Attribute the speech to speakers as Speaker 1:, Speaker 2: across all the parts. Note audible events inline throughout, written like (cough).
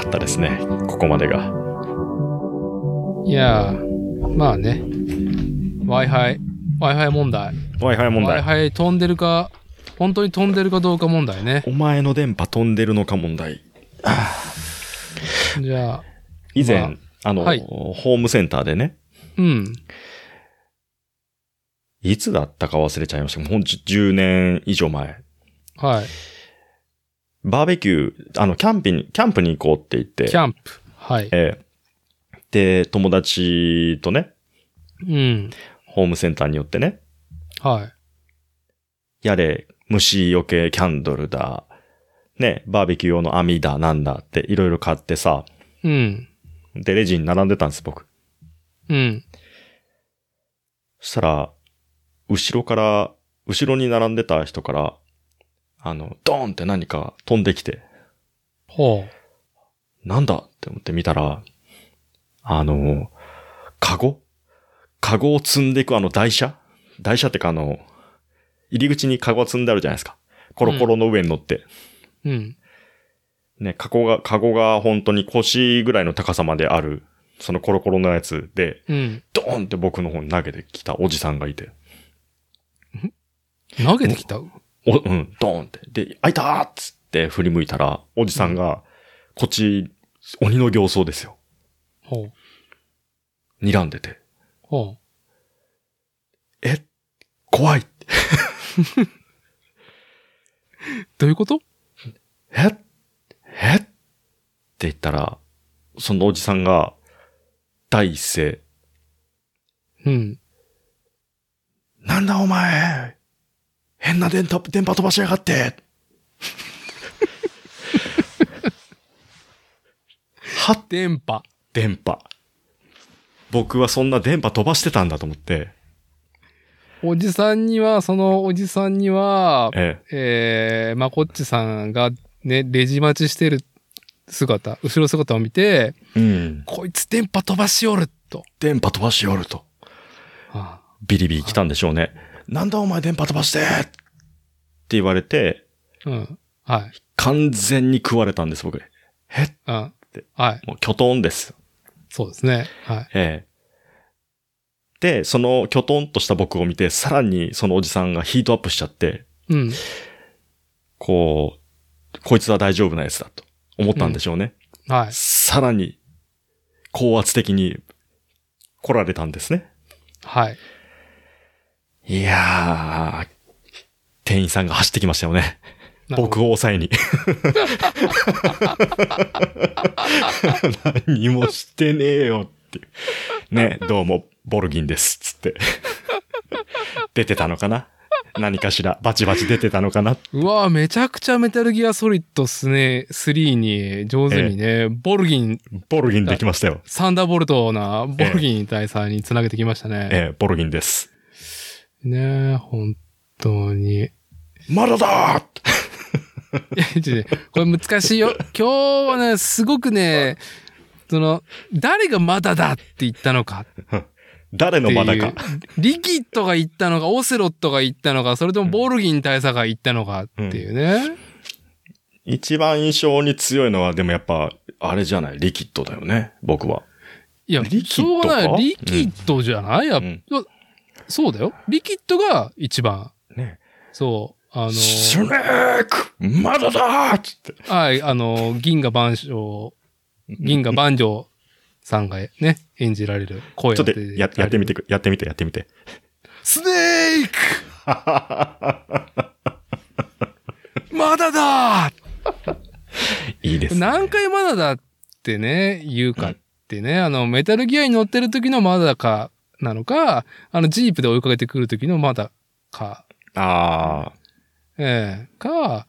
Speaker 1: ったですね。ここまでが。
Speaker 2: いやー、まあね。Wi-Fi、Wi-Fi 問題。
Speaker 1: Wi-Fi 問題。
Speaker 2: Wi-Fi 飛んでるか、本当に飛んでるかどうか問題ね。
Speaker 1: お前の電波飛んでるのか問題。
Speaker 2: じゃあ、
Speaker 1: 以前、
Speaker 2: ま
Speaker 1: あ、の、
Speaker 2: はい
Speaker 1: ホームセンターでね、
Speaker 2: うん。
Speaker 1: いつだったか忘れちゃいましたけど、ほんと10年以上前。
Speaker 2: はい。
Speaker 1: バーベキュー、あの、キャンプに、キャンプに行こうって言って、
Speaker 2: キャンプ。はい。
Speaker 1: ええで、友達とね、
Speaker 2: うん。
Speaker 1: ホームセンターに寄ってね、
Speaker 2: はい。
Speaker 1: やれ、虫よけキャンドルだ、ね、バーベキュー用の網だ、なんだって、いろいろ買ってさ、
Speaker 2: うん。
Speaker 1: で、レジに並んでたんです、僕。
Speaker 2: うん。
Speaker 1: そしたら、後ろから、後ろに並んでた人から、あの、ドーンって何か飛んできて、
Speaker 2: ほう。
Speaker 1: なんだって思って見たら、あの、カゴカゴを積んでいくあの台車台車ってかあの、入り口にカゴが積んであるじゃないですか。コロコロの上に乗って。
Speaker 2: うん。
Speaker 1: ね、カゴが、カゴが本当に腰ぐらいの高さまである、そのコロコロのやつで、
Speaker 2: うん。
Speaker 1: ドーンって僕の方に投げてきたおじさんがいて、
Speaker 2: 投げてきた
Speaker 1: お、うん、ドーンって。で、開いたーっつって振り向いたら、おじさんが、こっち、鬼の形相ですよ。
Speaker 2: ほう。
Speaker 1: 睨んでて。
Speaker 2: ほ
Speaker 1: え、怖いって
Speaker 2: う。どういうこと
Speaker 1: ええって言ったら、そのおじさんが、第一声、
Speaker 2: うん。
Speaker 1: なんだお前変な電波電波飛ばしやがって (laughs) はっ、
Speaker 2: 電波。
Speaker 1: 電波。僕はそんな電波飛ばしてたんだと思って、
Speaker 2: おじさんには、そのおじさんには、
Speaker 1: え
Speaker 2: えー、まこっちさんがね、レジ待ちしてる姿、後ろ姿を見て、
Speaker 1: え。うん。
Speaker 2: こいつ電波飛ばしおると。
Speaker 1: 電波飛ばしよると。
Speaker 2: はあ
Speaker 1: ビリビリ来たんでしょうね。なんだお前電波飛ばしてって言われて、
Speaker 2: うん。はい。
Speaker 1: 完全に食われたんです、僕。え
Speaker 2: あ
Speaker 1: で
Speaker 2: はい。
Speaker 1: もう巨トンです。
Speaker 2: そうですね。はい。
Speaker 1: ええ。で、その巨トンとした僕を見て、さらにそのおじさんがヒートアップしちゃって、
Speaker 2: うん。
Speaker 1: こう、こいつは大丈夫なやつだと思ったんでしょうね。
Speaker 2: はい。
Speaker 1: さらに、高圧的に来られたんですね。
Speaker 2: はい。
Speaker 1: いやー、店員さんが走ってきましたよね。
Speaker 2: なるほど
Speaker 1: 僕を抑えに。 (laughs) 何もしてねえよっていう。ね、どうも、ボルギンです。つって。出てたのかな何かしら、バチバチ出てたのかな
Speaker 2: うわぁ、めちゃくちゃメタルギアソリッドスね、3に上手にね、ボルギン、
Speaker 1: ボルギンできましたよ。
Speaker 2: サンダーボルトなボルギン大佐につなげてきましたね。
Speaker 1: ええ、ボルギンです。
Speaker 2: ねえ、本当に。
Speaker 1: まだだー
Speaker 2: いやちょっとねこれ難しいよ。今日はね、すごくね、その、誰がまだだって言ったのかっていう。
Speaker 1: 誰のまだか。
Speaker 2: リキッドが言ったのか、オセロットが言ったのか、それともボルギン大佐が言ったのかっていうね。
Speaker 1: 一番印象に強いのは、でもやっぱ、あれじゃない、リキッドだよね、僕は。
Speaker 2: いや、
Speaker 1: リ
Speaker 2: し
Speaker 1: キ
Speaker 2: ょ
Speaker 1: ッ
Speaker 2: う
Speaker 1: ドか
Speaker 2: がない。リキッドじゃないやっぱ
Speaker 1: うん
Speaker 2: そうだよ。リキッドが一番。
Speaker 1: ね。
Speaker 2: そう。あの、
Speaker 1: シュネークまだだーつって。
Speaker 2: はい、あの、銀河万象、銀河万丈さんがね、演じられる声
Speaker 1: ちょっと
Speaker 2: 当て
Speaker 1: ややってみてく、やってみて、やってみて。スネー
Speaker 2: まだだ
Speaker 1: クいいです。
Speaker 2: 何回まだだってね、言うかってね、あの、メタルギアに乗ってる時のまだかなのか、あの、ジープで追いかけてくる時のまだか、
Speaker 1: あ
Speaker 2: ええか、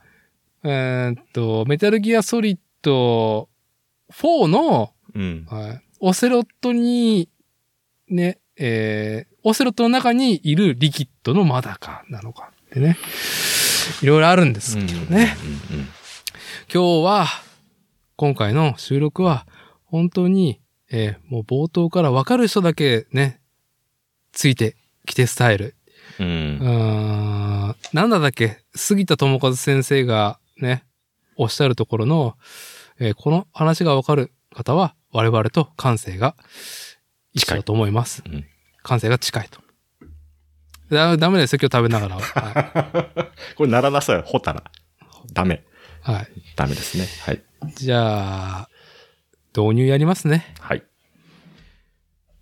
Speaker 2: えーっと、メタルギアソリッド4の、
Speaker 1: ー。うん。
Speaker 2: はい、オセロットに、ね、えー、オセロットの中にいるリキッドのまだかなのかってね、いろいろあるんですけどね。
Speaker 1: うんうん
Speaker 2: 今日は、今回の収録は、本当に、えーもう冒頭からわかる人だけね、ついてきてスタイル。
Speaker 1: うん
Speaker 2: うーん、なんだだっけ、杉田智和先生がね、おっしゃるところの、えーこの話がわかる方は、我々と感性が一緒
Speaker 1: 近い
Speaker 2: だと思います。
Speaker 1: うん
Speaker 2: 感性が近いと。だダメですよ、今日食べながらは。は
Speaker 1: これならなさい、ほたら。ダメ。
Speaker 2: い。はい、
Speaker 1: ダメですね。はい。
Speaker 2: じゃあ、導入やりますね。
Speaker 1: はい。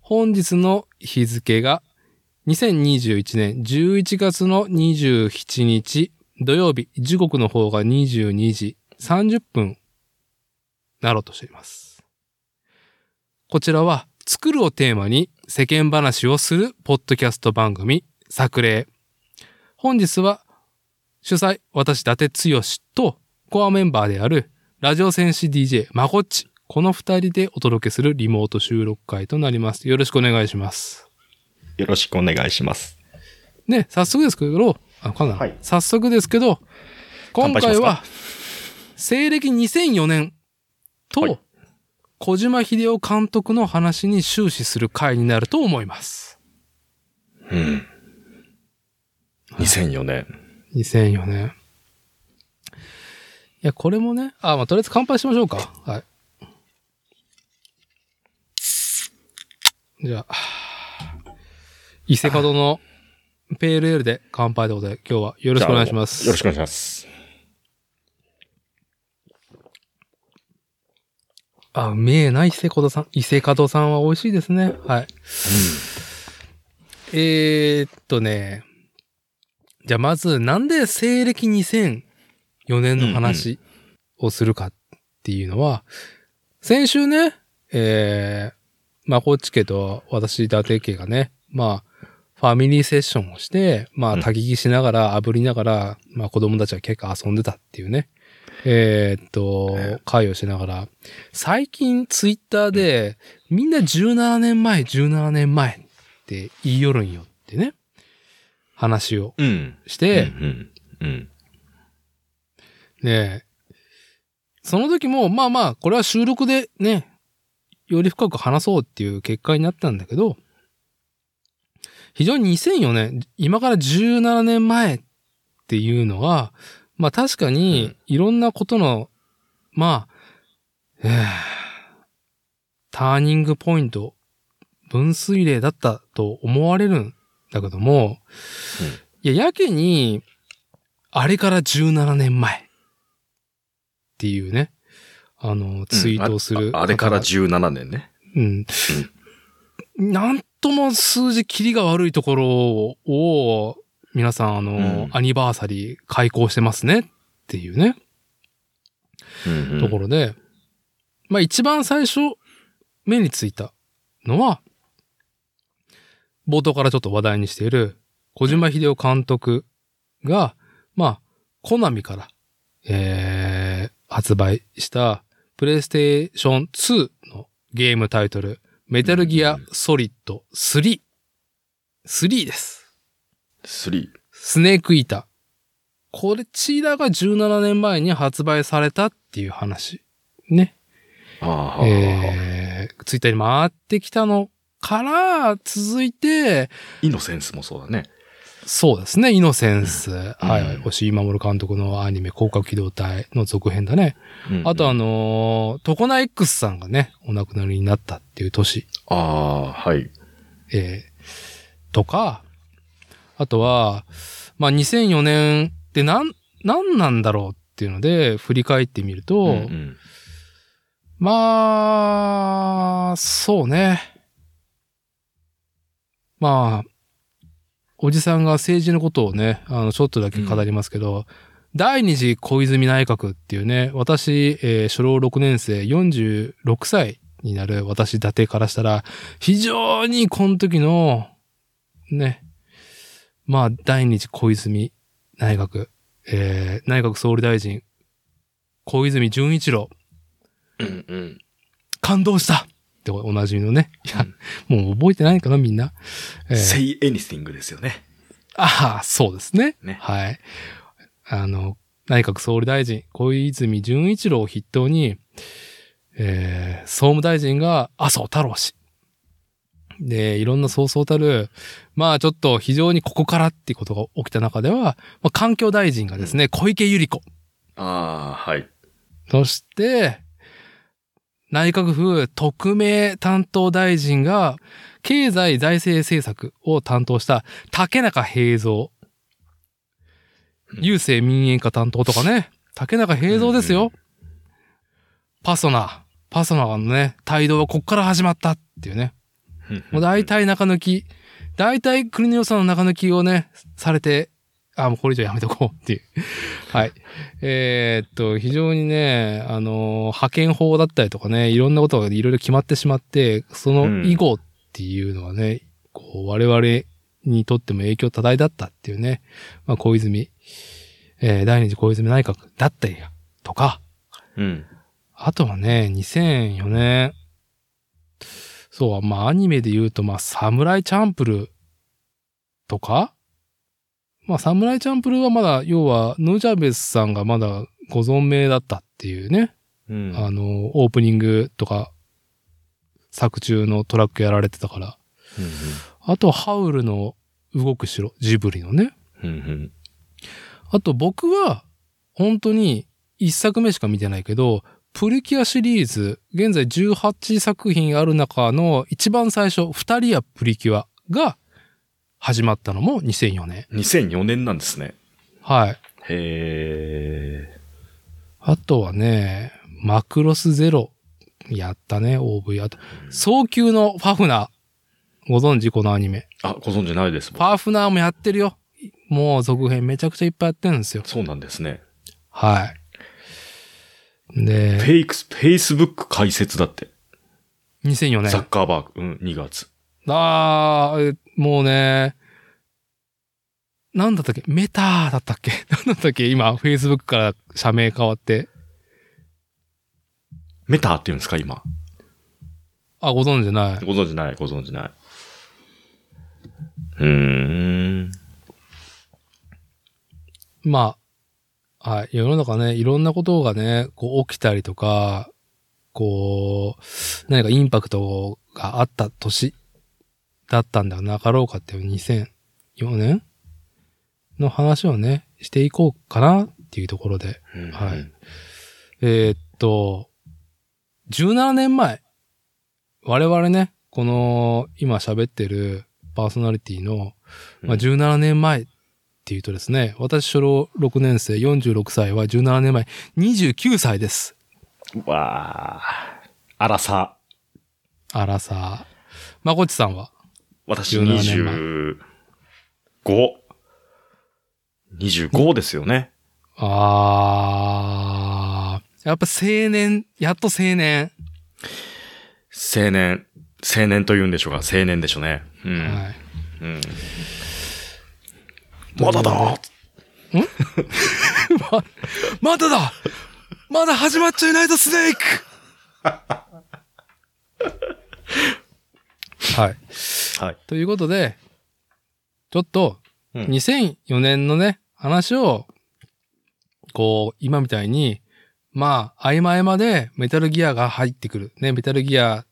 Speaker 2: 本日の日付が2021年11月の27日土曜日、時刻の方が22時30分なろうとしています。こちらは作るをテーマに世間話をするポッドキャスト番組作例。本日は主催私伊達剛とコアメンバーであるラジオ戦士 DJ まこっち。この二人でお届けするリモート収録会となります。よろしくお願いします。
Speaker 1: よろしくお願いします。
Speaker 2: ね、早速ですけど、あ、かな、
Speaker 1: はい
Speaker 2: 早速ですけど、今
Speaker 1: 乾杯します
Speaker 2: 回
Speaker 1: か
Speaker 2: は、西暦2004年
Speaker 1: は
Speaker 2: と
Speaker 1: い、
Speaker 2: 小島秀夫監督の話に終始する回になると思います。
Speaker 1: うん。2004年。
Speaker 2: 2004年。いや、これもね、あ、まあ、とりあえず乾杯しましょうか。はい。じゃあ、伊勢門のペールエールで乾杯ということで、今日はよろしくお願いします。
Speaker 1: よろしくお願いします。
Speaker 2: あ、うめえな、伊勢門さん。伊勢門さんは美味しいですね。はい。えー、っとね、じゃあまず、なんで西暦2004年の話をするかっていうのは、先週ね、えー、まあ、こっち家と私、伊達家がね、まあ、ファミリーセッションをして、まあ、
Speaker 1: うん
Speaker 2: 焚き火しながら、炙りながら、まあ、子供たちは結構遊んでたっていうね、えーっと、会をしながら、最近ツイッターで、みんな17年前、17年前って言いよるんよってね、話を
Speaker 1: うん。
Speaker 2: して、
Speaker 1: うん。うん。
Speaker 2: ねえ。その時も、まあまあ、これは収録でね、より深く話そうっていう結果になったんだけど、非常に2004年、今から17年前っていうのは、まあ確か
Speaker 1: う
Speaker 2: に
Speaker 1: ん、
Speaker 2: いろんなことの、まあ、えーターニングポイント、分水嶺だったと思われるんだけども、いや、やけに、あれから17年前っていうね、あの、ツイートをする、
Speaker 1: ああれから17年ね。
Speaker 2: うん。なんとも数字切りが悪いところを、皆さん、あの、
Speaker 1: うん
Speaker 2: アニバーサリー開講してますねっていうね、
Speaker 1: うん
Speaker 2: ところで、まあ一番最初目についたのは、冒頭からちょっと話題にしている小島秀夫監督が、まあ、コナミから、えー、発売したプレイステーション2のゲームタイトル、メタルギアソリッド3。3です。
Speaker 1: 3。
Speaker 2: スネークイーター。これ、チーラーが17年前に発売されたっていう話。ね。
Speaker 1: ああ、
Speaker 2: えー、ツイッターに回ってきたのから、続いて、
Speaker 1: イノセンスもそうだね。
Speaker 2: そうですね、イノセンス。はいはい。
Speaker 1: うん
Speaker 2: 押井守監督のアニメ、広角機動隊の続編だね。
Speaker 1: うん
Speaker 2: あと、あ
Speaker 1: あ
Speaker 2: のー、トコナ X さんがね、お亡くなりになったっていう年。
Speaker 1: あ、はい。
Speaker 2: えーとか、あとは、まあ、2004年ってなん、なんなんだろうっていうので振り返ってみると、
Speaker 1: うんうん
Speaker 2: まあ、そうね。まあ、おじさんが政治のことをね、あの、ちょっとだけ語りますけど、第二次小泉内閣っていうね、私、えー初老6年生、46歳になる私、伊達からしたら、非常にこの時の、ね、まあ、第二次小泉内閣、えー内閣総理大臣、小泉純一郎、
Speaker 1: うんうん。
Speaker 2: 感動したっておなじみのね。いや、もう覚えてないかな、みんな。えー
Speaker 1: say anything ですよね。
Speaker 2: ああ、そうですね。
Speaker 1: ね
Speaker 2: はい。あの、内閣総理大臣、小泉純一郎を筆頭に、えー総務大臣が麻生太郎氏。で、いろんなそうそうたる、まあちょっと非常にここからっていうことが起きた中では、まあ、環境大臣がですね、小池百合子。
Speaker 1: ああ、はい。
Speaker 2: そして、内閣府特命担当大臣が、経済財政政策を担当した竹中平蔵。郵政民営化担当とかね、竹中平蔵ですよ。パソナ、パソナのね、帯同はこっから始まったっていうね。もう大体中抜き、大体国の予算の中抜きをね、されて、あ、もうこれ以上やめとこうっていう。はい。えーっと、非常にね、あのー、派遣法だったりとかね、いろんなことがいろいろ決まってしまって、その以後っていうのはね、こう、我々にとっても影響多大だったっていうね、まあ、小泉、えー第二次小泉内閣だったりとか、
Speaker 1: うん。
Speaker 2: あとはね、2004年。そう、まあアニメで言うと、まあ、サムライチャンプルーとかまあ、サムライチャンプルーはまだ、要は、ヌージャベスさんがまだご存命だったっていうね、
Speaker 1: うん。
Speaker 2: あの、オープニングとか、作中のトラックやられてたから。あと、ハウルの動く城、ジブリのね。
Speaker 1: うん。うん。
Speaker 2: あと僕は、本当に一作目しか見てないけど、プリキュアシリーズ、現在18作品ある中の一番最初、二人やプリキュアが始まったのも2004年。
Speaker 1: 2004年なんですね。
Speaker 2: はい。
Speaker 1: へえ。
Speaker 2: あとはね、マクロスゼロ、やったね、OV。あと、早急のファフナー。ご存知このアニメ。
Speaker 1: あ、ご存知ないです
Speaker 2: フ
Speaker 1: もん。
Speaker 2: ァフナーもやってるよ。もう続編めちゃくちゃいっぱいやってるんですよ。
Speaker 1: そうなんですね。
Speaker 2: はい。で、
Speaker 1: フェイクス、フェイスブック開設だって。
Speaker 2: 2004年。
Speaker 1: ザッカーバーグ。うん、2月。
Speaker 2: あー、えもうね、なんだったっけメタだったっけ (laughs) なんだったっけ今、Facebook から社名変わって。
Speaker 1: メターって言うんですか、今。
Speaker 2: あ、ご存知ない。
Speaker 1: ご存知ない、ご存知ない。うーん。
Speaker 2: まあ、はい、世の中ね、いろんなことがね、こう起きたりとか、こう、何かインパクトがあった年だったんではなかろうかっていう2004年の話をね、していこうかなっていうところで。
Speaker 1: うん
Speaker 2: はい。えーっと、17年前、我々ね、この今喋ってるパーソナリティの、まあ、
Speaker 1: うん
Speaker 2: 17年前っていうとですね、私初老6年生46歳は17年前29歳です。
Speaker 1: うわあ。あらさ。
Speaker 2: あらさ、まこっちさんは
Speaker 1: 私
Speaker 2: 17
Speaker 1: 25。25ですよね。
Speaker 2: あー、やっぱ青年、やっと青年。
Speaker 1: 青年。青年と言うんでしょうか。青年でしょうね。うん。
Speaker 2: はい。
Speaker 1: うん、まだだ
Speaker 2: まだだまだ始まっちゃいないとスネーク (laughs) はい。
Speaker 1: はい。
Speaker 2: ということで、ちょっと、
Speaker 1: うん
Speaker 2: 2004年のね、話を、こう、今みたいに、まあ、合間合間でメタルギアが入ってくる。ね、メタルギア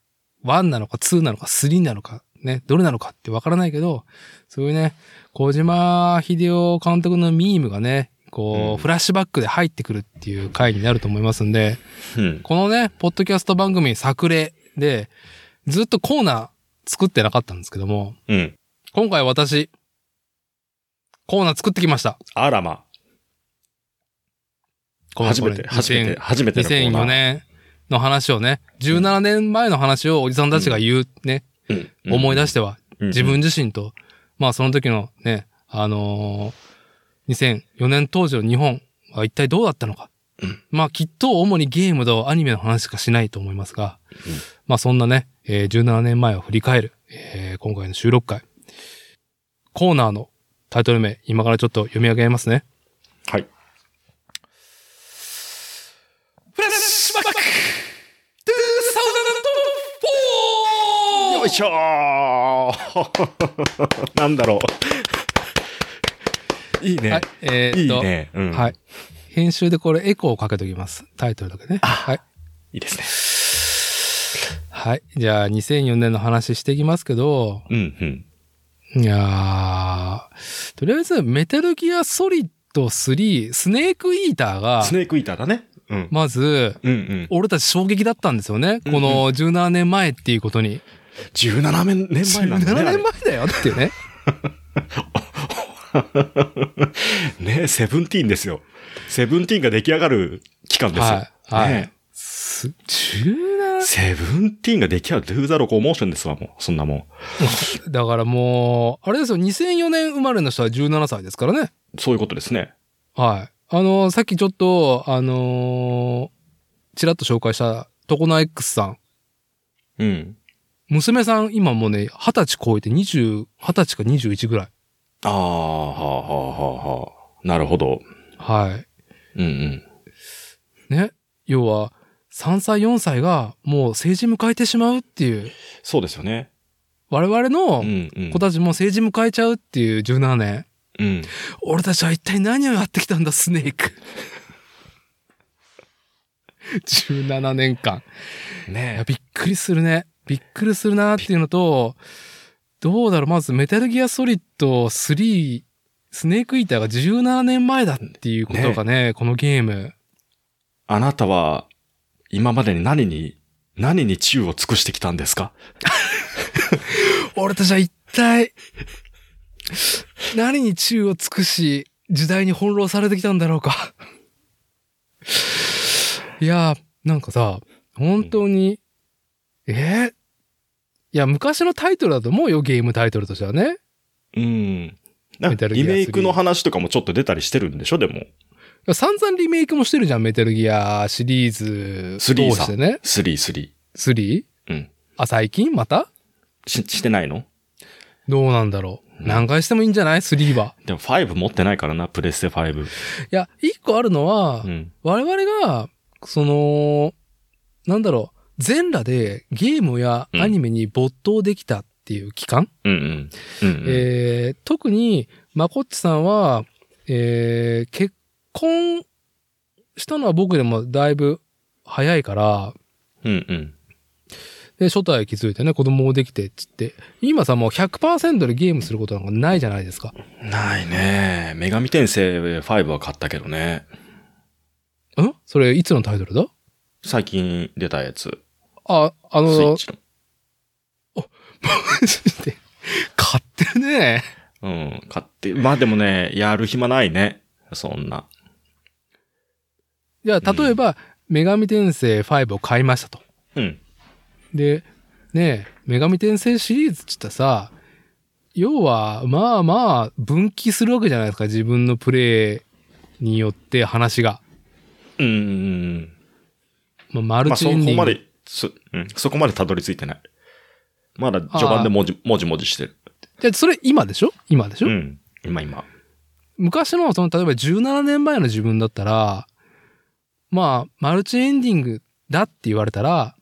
Speaker 2: 1なのか2なのか3なのか、ね、どれなのかってわからないけど、そういうね、小島秀夫監督のミームがね、こう、
Speaker 1: うん
Speaker 2: フラッシュバックで入ってくるっていう回になると思いますんで、
Speaker 1: うん。
Speaker 2: このね、ポッドキャスト番組作例で、ずっとコーナー作ってなかったんですけども、
Speaker 1: うん。
Speaker 2: 今回私、コーナー作ってきました。
Speaker 1: あらま。
Speaker 2: この
Speaker 1: 初め
Speaker 2: こ
Speaker 1: て、
Speaker 2: れ
Speaker 1: 初めて、初めてのコーナ
Speaker 2: 2004
Speaker 1: ー。
Speaker 2: 年の話をね、17年前の話をおじさんたちが言う、ね、
Speaker 1: うん
Speaker 2: 思い出しては、
Speaker 1: うん
Speaker 2: 自分自身と、まあその時のね、あのー2004年当時の日本は一体どうだったのか。まあきっと主にゲームとアニメの話しかしないと思いますが、まあそんなね、えー17年前を振り返る、えー今回の収録会。コーナーのタイトル名、今からちょっと読み上げますね。
Speaker 1: はい。
Speaker 2: フラッシュバック
Speaker 1: よいしょー (laughs) なんだろう。いい
Speaker 2: (laughs)
Speaker 1: ね。
Speaker 2: はい、えー
Speaker 1: い
Speaker 2: っ
Speaker 1: い
Speaker 2: と、
Speaker 1: ね。うん。。
Speaker 2: はいい。編集でこれエコーをかけときます。タイトルだけね。はい。
Speaker 1: いですね。
Speaker 2: はい。じゃあ、2004年の話していきますけど、
Speaker 1: うん、うん。
Speaker 2: いやーとりあえず、メタルギアソリッド3、スネークイーターが
Speaker 1: ス、ネークイーターだね。うん。
Speaker 2: まず、
Speaker 1: うんうん。
Speaker 2: 俺たち衝撃だったんですよね。この17年前っていうことに。
Speaker 1: 17年前なんだね。
Speaker 2: 17
Speaker 1: あれ
Speaker 2: 年前だよっていうね。
Speaker 1: (laughs) ねセブンティーンですよ。セブンティーンが出来上がる期間ですよ。
Speaker 2: はい。は
Speaker 1: ね
Speaker 2: い。す17
Speaker 1: セブンティーンが出来上がる。Do the locomotion ですわ、もう。そんなもん。
Speaker 2: だからもう、あれですよ、2004年生まれの人は17歳ですからね。
Speaker 1: そういうことですね。
Speaker 2: はい。あの、さっきちょっと、あのーちらっと紹介した、トコナ X さん。
Speaker 1: うん。
Speaker 2: 娘さん、今もうね、20歳超えて20、20歳か21ぐらい。
Speaker 1: ああ、はあ、はあ、はあ、はあ。なるほど。
Speaker 2: はい。
Speaker 1: うんうん。
Speaker 2: ね。要は、3歳、4歳がもう成人迎えてしまうっていう、
Speaker 1: そうですよね。
Speaker 2: 我々
Speaker 1: う
Speaker 2: の
Speaker 1: んうん。
Speaker 2: 子たちも成人迎えちゃうっていう17年。
Speaker 1: うん。
Speaker 2: 俺たちは一体何をやってきたんだ、スネーク。17年間。いや、
Speaker 1: ね
Speaker 2: びっくりするね。びっくりするなっていうのと、どうだろう、まずメタルギアソリッド3、スネークイーターが17年前だっていうことがね、このゲーム。
Speaker 1: あなたは、今までに何に、何に宙を尽くしてきたんですか
Speaker 2: 俺たちは一体、何に宙を尽くし、時代に翻弄されてきたんだろうか。いやー、なんかさ、本当に、えーいや、昔のタイトルだと思うよ、ゲームタイトルとしてはね。
Speaker 1: うん。な
Speaker 2: メ
Speaker 1: んか
Speaker 2: タルギ
Speaker 1: リ
Speaker 2: ア3
Speaker 1: メイクの話とかもちょっと出たりしてるんでしょでも。
Speaker 2: 散々リメイクもしてるじゃん、メタルギアシリーズ通
Speaker 1: 3
Speaker 2: してね。
Speaker 1: 3、3。
Speaker 2: 3?
Speaker 1: うん。
Speaker 2: あ、最近また
Speaker 1: し、してないの
Speaker 2: どうなんだろう。
Speaker 1: うん
Speaker 2: 何回してもいいんじゃない ?3 は。
Speaker 1: でも5持ってないからな、プレステ5。
Speaker 2: いや、一個あるのは
Speaker 1: う、ん。
Speaker 2: 我々が、その、なんだろう、全裸でゲームやアニメに没頭できたっていう期間、
Speaker 1: うんうん。うんうん、
Speaker 2: えー特に、まこっちさんは、えー結婚したのは僕でもだいぶ早いから、
Speaker 1: うんうん。
Speaker 2: で、初代気づいてね、子供もできてっつって、今さ、もう100%でゲームすることなんかないじゃないですか。
Speaker 1: ないね。女神転生5は買ったけどね。
Speaker 2: んそれ、いつのタイトルだ
Speaker 1: 最近出たやつ。
Speaker 2: あ、あ
Speaker 1: スイッ
Speaker 2: の、
Speaker 1: チの。
Speaker 2: (laughs) 買ってるね。
Speaker 1: うん。買って、まあでもね、やる暇ないね。そんな。
Speaker 2: じゃあ、例えば、女神転生5を買いましたと。
Speaker 1: うん。
Speaker 2: で、ねえ、女神転生シリーズっつったらさ、要は、まあまあ、分岐するわけじゃないですか。自分のプレイによって話が。
Speaker 1: うんうん
Speaker 2: まあ、マ
Speaker 1: うん。
Speaker 2: ル
Speaker 1: まあ
Speaker 2: チ
Speaker 1: そ
Speaker 2: エ
Speaker 1: こ
Speaker 2: ンディング。
Speaker 1: まで、そ、うん。そこまでたどり着いてない。まだ序盤でもじ、もじもじしてる。
Speaker 2: じゃあそれ今でしょ今でしょ、
Speaker 1: うん。今今。
Speaker 2: 昔の、その、例えば17年前の自分だったら、まあ、マルチエンディングだって言われたら、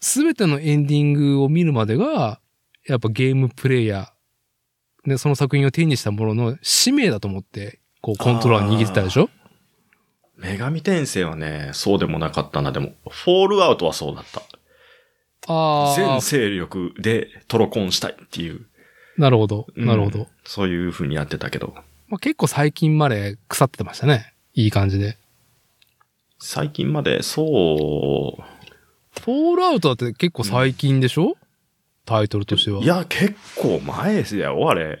Speaker 2: すべてのエンディングを見るまでが、やっぱゲームプレイヤー、ね、その作品を手にしたものの使命だと思って、こう、コントローラー握ってたでしょ
Speaker 1: 女神転生はね、そうでもなかったな。でも、フォールアウトはそうだった。
Speaker 2: ああ
Speaker 1: 全、勢力でトロコンしたいっていう、
Speaker 2: なるほど、
Speaker 1: うん
Speaker 2: なるほど。
Speaker 1: そういう風にやってたけど、
Speaker 2: まあ、結構最近まで腐ってましたね。いい感じで。
Speaker 1: 最近まで、そう、
Speaker 2: フォールアウトだって結構最近でしょ、タイトルとしては。
Speaker 1: いや、結構前ですよ、あれ。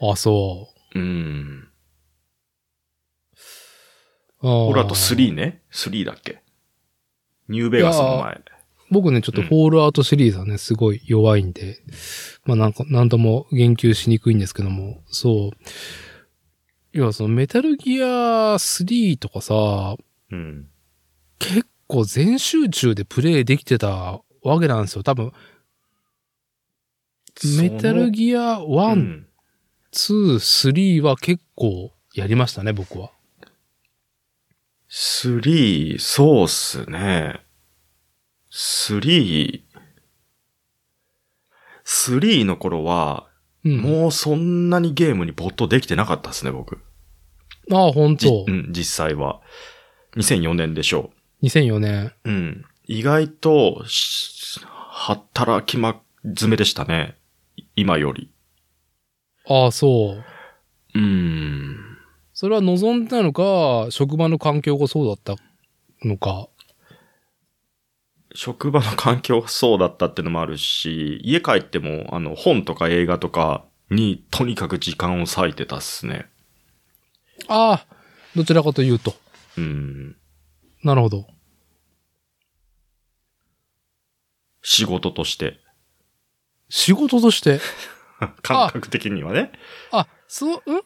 Speaker 2: あ、そう。
Speaker 1: うん。
Speaker 2: フ
Speaker 1: フォールアウト3ね。3だっけ。ニューベガスの前。
Speaker 2: 僕ね、ちょっとフォールアウトシリーズはね、すごい弱いんで、まあなんか、なんとも言及しにくいんですけども、そう。要はそのメタルギア3とかさ、
Speaker 1: うん。
Speaker 2: 結構全集中でプレイできてたわけなんですよ。多分、メタル
Speaker 1: ギ
Speaker 2: ギア1、
Speaker 1: うん
Speaker 2: 2、3は結構やりましたね、僕は。
Speaker 1: 3、そうっすね。3、3の頃は、
Speaker 2: うん。
Speaker 1: もうそんなにゲームに没頭できてなかったですね、僕。
Speaker 2: ああ、本
Speaker 1: じ
Speaker 2: 当
Speaker 1: うん、実際は。2004年でしょ
Speaker 2: ?2004 年。
Speaker 1: う。うん。意外と、し働きま、詰めでしたね。い今より。
Speaker 2: ああ、そう。
Speaker 1: うーん。
Speaker 2: それは望んでたのか、職場の環境がそうだったのか。
Speaker 1: 職場の環境そうだったってのもあるし、家帰っても、あの、本とか映画とかに、とにかく時間を割いてたっすね。
Speaker 2: ああ、どちらかというと。
Speaker 1: うん。
Speaker 2: なるほど。
Speaker 1: 仕事として。 (laughs)
Speaker 2: 仕事として。
Speaker 1: 感覚的にはね。
Speaker 2: あ、そう、ん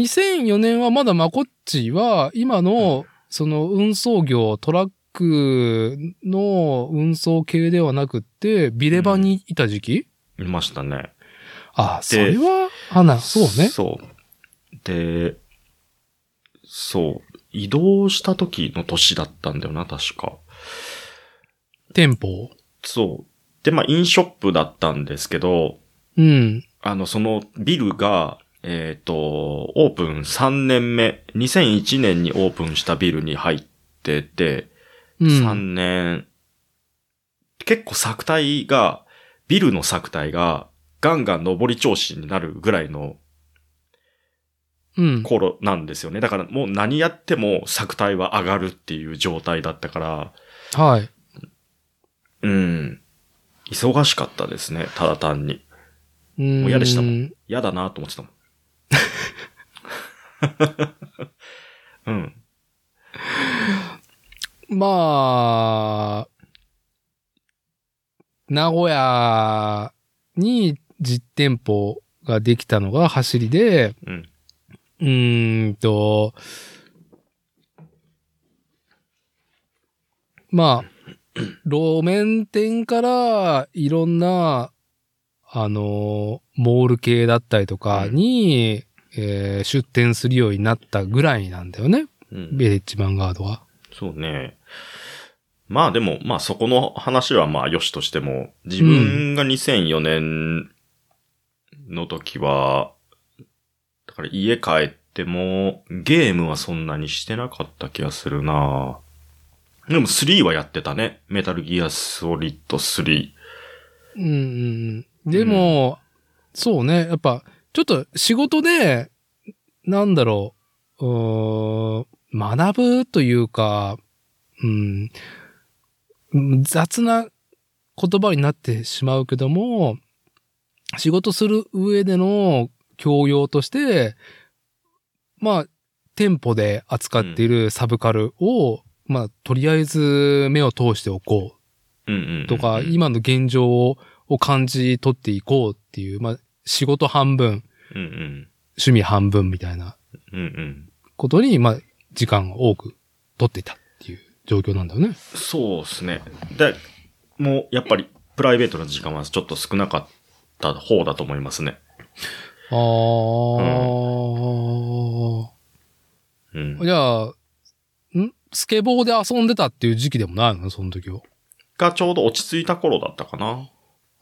Speaker 2: ?2004 年はまだマコッチは、今の、その運送業、トラックの運送系ではなくって、ビレバにいた時期、
Speaker 1: いましたね。
Speaker 2: あ、それは、花、そうね。
Speaker 1: そう。で、そう。移動した時の年だったんだよな、確か。
Speaker 2: 店舗。
Speaker 1: そう。で、まあ、インショップだったんですけど、
Speaker 2: うん。
Speaker 1: あの、そのビルが、えっ、と、オープン3年目、2001年にオープンしたビルに入ってて、
Speaker 2: うん。
Speaker 1: 3年、結構作体が、ビルの作体が、ガンガン上り調子になるぐらいの
Speaker 2: うん。
Speaker 1: 頃なんですよね。だからもう何やっても作体は上がるっていう状態だったから、
Speaker 2: はい。
Speaker 1: うん。忙しかったですね、ただ単に。
Speaker 2: うん。
Speaker 1: もう嫌でしたもん嫌だなと思ってたもん。うん。
Speaker 2: まあ、名古屋に実店舗ができたのが走りで、
Speaker 1: うん
Speaker 2: うーんと、まあ、路面店からいろんな、あの、モール系だったりとかに、えー出店するようになったぐらいなんだよね、
Speaker 1: うん
Speaker 2: ベレッジヴァンガードは。
Speaker 1: そうね。まあでも、まあそこの話はまあ良しとしても、自分が2004年の時は、だから家帰ってもゲームはそんなにしてなかった気がするなでも3はやってたね。メタルギアソリッド3。
Speaker 2: うんうんうん。でも、そうね。やっぱ、ちょっと仕事で、なんだろう、うーん学ぶというか、うん、雑な言葉になってしまうけども、仕事する上での教養として、まあ、店舗で扱っているサブカルを、まあ、とりあえず目を通しておこう
Speaker 1: うんうんうん
Speaker 2: とか、
Speaker 1: うん、
Speaker 2: 今の現状をを感じ取っていこうっていう、まあ、仕事半分、
Speaker 1: うんうん。
Speaker 2: 趣味半分みたいな
Speaker 1: うんうん。
Speaker 2: ことに、まあ、時間を多く取っていたっていう状況なんだよね。
Speaker 1: そうですね。で、もうやっぱりプライベートな時間はちょっと少なかった方だと思いますね。
Speaker 2: あー。
Speaker 1: うん。
Speaker 2: じゃあ、んスケボーで遊んでたっていう時期でもないのその時は。
Speaker 1: がちょうど落ち着いた頃だったかな。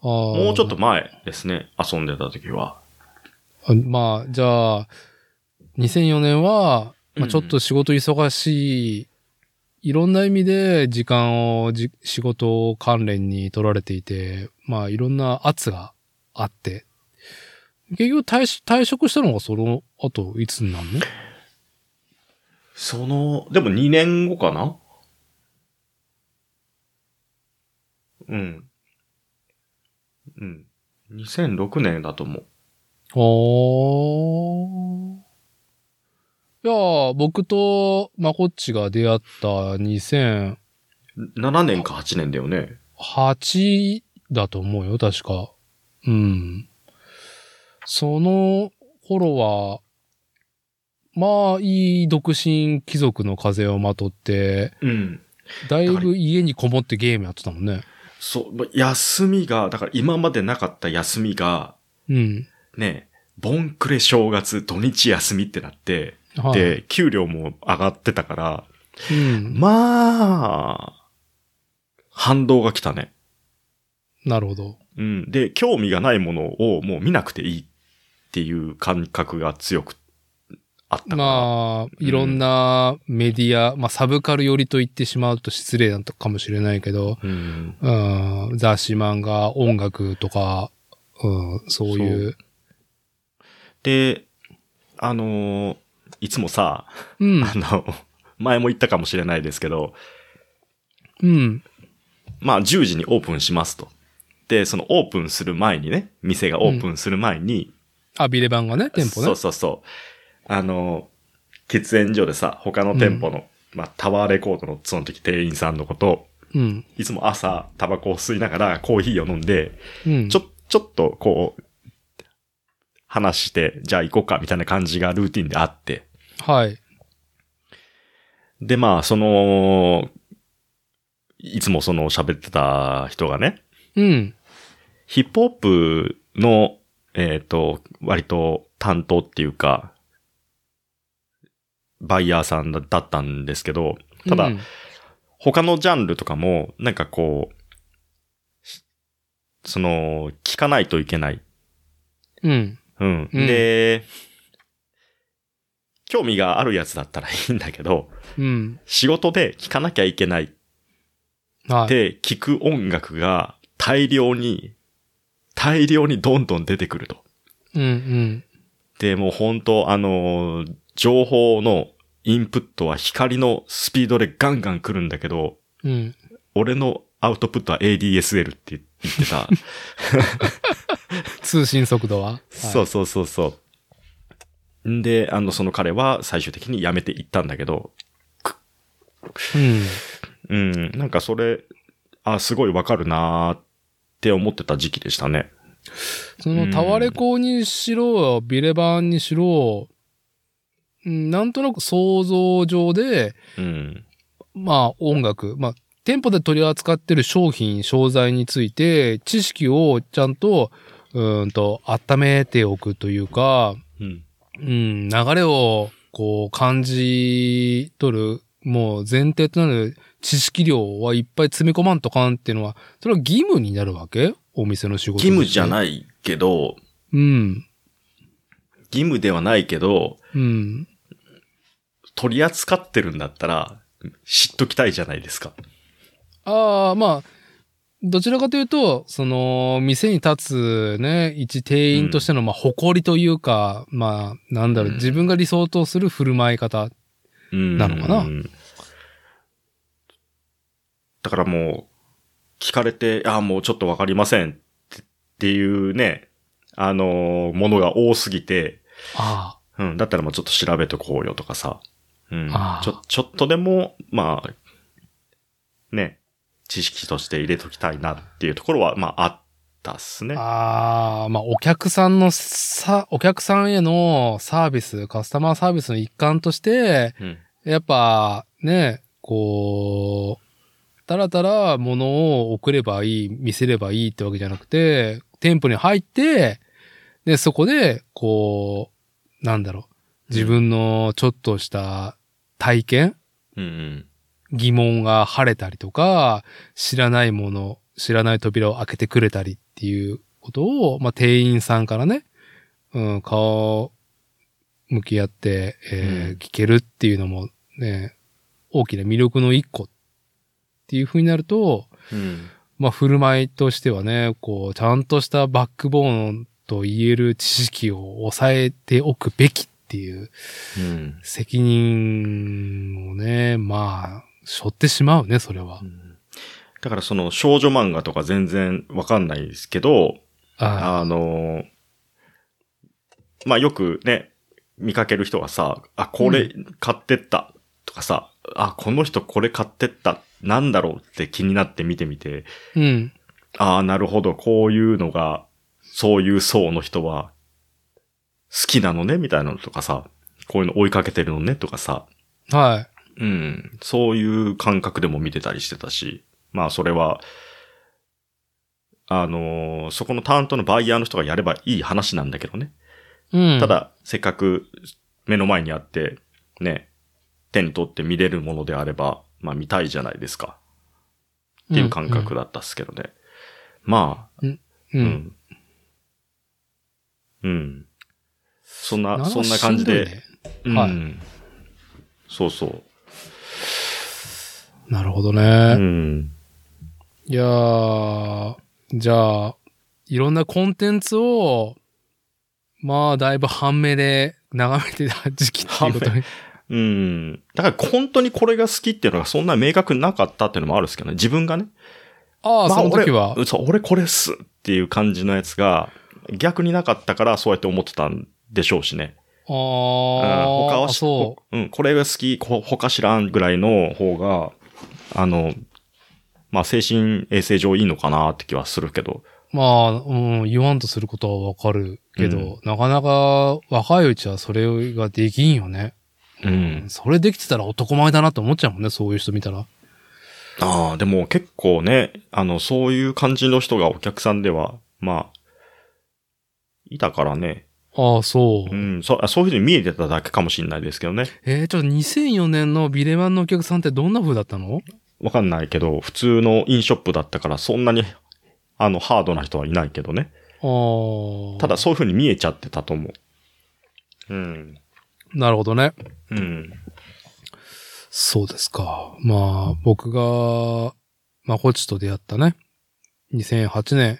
Speaker 2: あ
Speaker 1: も
Speaker 2: も
Speaker 1: うちょっと。前ですね。遊んでた時は。
Speaker 2: あまあ、じゃあ、2004年は、
Speaker 1: うん
Speaker 2: ま
Speaker 1: う
Speaker 2: あ、
Speaker 1: ん
Speaker 2: ちょっと仕事忙しい、いろんな意味で時間をじ、仕事関連に取られていて、まあいろんな圧があって、結局退し退職したのがその後いつになるの
Speaker 1: その、でも2年後かなうん。うん。2006年だと思う。
Speaker 2: おー。いやー、僕とまこっちが出会った2008
Speaker 1: 7年か8年だよね。
Speaker 2: だと思うよ、確か。うん。その頃は、まあ、いい独身貴族の風をまとって、
Speaker 1: うん。
Speaker 2: だいぶ家にこもってゲームやってたもんね。
Speaker 1: そう、ま休みが、だから今までなかった休みが、
Speaker 2: うん。
Speaker 1: ね、ボンクレ正月土日休みってなって、
Speaker 2: はい。
Speaker 1: で、給料も上がってたから、
Speaker 2: うん。
Speaker 1: まあ、反動が来たね。
Speaker 2: なるほど。
Speaker 1: うん。で、興味がないものをもう見なくていいっていう感覚が強くあったから。
Speaker 2: まあ、いろんなメディア、まあ、サブカル寄りと言ってしまうと失礼なのかもしれないけど、
Speaker 1: うん。
Speaker 2: うん、雑誌漫画、音楽とか、うん、そういう。
Speaker 1: で、あのーいつもさ、 (laughs)
Speaker 2: うん。
Speaker 1: あの、前も言ったかもしれないですけど、
Speaker 2: うん。
Speaker 1: まあ10時にオープンしますと。で、そのオープンする前にね、店がオープンする前に、
Speaker 2: あ、ビレ版がね、店舗ね。
Speaker 1: そうそうそう。あの、喫煙所でさ、他の店舗の、まあタワーレコードのその時店員さんのことを、
Speaker 2: うん。
Speaker 1: いつも朝タバコを吸いながらコーヒーを飲んで、
Speaker 2: うん。
Speaker 1: ちょ、ちょっとこう、話して、じゃあ行こうかみたいな感じがルーティンであって。
Speaker 2: はい。
Speaker 1: で、まあ、その、いつもその喋ってた人がね、
Speaker 2: うん。
Speaker 1: ヒップホップの、えっ、と、割と担当っていうか、バイヤーさんだだったんですけど、ただ、
Speaker 2: うん
Speaker 1: 他のジャンルとかも、なんかこう、その、聞かないといけない。
Speaker 2: うん。
Speaker 1: うん。
Speaker 2: うん
Speaker 1: で、興味があるやつだったらいいんだけど、
Speaker 2: うん。
Speaker 1: 仕事で聞かなきゃいけない
Speaker 2: は
Speaker 1: っ
Speaker 2: い。
Speaker 1: て聞く音楽が大量に、大量にどんどん出てくると。
Speaker 2: うんうん。
Speaker 1: で、もう本当あのー、情報のインプットは光のスピードでガンガン来るんだけど、
Speaker 2: うん。
Speaker 1: 俺のアウトプットは ADSL って言ってた。
Speaker 2: 通信速度は、はい、
Speaker 1: そうそうそうそう。んで、あの、その彼は最終的に辞めていったんだけど、
Speaker 2: うん。
Speaker 1: うん、なんかそれ、あ、すごいわかるなーって思ってた時期でしたね。
Speaker 2: そのタワレコにしろ、ビレ版にしろ、うんなんとなく想像上で、
Speaker 1: うん。
Speaker 2: まあ音楽、まあ店舗で取り扱ってる商品、商材について知識をちゃんと、うーんと温めておくというか、
Speaker 1: うん。
Speaker 2: うん、流れをこう感じ取る、もう前提となる知識量はいっぱい詰め込まんとかんっていうのは、それは義務になるわけお店の仕事
Speaker 1: 義務じゃ
Speaker 2: い。
Speaker 1: ないけど、
Speaker 2: うん。
Speaker 1: 義務ではないけど、
Speaker 2: うん。
Speaker 1: 取り扱ってるんだったら、知っときたいじゃないですか。
Speaker 2: ああ、まあ、どちらかというと、その、店に立つね、一店員としての、まあ、誇りというか、まあ、なんだろう、
Speaker 1: うん
Speaker 2: 自分が理想とする振る舞い方。
Speaker 1: うん
Speaker 2: なのかな
Speaker 1: だからもう、聞かれて、ああ、もうちょっとわかりませんってっていうね、あのーものが多すぎて、
Speaker 2: あ
Speaker 1: うん、だったらもうちょっと調べとこうよとかさ、うん
Speaker 2: あ、ー
Speaker 1: ちょ、ちょっとでも、まあ、ね、知識として入れときたいなっていうところは、まあ、あったっすね
Speaker 2: あ。。ああ、まあ、お客さんのさ、お客さんへのサービス、カスタマーサービスの一環として、
Speaker 1: うん。
Speaker 2: やっぱ、ね、こう、たらたら物を送ればいい、見せればいいってわけじゃなくて、店舗に入って、で、そこで、こう、なんだろう、自分のちょっとした体験、
Speaker 1: うんうん。
Speaker 2: 疑問が晴れたりとか、知らないもの、知らない扉を開けてくれたりっていうことを、まあ、店員さんからね、うん、顔、向き合って、えー
Speaker 1: うん
Speaker 2: 聞けるっていうのも、ね、大きな魅力の一個っていう風になると、
Speaker 1: うん。
Speaker 2: まあ、振る舞いとしてはね、こう、ちゃんとしたバックボーンと言える知識を抑えておくべきっていう
Speaker 1: うん。
Speaker 2: 責任をね、まあ、背負ってしまうね、それは。
Speaker 1: だからその少女漫画とか全然わかんないですけど、
Speaker 2: あ
Speaker 1: あのー、まあ、よくね、見かける人がさ、あ、これ買ってったとかさ、あ、この人これ買ってった、なんだろうって気になって見てみて、
Speaker 2: うん。
Speaker 1: ああ、なるほど、こういうのが、そういう層の人は、好きなのねみたいなのとかさ、こういうの追いかけてるのねとかさ、
Speaker 2: は
Speaker 1: うん、そういう感覚でも見てたりしてたし、まあそれは、あのーそこの担当のバイヤーの人がやればいい話なんだけどね。
Speaker 2: い。うん。
Speaker 1: た、だ、せっかく目の前にあって、ね、手に取って見れるものであれば、まあ見たいじゃないですか。っていう感覚
Speaker 2: だ。
Speaker 1: だったっすけどね。まあ、
Speaker 2: う。
Speaker 1: うんん。うん。そん
Speaker 2: う
Speaker 1: な、そんな感じで。。うん
Speaker 2: はい
Speaker 1: そうそう。
Speaker 2: なるほど
Speaker 1: う
Speaker 2: ね。
Speaker 1: ん。
Speaker 2: いやー、じゃあ、いろんなコンテンツを、まあ、だいぶ半目で眺めてた時期っていうことに
Speaker 1: うん。だから本当にこれが好きっていうのがそんな明確になかったっていうのもあるんですけどね。自分がね。
Speaker 2: ああ、
Speaker 1: ま
Speaker 2: その時は。
Speaker 1: 俺そう、俺これっすっていう感じのやつが逆になかったからそうやって思ってたんでしょうしね。
Speaker 2: ああ
Speaker 1: うん、他、は
Speaker 2: あ
Speaker 1: し
Speaker 2: そう。
Speaker 1: うん、これが好き、こ他知らんぐらいの方が、あの、まあ、精神衛生上いいのかなって気はするけど。
Speaker 2: まあ、うん、言わんとすることはわかるけど、
Speaker 1: う
Speaker 2: なかなか若いうちはそれができんよね。
Speaker 1: うん。
Speaker 2: それできてたら男前だなと思っちゃうもんね、そういう人見たら。
Speaker 1: ああ、でも結構ね、あの、そういう感じの人がお客さんでは、まあ、いたからね。
Speaker 2: ああ、そう。
Speaker 1: うん、そあそういうふうに見えてただけかもしれないですけどね。
Speaker 2: えー、ちょっと2004年のビレマンのお客さんってどんな風だったの
Speaker 1: わかんないけど、普通のインショップだったから、そんなに、あの、ハードな人はいないけどね。
Speaker 2: ああ。
Speaker 1: ただ、そういうふうに見えちゃってたと思う。うん。
Speaker 2: なるほどね。
Speaker 1: うん。
Speaker 2: そうですか。まあ、僕が、まあ、コチと出会ったね。2008年。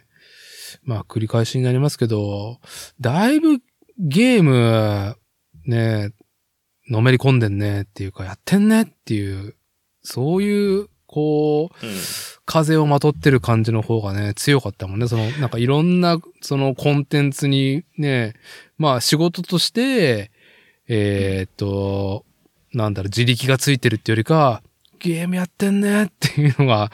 Speaker 2: まあ、繰り返しになりますけど、だいぶゲーム、ね、のめり込んでんねっていうか、やってんねっていう、そういう、こう、
Speaker 1: うん
Speaker 2: 風をまとってる感じの方がね、強かったもんね。その、なんかいろんな、そのコンテンツにね、まあ仕事として、えーっと、なんだろう、自力がついてるってよりか、ゲームやってんねっていうのが、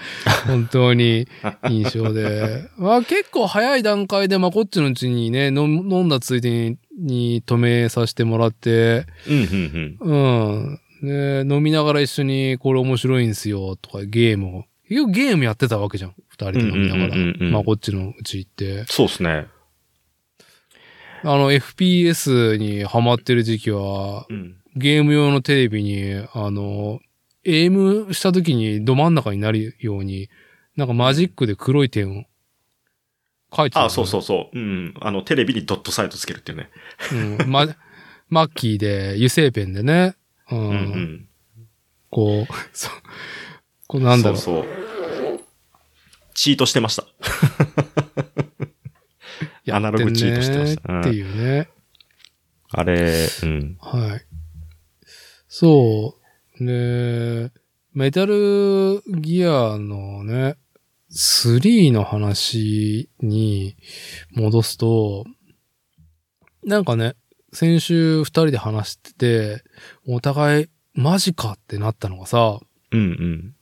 Speaker 2: 本当に印象で。まあ結構早い段階で、まあこっちのうちにね、飲ん飲んだついでに、に止めさせてもらって、
Speaker 1: うん、うん、
Speaker 2: うん。で、飲みながら一緒にこれ面白いんすよとかゲームを。結局ゲームやってたわけじゃん。二人
Speaker 1: う
Speaker 2: で
Speaker 1: ん。
Speaker 2: 飲みながら。
Speaker 1: うんうんうんうん
Speaker 2: まあこっちのうち行って。
Speaker 1: そうですね。
Speaker 2: あの FPS にハマってる時期は、
Speaker 1: うん。
Speaker 2: ゲーム用のテレビに、あの、エイムした時にど真ん中になるように、なんかマジックで黒い点を書いてたの
Speaker 1: あ、そうそうそう。うん。あの、テレビにドットサイトつけるっていうね。
Speaker 2: うん。ま、マッキーで油性ペンでね。う。
Speaker 1: うんん。
Speaker 2: こう、そう。 (laughs) こうなんだろう。
Speaker 1: そうそう。チートしてました。
Speaker 2: やってんね
Speaker 1: アナログチートしてましたうん
Speaker 2: っていうね。
Speaker 1: あれ、うん。
Speaker 2: はい。そう。ねメタルギアのね、3の話に戻すと、なんかね、先週二人で話してて、お互いマジかってなったのがさ、
Speaker 1: うん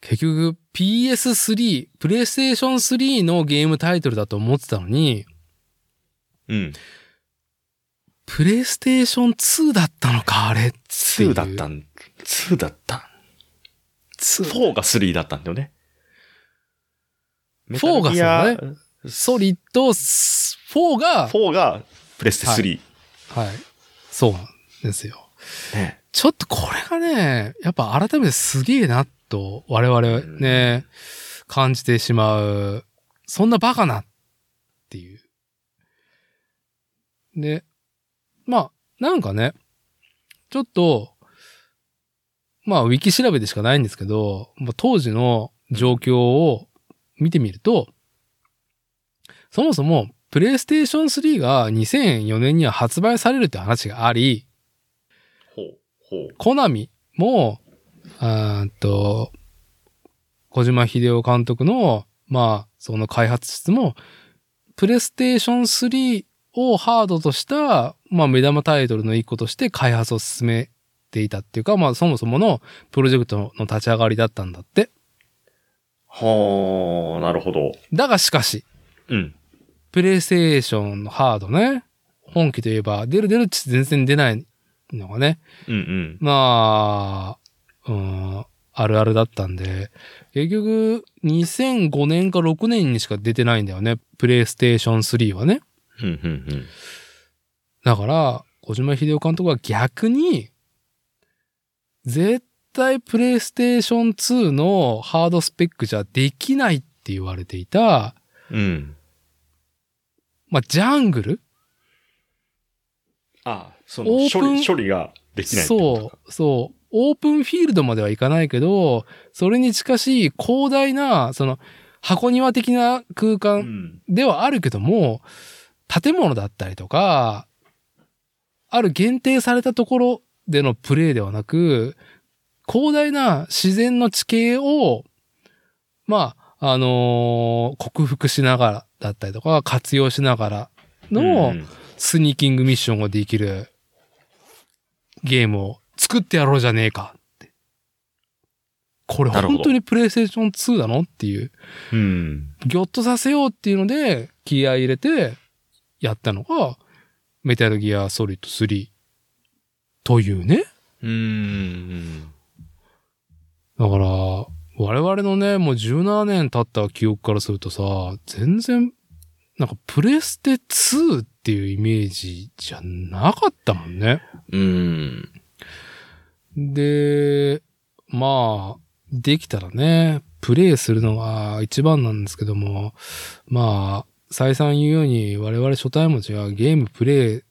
Speaker 2: 結局 PS3、PlayStation 3のゲームタイトルだと思ってたのに、
Speaker 1: うん。うん。
Speaker 2: プレイステーション2だったのか、あれ。
Speaker 1: 2だったん、2だったん。
Speaker 2: 2。
Speaker 1: 4が3だったんだよね。
Speaker 2: 4がそうだね
Speaker 1: メタルギ
Speaker 2: ソリッドス4が、
Speaker 1: ア4がプレステ3。
Speaker 2: はい。そうなんですよ。
Speaker 1: ね
Speaker 2: ちょっとこれがね、やっぱ改めてすげえなと我々ね、感じてしまう。そんなバカなっていう。で、まあ、なんかね、ちょっと、まあ、ウィキ調べでしかないんですけど、まあ当時の状況を見てみると、そもそも、プレイステーション3が2004年には発売されるって話があり、
Speaker 1: ほう、ほう。
Speaker 2: コナミも、あーっと、小島秀夫監督の、まあ、その開発室も、プレイステーション3をハードとした、まあ、目玉タイトルの一個として開発を進めていたっていうか、まあ、そもそものプロジェクトの立ち上がりだったんだって。
Speaker 1: はあ、なるほど。
Speaker 2: だがしかし、
Speaker 1: うん。
Speaker 2: プレイステーションのハードね、本気といえば、出る出るって全然出ないのがね、
Speaker 1: うんうん。
Speaker 2: まあ、うん、あるあるだったんで、結局、2005年か6年にしか出てないんだよね。プレイステーション3はね。
Speaker 1: うんうん
Speaker 2: だから、小島秀夫監督は逆に、絶対プレイステーション2のハードスペックじゃできないって言われていた、
Speaker 1: うん。うん。
Speaker 2: まあ、ジャングル
Speaker 1: あ、そ
Speaker 2: オ
Speaker 1: の
Speaker 2: ープ
Speaker 1: 処
Speaker 2: ン
Speaker 1: 理、処理ができないってことか
Speaker 2: そう、そう。オープンフィールドまではいかないけど、それに近しい広大な、その、箱庭的な空
Speaker 1: う
Speaker 2: 間
Speaker 1: ん。
Speaker 2: ではあるけども、建物だったりとか、ある限定されたところでのプレイではなく、広大な自然の地形を、まあ、あのー克服しながらだったりとか、活用しながらの
Speaker 1: うん
Speaker 2: スニーキングミッションができるゲームを作ってやろうじゃねえかって。これ
Speaker 1: なるほど
Speaker 2: 本当にプレイステーション2なのっていう。
Speaker 1: うん。
Speaker 2: ギョッとさせようっていうので、気合い入れて、やったのが、メタルギアソリッド3。というね。
Speaker 1: うん。
Speaker 2: だから、我々のね、もう17年経った記憶からするとさ、全然、なんかプレステ2っていうイメージじゃなかったもんね。
Speaker 1: うん。
Speaker 2: で、まあ、できたらね、プレイするのが一番なんですけども、まあ、再三言うように我々初対持ちがゲームプレイ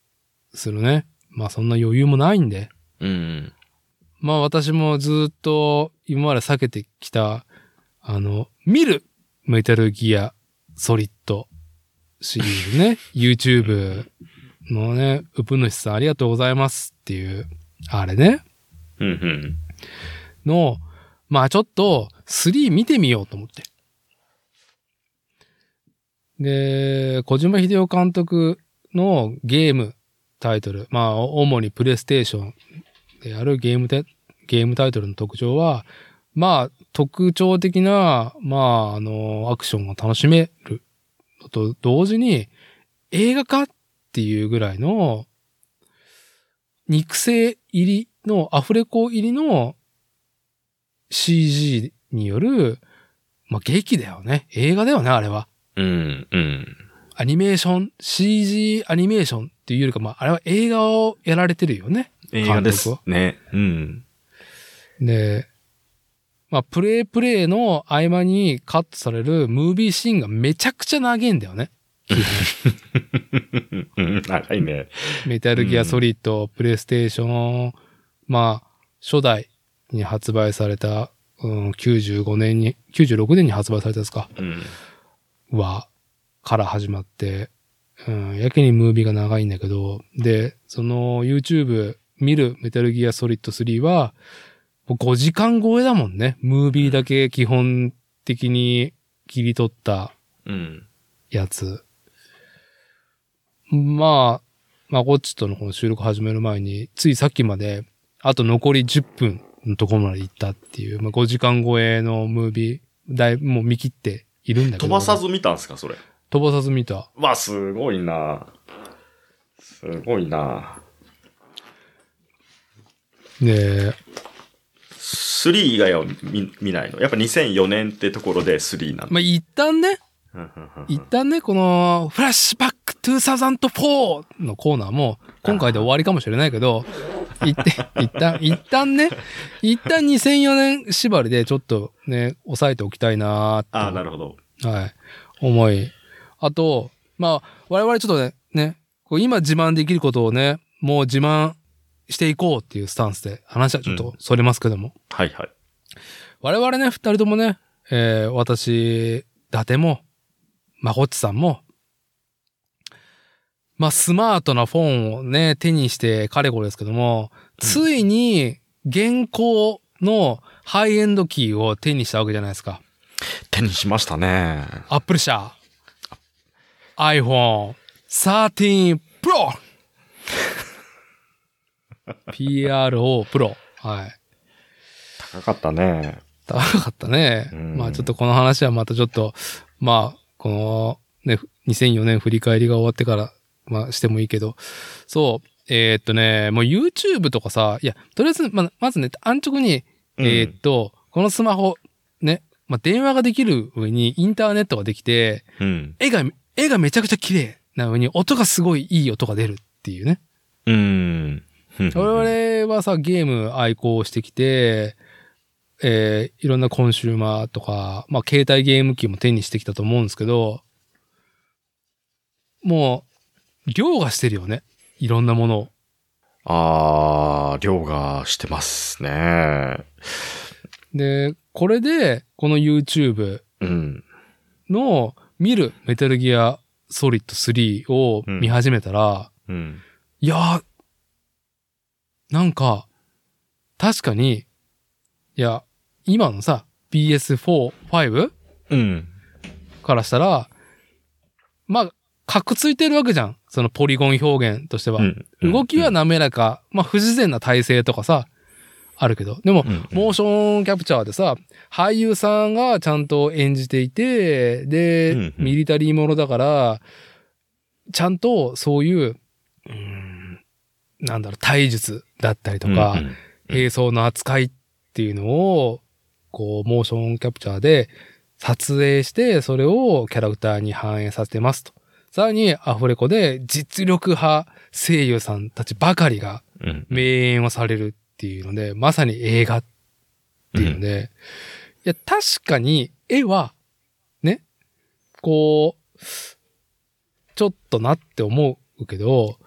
Speaker 2: するね。まあそんな余裕もないんで。
Speaker 1: うん。
Speaker 2: まあ私もずっと今まで避けてきた、あの、見るメタルギアソリッドシリーズね、YouTube のね、うぷ主さんありがとうございますっていう、あれね。
Speaker 1: うん。
Speaker 2: の、まあちょっと3見てみようと思って。で、小島秀夫監督のゲームタイトル、まあ主にプレイステーションであるゲームで、ゲームタイトルの特徴は、まあ特徴的な、まああの、アクションを楽しめるのと同時に映画化っていうぐらいの肉声入りの、アフレコ入りの CG による、まあ、劇だよね。映画だよね、あれは。
Speaker 1: うん。うん。
Speaker 2: アニメーション、CG アニメーションっていうよりか、まあ、あれは映画をやられてるよね。
Speaker 1: 映画です
Speaker 2: 監督。
Speaker 1: ね。うん。
Speaker 2: で、まあ、プレイプレイの合間にカットされるムービーシーンがめちゃくちゃ長いんだよね。
Speaker 1: うん長いね。
Speaker 2: メタルギアソリッド、プレイステーション、まあ、初代に発売された、うん、95年に、96年に発売されたんですか。
Speaker 1: うん。
Speaker 2: は、から始まって、うん、やけにムービーが長いんだけど、で、その YouTube 見るメタルギアソリッド3は、もう5時間超えだもんね。ムービーだけ基本的に切り取った
Speaker 1: うん。
Speaker 2: やつ。まあ、まあ、こっちとのこの収録始める前に、ついさっきまで、あと残り10分のところまで行ったっていう、まあ5時間超えのムービー、だいぶもう見切っているんだけど。
Speaker 1: 飛ばさず見たんすか、それ。
Speaker 2: 飛ばさず見た。
Speaker 1: わ、すごいなすごいな
Speaker 2: で、
Speaker 1: 3以外は見見ないの。やっぱ2004年ってところで3なの。
Speaker 2: まあ、一旦ね、
Speaker 1: うんうんうんうん
Speaker 2: 一旦ね、この、フラッシュバック2004のコーナーも、今回で終わりかもしれないけど、一
Speaker 1: (laughs)
Speaker 2: 旦、一旦、一旦ね、一旦2004年縛りでちょっとね、押さえておきたいなーって
Speaker 1: ああ、なるほど。
Speaker 2: はい。思い。あと、まあ、我々ちょっとね、ね、こう今自慢できることをね、もう自慢していこうっていうスタンスで話はちょっとそれますけども。
Speaker 1: はいはい。
Speaker 2: 我々ね、二人ともね、えー私、伊達も、まこっちさんも、まあ、スマートなフォンをね、手にして、かれこれですけども、ついに、現行のハイエンドキーを手にしたわけじゃないですか。
Speaker 1: 手にしましたね。
Speaker 2: アップル社、iPhone 13 Pro! PRO Pro。はい。
Speaker 1: 高かったね。
Speaker 2: 高かったね。
Speaker 1: うん
Speaker 2: まあちょっとこの話はまたちょっと、まあ、この、ね、2004年振り返りが終わってから、まあしてもいいけど、そう、えーっとね、もう YouTube とかさ、いや、とりあえず、まあ、まずね、安直に、
Speaker 1: うん
Speaker 2: えーっと、このスマホ、ね、まあ電話ができる上にインターネットができて、
Speaker 1: うん。
Speaker 2: 絵が、絵がめちゃくちゃ綺麗な上に音がすごいいい音が出るっていうね。
Speaker 1: うん。
Speaker 2: 我々はさ、ゲーム愛好してきて、えーいろんなコンシューマーとか、まあ、携帯ゲーム機も手にしてきたと思うんですけど、もう、凌駕してるよね。いろんなものを。
Speaker 1: ああ、量がしてますね。
Speaker 2: で、これで、この YouTube
Speaker 1: うん。
Speaker 2: の見るメタルギアソリッド3を見始めたら、
Speaker 1: うん。
Speaker 2: いやー、なんか、確かに、いや、今のさ、PS4、5
Speaker 1: うん。
Speaker 2: からしたら、まあ、かくついてるわけじゃん。そのポリゴン表現としては。
Speaker 1: うん
Speaker 2: 動きは、滑らか、まあ不自然な体勢とかさ、あるけど。でも、
Speaker 1: うんうん
Speaker 2: モーションキャプチャーでさ、俳優さんがちゃんと演じていて、で、
Speaker 1: うんうん
Speaker 2: ミリタリーものだから、ちゃんとそういう、うーんなんだろう、体術だったりとか、
Speaker 1: うんうんうん
Speaker 2: 並走の扱いっていうのを、こう、モーションキャプチャーで撮影して、それをキャラクターに反映させてますと。さらに、アフレコで実力派声優さんたちばかりが
Speaker 1: うん
Speaker 2: 名演をされるっていうので、まさに映画っていうので、いや、確かに絵は、ね、こう、ちょっとなって思うけど、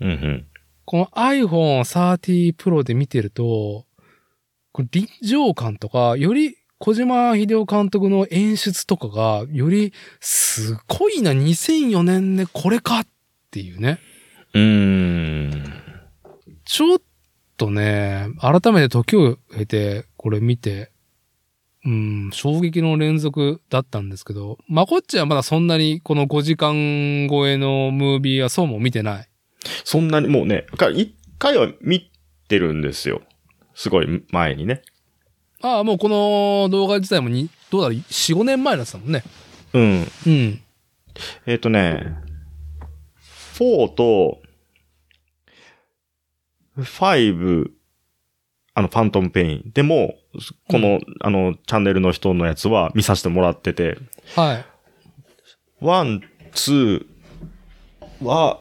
Speaker 1: うんうん。
Speaker 2: この iPhone 30 Pro で見てると、これ臨場感とか、より小島秀夫監督の演出とかが、よりすごいな、2004年でこれかっていうね。
Speaker 1: うーん。
Speaker 2: ちょっとね、改めて時を経て、これ見て、うん、衝撃の連続だったんですけど、まこっちはまだそんなにこの5時間超えのムービーはそうも見てない。
Speaker 1: そんなにもうね、か一回は見てるんですよ。すごい前にね。
Speaker 2: ああ、もうこの動画自体もに、どうだろう、4、5年前のやつだもんね。
Speaker 1: うん。
Speaker 2: うん。
Speaker 1: えっ、とね、4と、5、あの、ファントムペイン。でも、この、あの、チャンネルの人のやつは見させてもらってて、
Speaker 2: はい。
Speaker 1: 1、2は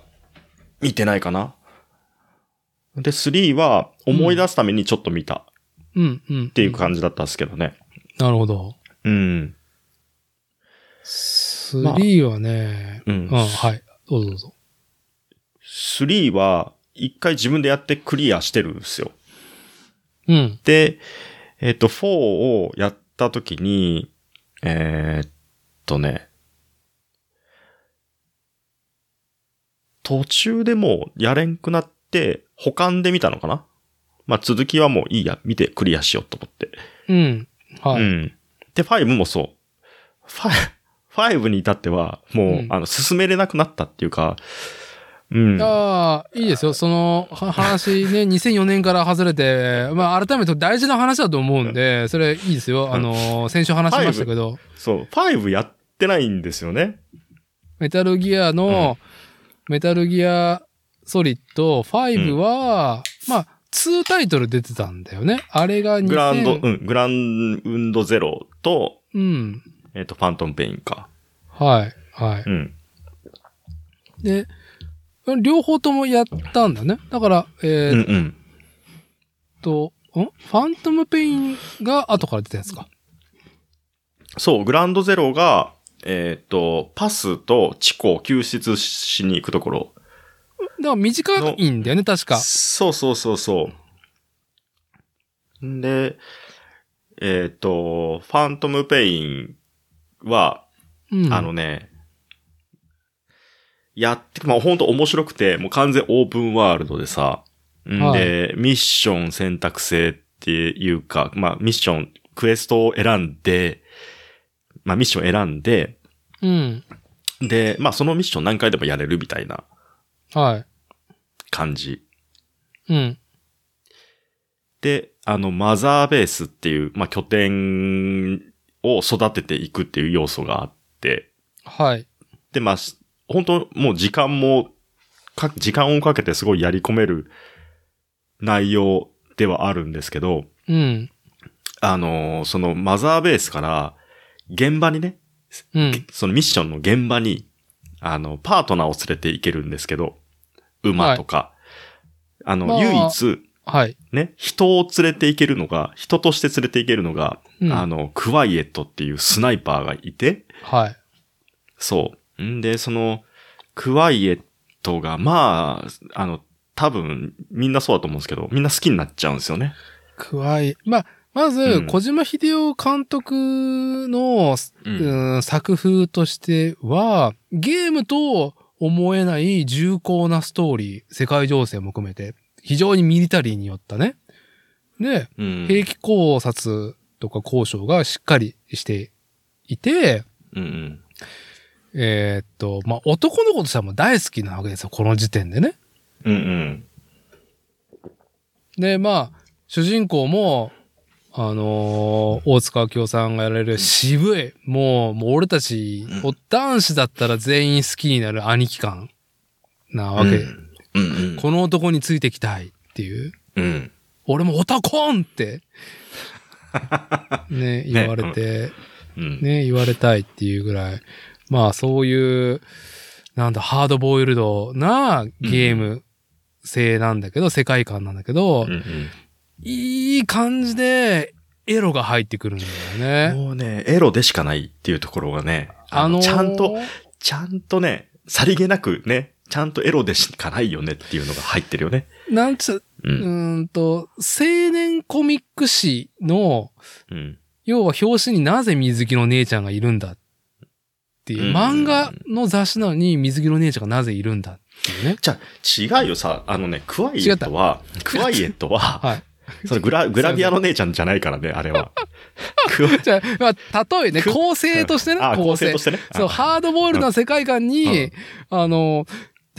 Speaker 1: 見てないかな。で、3は思い出すためにちょっと見たっ
Speaker 2: うん、うん。って
Speaker 1: いう感じだったんですけどね。
Speaker 2: なるほど。
Speaker 1: うん。まあ
Speaker 2: 3はね、
Speaker 1: う
Speaker 2: うん、
Speaker 1: ん
Speaker 2: はい。どうぞどうぞ。
Speaker 1: 3は、一回自分でやってクリアしてるんですよ。
Speaker 2: うん。
Speaker 1: で、えっ、と、4をやったときに、えーっとね、途中でもうやれんくなって、保管で見たのかなまあ、続きはもういいや、見てクリアしようと思って。
Speaker 2: うん。はい。
Speaker 1: うん。で、5もそう。5に至っては、もう、
Speaker 2: うん
Speaker 1: あの、進めれなくなったっていうか、うん。
Speaker 2: ああ、いいですよ。そのは話ね、2004年 (laughs) から外れて、まあ改めて大事な話だと思うんで、それいいですよ。あの、先週話しましたけど、
Speaker 1: そう、5やってないんですよね。
Speaker 2: メタルギアの、メタルギアソリッド5は、まあ、2タイトル出てたんだよね。あれが2000
Speaker 1: グランド、うん、グランドゼロと、
Speaker 2: うん。
Speaker 1: えっ、と、ファントムペインか。
Speaker 2: はい。はい。
Speaker 1: うん。
Speaker 2: で、両方ともやったんだね。だから、え
Speaker 1: うん
Speaker 2: ーっ
Speaker 1: うん。
Speaker 2: と、んファントムペインが後から出たやつか。
Speaker 1: そう、グランドゼロが、えっ、と、パスとチコを救出しに行くところ。
Speaker 2: だから短いんだよね、確か。
Speaker 1: そうそうそうそう。んで、えっ、と、ファントムペインは、
Speaker 2: うん。
Speaker 1: あのね、やって、まあ本当面白くて、もう完全オープンワールドでさ、んで、
Speaker 2: は
Speaker 1: ミッション選択制っていうか、まあミッション、クエストを選んで、まあミッション選んで、
Speaker 2: うん。
Speaker 1: で、まあそのミッション何回でもやれるみたいな
Speaker 2: は
Speaker 1: 感じ。
Speaker 2: い。うん。
Speaker 1: で、あの、マザーベースっていう、まあ拠点を育てていくっていう要素があって、
Speaker 2: はい。
Speaker 1: で、まあ、し本当もう時間も、か、時間をかけてすごいやり込める内容ではあるんですけど、
Speaker 2: うん。
Speaker 1: あのーそのマザーベースから、現場にね、
Speaker 2: うん。
Speaker 1: そのミッションの現場に、あの、パートナーを連れて行けるんですけど、馬とか、あの、
Speaker 2: まあ
Speaker 1: 唯一、
Speaker 2: はい。
Speaker 1: ね、人を連れて行けるのが、人として連れて行けるのが、
Speaker 2: うん
Speaker 1: あの、クワイエットっていうスナイパーがいて、
Speaker 2: はい。
Speaker 1: そう。んで、その、クワイエットが、まあ、あの、多分、みんなそうだと思うんですけど、みんな好きになっちゃうんですよね。
Speaker 2: くわい。まあ、ま
Speaker 1: う
Speaker 2: ず
Speaker 1: ん、
Speaker 2: 小島秀夫監督の、
Speaker 1: うん
Speaker 2: うん作風としては、ゲームと思えない重厚なストーリー、世界情勢も含めて、非常にミリタリーによったね、で、
Speaker 1: うん。
Speaker 2: 兵器考察とか交渉がしっかりしていて、
Speaker 1: うんうん。
Speaker 2: えーっと、まあ、男の子としてはもう大好きなわけですよ、この時点でね。
Speaker 1: うんうん。
Speaker 2: で、まあ、主人公も、あのー大塚明夫さんがやられる渋い、もう、もう俺たち、お男子だったら全員好きになる兄貴感なわけ。
Speaker 1: うんうん。
Speaker 2: この男についてきたいっていう。
Speaker 1: うん。
Speaker 2: 俺もオタコンって、
Speaker 1: (laughs)
Speaker 2: ね、言われて、
Speaker 1: うん。
Speaker 2: ね、言われたいっていうぐらい、まあそういう、なんだ、ハードボイルドなゲーム性なんだけど、世界観なんだけど、
Speaker 1: うんうん
Speaker 2: いい感じでエロが入ってくるんだよね。
Speaker 1: もうね、エロでしかないっていうところがね、あの、
Speaker 2: ー
Speaker 1: ちゃんと、、ちゃんとね、さりげなくね、ちゃんとエロでしかないよねっていうのが入ってるよね。
Speaker 2: なんつ、
Speaker 1: う。
Speaker 2: うんーんと、青年コミック誌の、
Speaker 1: うん。
Speaker 2: 要は表紙になぜ水着の姉ちゃんがいるんだっていう、
Speaker 1: うん
Speaker 2: 漫画の雑誌なのに水着の姉ちゃんがなぜいるんだっていうね。
Speaker 1: じゃあ、違うよさ、あのね、クワイエットは、クワイエットは、
Speaker 2: はい。
Speaker 1: (laughs) そのグラ、グラビアの姉ちゃんじゃないからね、あれ
Speaker 2: (laughs)
Speaker 1: は。クワ
Speaker 2: じゃあ、まあ、例えね、
Speaker 1: く
Speaker 2: 構成としてね、
Speaker 1: あ、
Speaker 2: 構
Speaker 1: 構
Speaker 2: 成
Speaker 1: 成と。してね。
Speaker 2: そう、
Speaker 1: あ
Speaker 2: ハードボイルドな世界観に、あの、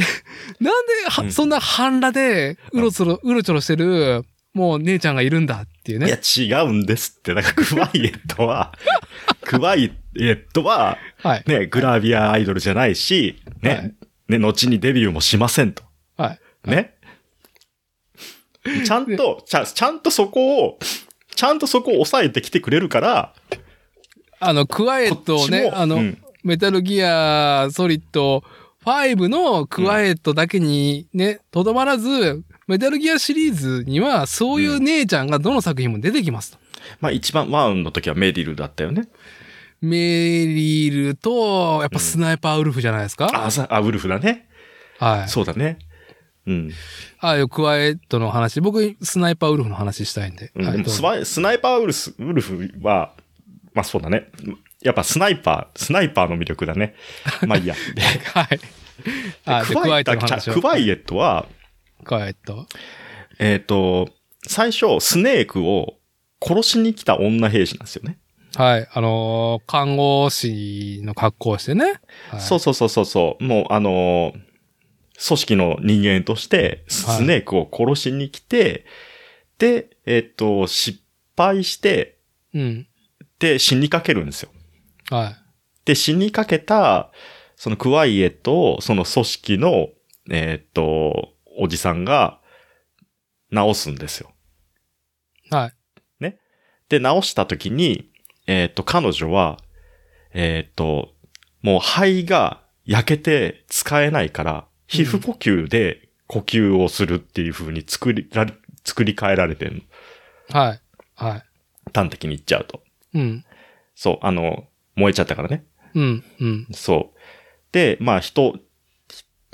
Speaker 2: (laughs) なんでは、
Speaker 1: うん
Speaker 2: そんな半裸で、うろつろ、うろちょろしてる、もう姉ちゃんがいるんだっていう
Speaker 1: い
Speaker 2: ね。
Speaker 1: や、違うんですって。なんか、クワイエット
Speaker 2: (laughs)
Speaker 1: は、クワイエットは、
Speaker 2: はい。
Speaker 1: ね、グラビアアイドルじゃないし、ね、
Speaker 2: はい
Speaker 1: ね、後にデビューもしませんと。
Speaker 2: はい。
Speaker 1: ね。ちゃんと、ちゃ、ちゃんとそこを、ちゃんとそこを抑えてきてくれるから、
Speaker 2: あの、クワイエットを
Speaker 1: こ
Speaker 2: ね
Speaker 1: っち、も
Speaker 2: あの、
Speaker 1: うん
Speaker 2: メタルギアソリッド5のクワイエットだけにね、とどまらず、メタルギアシリーズには、そういう姉ちゃんがどの作品も出てきますと。
Speaker 1: まあ一番ワンの時はメディルだったよね。
Speaker 2: メリルと、やっぱスナイパーウルフじゃないですか、
Speaker 1: あ、さあ、ウルフだね。
Speaker 2: はい。
Speaker 1: そうだね。うん。
Speaker 2: ああいうクワイエットの話。僕、スナイパーウルフの話したいんで。
Speaker 1: うん
Speaker 2: はい
Speaker 1: でも
Speaker 2: どう
Speaker 1: ス
Speaker 2: ぞ
Speaker 1: ワイスナイパーウルス、ウルフは、まあそうだね。やっぱスナイパー、スナイパーの魅力
Speaker 2: (laughs)
Speaker 1: だね。まあいいや。で
Speaker 2: はい。あ、で
Speaker 1: ク
Speaker 2: ク
Speaker 1: ワ
Speaker 2: ワ
Speaker 1: イ
Speaker 2: イエットの
Speaker 1: だっけ
Speaker 2: 話
Speaker 1: ち
Speaker 2: を
Speaker 1: ゃクワイエットは、
Speaker 2: クワイエット。
Speaker 1: えっ、と、最初、スネークを殺しに来た女兵士なんですよね。
Speaker 2: はい。あのー看護師の格好をしてね。はい、
Speaker 1: そうそうそうそうそう。もう、あのー組織の人間として、
Speaker 2: はい
Speaker 1: スネークを殺しに来て、で、えっ、と、失敗して、
Speaker 2: うん。
Speaker 1: で、死にかけるんですよ。
Speaker 2: はい。
Speaker 1: で、死にかけた、そのクワイエットを、その組織の、えっ、と、おじさんが、直すんですよ。
Speaker 2: はい。
Speaker 1: で、直した時に、えっ、と、彼女は、えっ、と、もう肺が焼けて使えないから、皮膚呼吸で呼吸をするっていう風に作りられ、作り変えられてる。
Speaker 2: はい。はい。
Speaker 1: 端的に言っちゃうと。
Speaker 2: うん。
Speaker 1: そう、あの、燃えちゃったからね。
Speaker 2: うん。うん。
Speaker 1: そう。で、まあ人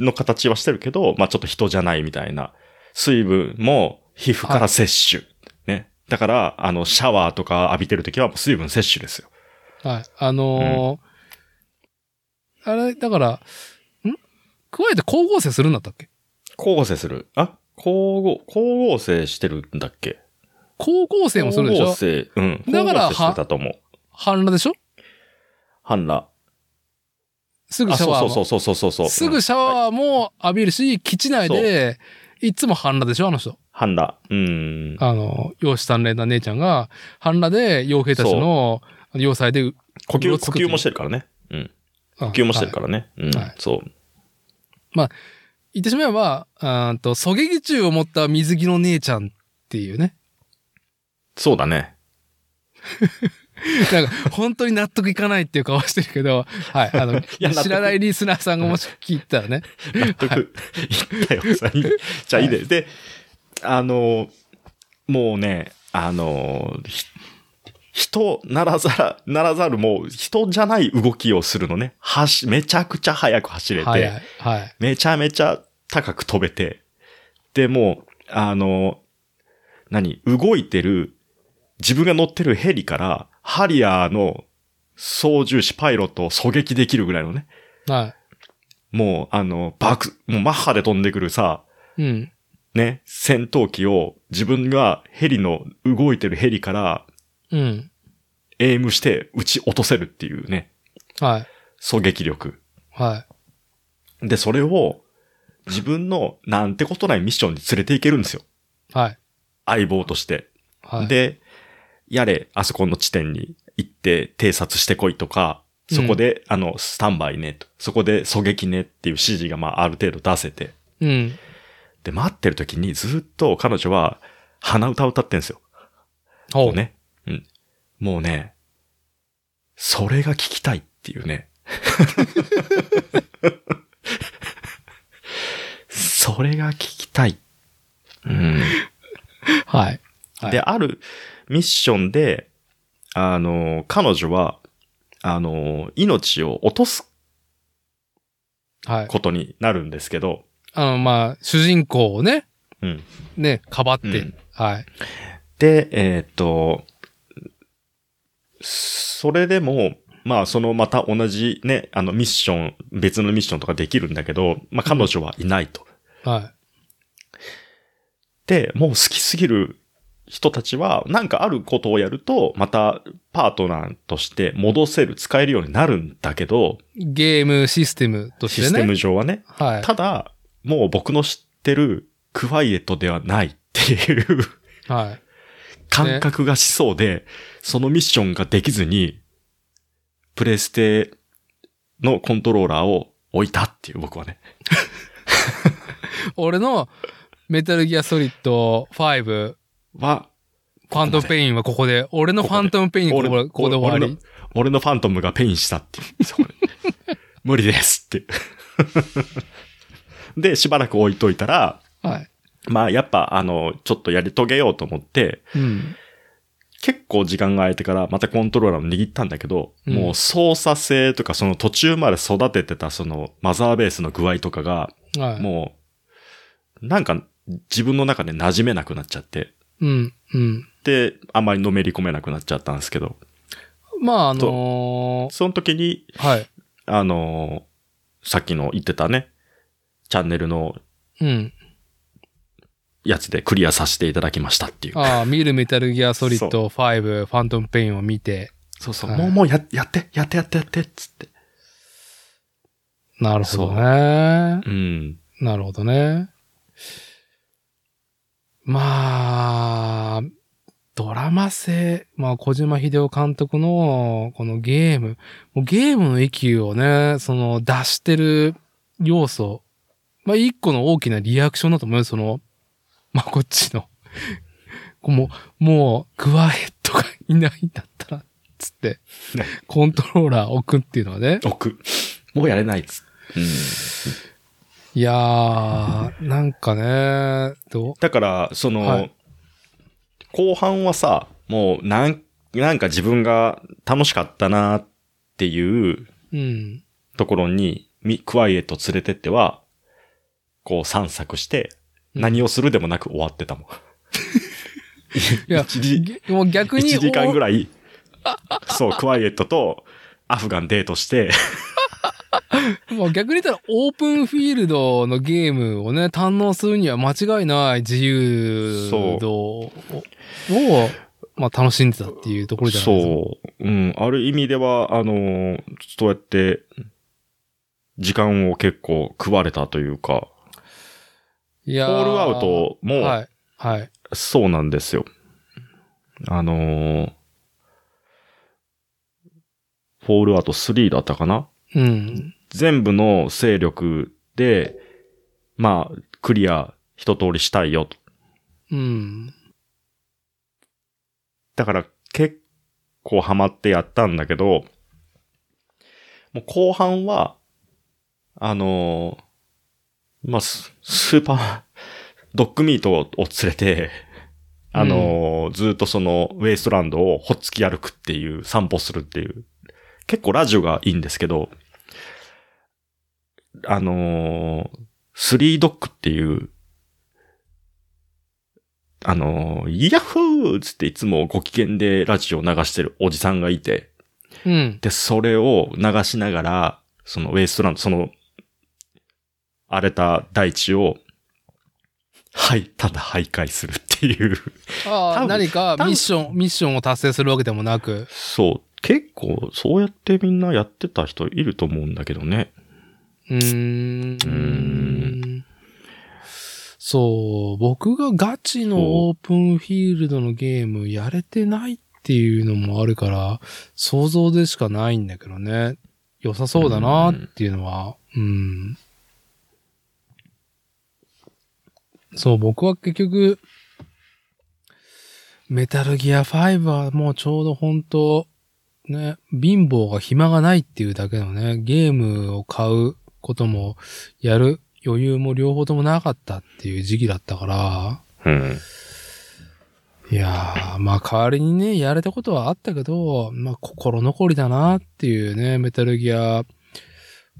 Speaker 1: の形はしてるけど、まあちょっと人じゃないみたいな。水分も皮膚から摂取。ね。だから、あの、シャワーとか浴びてるときはもう水分摂取ですよ。
Speaker 2: はい。あのーあれ、だから、んクワイエット光合成するんだったっけ
Speaker 1: 光合成する。あ光合、光合成してるんだっけ
Speaker 2: 光合成もするでし
Speaker 1: 光合
Speaker 2: ょ
Speaker 1: 成、うん。
Speaker 2: だから
Speaker 1: 光合成してたと思う。
Speaker 2: 半裸でしょ
Speaker 1: 半裸。
Speaker 2: すぐ
Speaker 1: あ、
Speaker 2: シャワー
Speaker 1: そ
Speaker 2: も
Speaker 1: うそうそうそうそうそう。
Speaker 2: すぐシャ
Speaker 1: ー。
Speaker 2: ワーも浴びるし、基地内で、いつも半裸でしょあの人。
Speaker 1: 半裸。うん。
Speaker 2: あの、養子鍛錬な姉ちゃんが、半裸で傭兵たちの要塞で、
Speaker 1: 呼吸、
Speaker 2: うろ
Speaker 1: 呼
Speaker 2: つくっていう
Speaker 1: 吸もしてるからね。うん。
Speaker 2: 呼
Speaker 1: 呼吸もしてる
Speaker 2: ら。は
Speaker 1: からね。うん
Speaker 2: はい。
Speaker 1: そう。
Speaker 2: い言ってしまえば、うーんと、狙撃銃を持った水着の姉ちゃんっていう
Speaker 1: (laughs)
Speaker 2: ね。
Speaker 1: そうだね。
Speaker 2: なんか、本当に納得いかないっていう顔してるけど、はい。あ
Speaker 1: (laughs)
Speaker 2: の、
Speaker 1: や納得
Speaker 2: 知らないリスナーさんがもし聞いたらね。
Speaker 1: 納得いったよ、さに。じゃあいいで。で、あの、もうね、あの、ひ人ならざら、ならざるもう人じゃない動きをするのね。はし、めちゃくちゃ速く走れて、
Speaker 2: はい。はい。
Speaker 1: めちゃめちゃ高く飛べて、で、もう、あの、何、動いてる、自分が乗ってるヘリから、ハリアーの操縦士、パイロットを狙撃できるぐらいのね。
Speaker 2: は
Speaker 1: もう、あの、爆、もうマッハで飛んでくるさ、
Speaker 2: い。うん。
Speaker 1: ね、戦闘機を自分がヘリの、動いてるヘリから
Speaker 2: うん。
Speaker 1: エイムして撃ち落とせるっていうね、
Speaker 2: はい。
Speaker 1: 狙撃力。
Speaker 2: は
Speaker 1: で、それを自分のなんてことないミッションに連れていけるんですよ。
Speaker 2: い。はい。
Speaker 1: 相棒として。
Speaker 2: はい。、
Speaker 1: で、やれ、あそこの地点に行って偵察してこいとか、そこで、あの、スタンバイねと、そこで狙撃ねっていう指示が、まあ、ある程度出せて。
Speaker 2: うん。
Speaker 1: で、待ってる時にずっと彼女は鼻歌を歌ってんですよ。
Speaker 2: ほ
Speaker 1: こう。ね。うん。もうね、それが聞きたいってい
Speaker 2: (laughs)
Speaker 1: うね。それが聞きたい。うん。
Speaker 2: はい。はい
Speaker 1: で、あるミッションで、あの、彼女は、あの、命を落とす
Speaker 2: はい。
Speaker 1: ことになるんですけど、
Speaker 2: あの、まあ、主人公をね、
Speaker 1: うん。
Speaker 2: ね、かばって、
Speaker 1: うん
Speaker 2: はい。
Speaker 1: で、えーっと、それでも、まあ、そのまた同じね、あのミッション、別のミッションとかできるんだけど、まあ彼女はいないと。
Speaker 2: は
Speaker 1: で、もう好きすぎる人たちは、なんかあることをやると、またパートナーとして戻せる、使えるようになるんだけど、
Speaker 2: い。ゲームシステムとして
Speaker 1: シ
Speaker 2: ね。
Speaker 1: ステム上はね。
Speaker 2: はい。
Speaker 1: ただ、もう僕の知ってるクワイエットではないっていう
Speaker 2: はい。
Speaker 1: 感覚がしそうで、そのミッションができずに、プレステのコントローラーを置いたっていう僕はね。
Speaker 2: 俺のメタルギアソリッド5、フ
Speaker 1: は、
Speaker 2: ァントムペインはここで、俺のファントムペインはここでここで終わ
Speaker 1: 俺
Speaker 2: り
Speaker 1: の。、俺のファントムがペインしたっていう。そこで (laughs) 無理ですって。 (laughs) で、しばらく置いといたら、
Speaker 2: はい。
Speaker 1: まあやっぱあの、ちょっとやり遂げようと思って、
Speaker 2: うん。
Speaker 1: 結構時間が空いてからまたコントローラーを握ったんだけど、
Speaker 2: うん
Speaker 1: もう操作性とかその途中まで育ててたそのマザーベースの具合とかが、
Speaker 2: はい。
Speaker 1: もう、なんか自分の中で馴染めなくなっちゃって、
Speaker 2: うん。うん。
Speaker 1: で、あまりのめり込めなくなっちゃったんですけど、
Speaker 2: まあ、あのー
Speaker 1: その時に、
Speaker 2: はい。
Speaker 1: あのーさっきの言ってたね、チャンネルの
Speaker 2: うん。
Speaker 1: やつでクリアさせていただきましたっていう。
Speaker 2: ああ、見るメタルギアソリッド5、ファントムペインを見て。
Speaker 1: そうそう、
Speaker 2: はい
Speaker 1: もうもうややって、やってやってやってっつって。
Speaker 2: なるほどね。
Speaker 1: うん。
Speaker 2: なるほどね。まあ、ドラマ性、まあ、小島秀夫監督の、このゲーム、もうゲームの域をね、その出してる要素、まあ、一個の大きなリアクションだと思うよ、その、まあ、こっちの。こうもう、もう、クワイエットがいないんだったら、つって
Speaker 1: ね、
Speaker 2: コントローラー置くっていうのはね。
Speaker 1: 奥。もうやれないっつって。う
Speaker 2: い
Speaker 1: ん。
Speaker 2: やー、なんかね、どう
Speaker 1: だから、その、
Speaker 2: はい
Speaker 1: 後半はさ、もうなん、なんか自分が楽しかったなっていう
Speaker 2: うん。
Speaker 1: ところに、みクワイエット連れてっては、こう散策して、
Speaker 2: うん
Speaker 1: 何をするでもなく終わってたもん。
Speaker 2: いや
Speaker 1: (laughs) 一時、
Speaker 2: げもう逆に。
Speaker 1: 一時間ぐ
Speaker 2: らい。
Speaker 1: らい、そう、クワイエットとアフガンデートして、
Speaker 2: もう逆に言ったらオープンフィールドのゲームをね、堪能するには間違いない自由度を、をまあ楽しんでたっていうところじゃないですか。
Speaker 1: そう、うん、ある意味では、あのー、そうやって、時間を結構食われたというか、
Speaker 2: いや
Speaker 1: ホールアウトも、
Speaker 2: はい。はい。
Speaker 1: そうなんですよ。あのー、フォールアウト3だったかな
Speaker 2: うん。
Speaker 1: 全部の勢力で、まあ、クリア一通りしたいよと。
Speaker 2: うん。
Speaker 1: だから結構ハマってやったんだけど、もう後半は、あのーまあ、ススーパー、 (laughs) ドッグミートを連れて、あのーずっとそのウェイストランドをほっつき歩くっていう、散歩するっていう。結構ラジオがいいんですけど、あのースリードッグっていう、あのーイヤッホーつっていつもご機嫌でラジオを流してるおじさんがいて、
Speaker 2: うん。
Speaker 1: で、それを流しながら、そのウェイストランド、その、荒れた大地をはい、ただ徘徊するっていう。
Speaker 2: あ
Speaker 1: 多
Speaker 2: あ、
Speaker 1: 分
Speaker 2: 何か
Speaker 1: 多分
Speaker 2: ミッション、ミッションを達成するわけでもなく。
Speaker 1: そう。結構、そうやってみんなやってた人いると思うんだけどね。
Speaker 2: うー
Speaker 1: ー
Speaker 2: ん。そう、僕がガチのオープンフィールドのゲームやれてないっていうのもあるから、想像でしかないんだけどね。良さそうだなっていうのは、うん。そう、僕は結局、メタルギア5はもうちょうど本当ね、貧乏が暇がないっていうだけのね、ゲームを買うことも、やる余裕も両方ともなかったっていう時期だったから、
Speaker 1: うん。
Speaker 2: いやー、まあ代わりにね、やれたことはあったけど、まあ心残りだなっていうね、メタルギア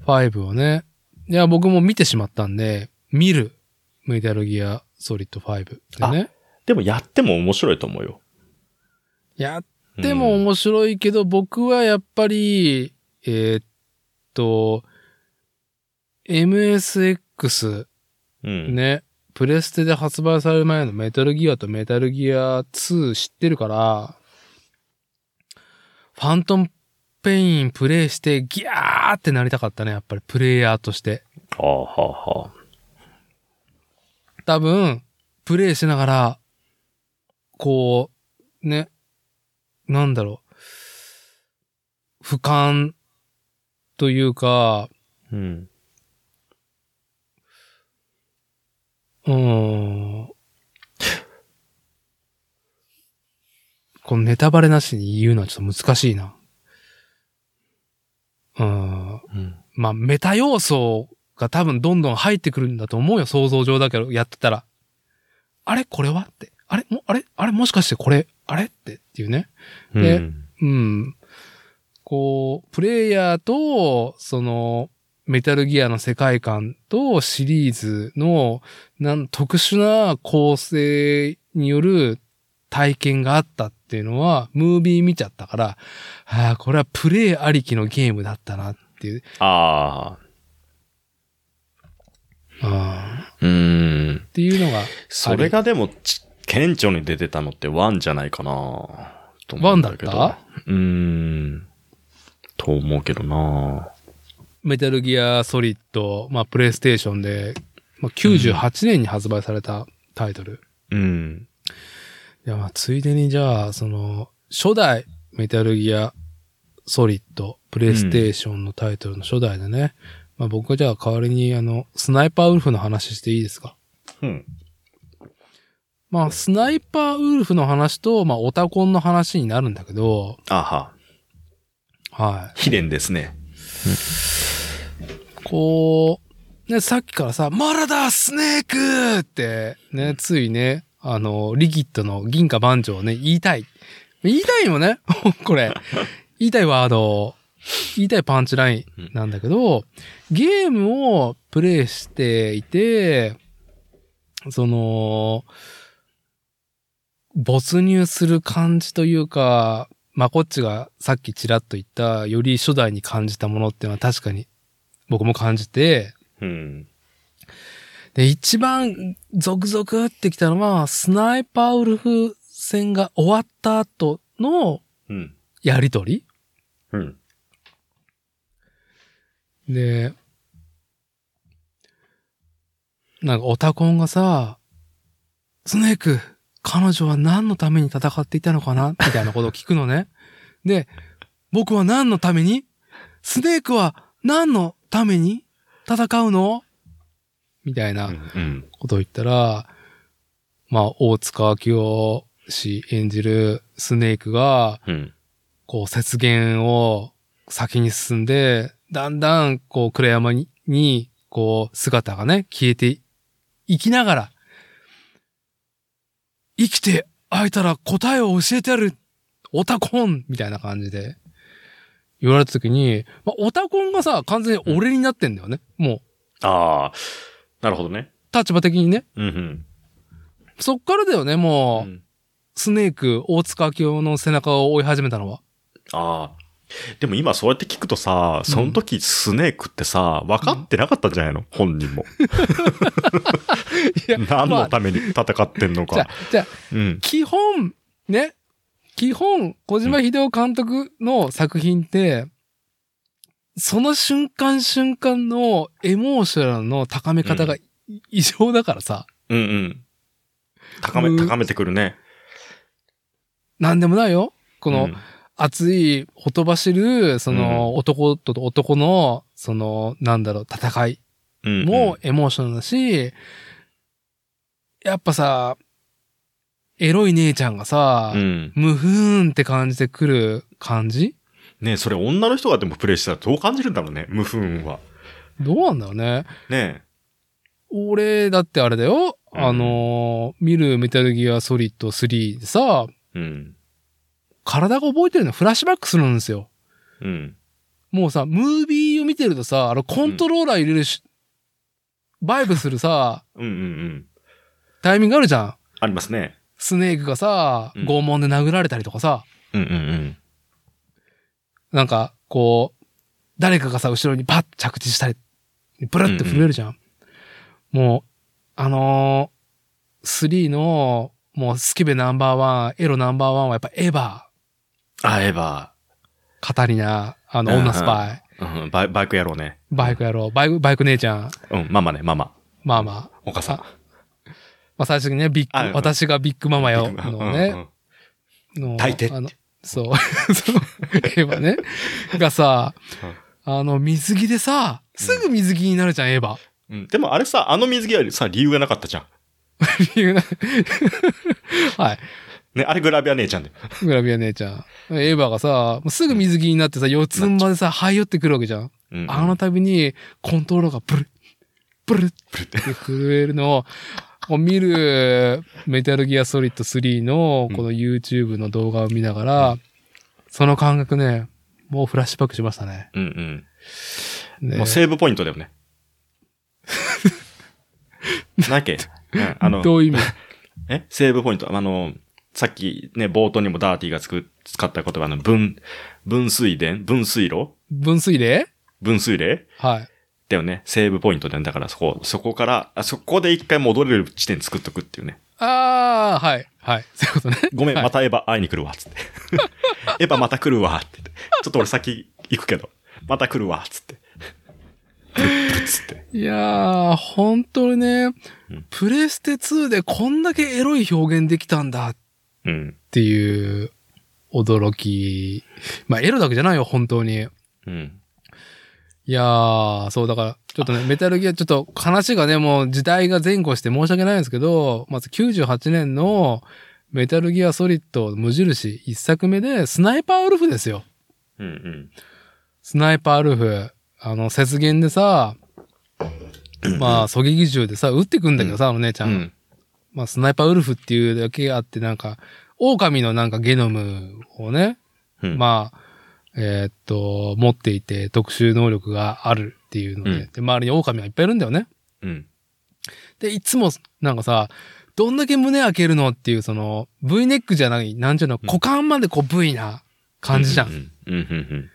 Speaker 2: 5をね、いや、僕も見てしまったんで、見る、メタルギアソリッド5でね。
Speaker 1: でもやっても面白いと思うよ。
Speaker 2: やでも
Speaker 1: うん
Speaker 2: 面白いけど、僕はやっぱり、えーっと、MSX
Speaker 1: うん。
Speaker 2: ね、プレステで発売される前のメタルギアとメタルギア2知ってるから、ファントムペインプレイしてギャーってなりたかったね、やっぱりプレイヤーとして。
Speaker 1: ああ、はあ、はあ。
Speaker 2: 多分、プレイしながら、こう、ね、なんだろう、俯瞰というか、
Speaker 1: うん。
Speaker 2: うーん、このネタバレなしに言うのはちょっと難しいな。うーん、
Speaker 1: うん。
Speaker 2: まあ、メタ要素が多分どんどん入ってくるんだと思うよ、想像上だけど、やってたら。あれこれはって。あれも、あれあれもしかしてこれあれってっていうね。で
Speaker 1: うん
Speaker 2: うん。こう、プレイヤーと、その、メタルギアの世界観とシリーズの、なん、特殊な構成による体験があったっていうのは、ムービー見ちゃったから、ああ、これはプレイありきのゲームだったなっていう。
Speaker 1: ああ。
Speaker 2: ああ
Speaker 1: うん。
Speaker 2: っていうのが、
Speaker 1: それがでもち、顕著に出てたのってワンじゃないかなと思うんだけど。
Speaker 2: ワンだっ
Speaker 1: うーん。と思うけどな
Speaker 2: メタルギアソリッド、まあ、プレイステーションで、まあ、98年に発売されたタイトル。
Speaker 1: うん。
Speaker 2: いや、まあ、ついでにじゃあ、その、初代メタルギアソリッド、プレイステーションのタイトルの初代でね、まあ僕はじゃあ代わりに、あの、スナイパーウルフの話していいですか
Speaker 1: うん。
Speaker 2: まあ、スナイパーウルフの話と、まあ、オタコンの話になるんだけど、
Speaker 1: あは。
Speaker 2: は
Speaker 1: 秘伝ですね。
Speaker 2: い。こう、ね、さっきからさ、マラだスネークって、ね、ついね、あの、リキッドの銀河番長をね、言いたい。言いたいよね (laughs) これ。言いたいワード。言いたいパンチラインなんだけど、ゲームをプレイしていて、その、没入する感じというか、まあ、こっちがさっきちらっと言った、より初代に感じたものっていうのは確かに僕も感じて、
Speaker 1: うん。
Speaker 2: で、一番ゾクゾクってきたのは、スナイパーウルフ戦が終わった後の
Speaker 1: うん。
Speaker 2: やりとり
Speaker 1: うん。
Speaker 2: で、なんかオタコンがさ、スネーク、彼女は何のために戦っていたのかなみたいなことを聞くの
Speaker 1: (laughs)
Speaker 2: ね。で、僕は何のためにスネークは何のために戦うのみたいな
Speaker 1: うん。
Speaker 2: ことを言ったら、まあ、大塚明夫氏演じるスネークが、
Speaker 1: うん。
Speaker 2: こう、雪原を先に進んで、だんだん、こう、暗山に、にこう、姿がね、消えていきながら、生きて会えたら答えを教えてやるオタコンみたいな感じで、言われた時に、まあ、オタコンがさ、完全に俺になってんだよね。も
Speaker 1: ああ。なるほどね。
Speaker 2: う、立場的にね。
Speaker 1: うん
Speaker 2: そっからだよね、
Speaker 1: うん。う
Speaker 2: もう、
Speaker 1: ん
Speaker 2: スネーク、大塚明夫の背中を追い始めたのは。
Speaker 1: ああ。でも今そうやって聞くとさ、その時スネークってさ、分かってなかったんじゃないの本人も。
Speaker 2: (laughs) いや
Speaker 1: (laughs) 何
Speaker 2: ま
Speaker 1: の
Speaker 2: あ
Speaker 1: ために戦ってんの
Speaker 2: じゃあ
Speaker 1: か。、
Speaker 2: じゃあ、
Speaker 1: うん。
Speaker 2: 基本、ね、基本、小島秀夫監督の作品って、その瞬間瞬間のエモーショナルの高め方が異常だからさ、
Speaker 1: うんうん。高め、
Speaker 2: うん
Speaker 1: 高めてくるね。
Speaker 2: なんでもないよ。この
Speaker 1: うん、
Speaker 2: 熱い、ほとばしる、その
Speaker 1: う
Speaker 2: 男と男の、その、なんだろう、戦い
Speaker 1: うんうん
Speaker 2: もエモーショナルだし、やっぱさ、エロい姉ちゃんがさ、
Speaker 1: うん。
Speaker 2: 無ふーんって感じてくる感じ
Speaker 1: ねそれ女の人がでもプレイしたらどう感じるんだろうね、無不運は。
Speaker 2: どうなんだろうね。
Speaker 1: ね
Speaker 2: 俺、だってあれだよ。
Speaker 1: うん
Speaker 2: あのー、見るメタルギアソリッド3でさ、
Speaker 1: うん。
Speaker 2: 体が覚えてるのフラッシュバックするんですよ。
Speaker 1: うん。
Speaker 2: もうさ、ムービーを見てるとさ、あの、コントローラー入れるし、バイブするさ、
Speaker 1: うんうんうん。
Speaker 2: タイミングあるじゃん。
Speaker 1: ありますね。
Speaker 2: スネークがさ、
Speaker 1: うん
Speaker 2: 拷問で殴られたりとかさ、
Speaker 1: うんうん
Speaker 2: なんか、こう、誰かがさ、後ろにバッと着地したり、ブラッて震えるじゃん。もう、あのー、3の、もう、スキベナンバーワン、エロナンバーワンはやっぱエヴァ、
Speaker 1: あ、エヴァ。
Speaker 2: カタリナ、あの、
Speaker 1: うんうん
Speaker 2: 女スパイ、
Speaker 1: うん、バイバイクやろうね。
Speaker 2: バイク野郎、バイク、バイク姉ちゃん、
Speaker 1: うん、ママね、ママ。
Speaker 2: まあまあ、
Speaker 1: お母さん。
Speaker 2: まあ最終的にね、ビ
Speaker 1: あ
Speaker 2: ッ
Speaker 1: うん
Speaker 2: グ、私がビッグママよ、
Speaker 1: うん
Speaker 2: の
Speaker 1: うんう
Speaker 2: ね、
Speaker 1: ん
Speaker 2: の、
Speaker 1: 抱いて
Speaker 2: あの、そう、 (laughs) そう、エヴァね、がさ、あの、水着でさ、すぐ水着になるじゃん、エヴァ。
Speaker 1: うん、でもあれさ、あの水着はさ、理由がなかったじゃん。
Speaker 2: 理由な (laughs) はい。
Speaker 1: ね、あれグラビア姉ちゃんで。
Speaker 2: グラビア姉ちゃん。エヴァがさ、もうすぐ水着になってさ、四つん這いでさ、這い寄ってくるわけじゃん。
Speaker 1: うん
Speaker 2: あの度に、コントローラーがブルッ、ブルッって震えるのを、こう見る、メタルギアソリッド3の、この YouTube の動画を見ながら、その感覚ね、もうフラッシュバックしましたね。
Speaker 1: うんうん。
Speaker 2: ね
Speaker 1: もうセーブポイントだよ
Speaker 2: (laughs)
Speaker 1: ね。なんだっけ、うんあの、
Speaker 2: どういう意
Speaker 1: (laughs)
Speaker 2: 味
Speaker 1: えセーブポイント。あの、さっきね、冒頭にもダーティがつく使った言葉の分、分水田分水路
Speaker 2: 分水で
Speaker 1: 分水嶺
Speaker 2: はい。
Speaker 1: だよね。セーブポイントだよね。だからそこ、そこから、あそこで一回戻れる地点作っとくっていうね。
Speaker 2: あー、はい。はい。そういうことね。
Speaker 1: ごめん、
Speaker 2: はい
Speaker 1: またエヴァ会いに来るわ、つって。 (laughs) エヴァまた来るわ、って言って。ちょっと俺先行くけど、また来るわ、つって。 (laughs) つって。
Speaker 2: いやー、本当にね
Speaker 1: ん、
Speaker 2: プレステ2でこんだけエロい表現できたんだっ
Speaker 1: うん。
Speaker 2: ていう驚き。まあ、エロだけじゃないよ、本当に。い
Speaker 1: うん。
Speaker 2: やー、そう、だから、ちょっとね、メタルギア、ちょっと話がね、もう時代が前後して申し訳ないんですけど、まず98年のメタルギアソリッド無印一作目で、スナイパーウルフですよ。
Speaker 1: うんうん。
Speaker 2: スナイパーウルフ、あの、雪原でさ、まあ、狙撃銃でさ、撃ってくんだけどさ、あの姉ちゃん。
Speaker 1: うん。
Speaker 2: まあ、スナイパーウルフっていうだけあって、なんか、狼のなんかゲノムをね、
Speaker 1: うん。
Speaker 2: まあ、えーっと、持っていて特殊能力があるっていうので、
Speaker 1: うん
Speaker 2: で、周りに狼がいっぱいいるんだよね。
Speaker 1: うん。
Speaker 2: で、いつも、なんかさ、どんだけ胸開けるのっていう、その、V ネックじゃない、なんちゅうの、股間までこう V な感じじゃん。
Speaker 1: うん。うん。うん。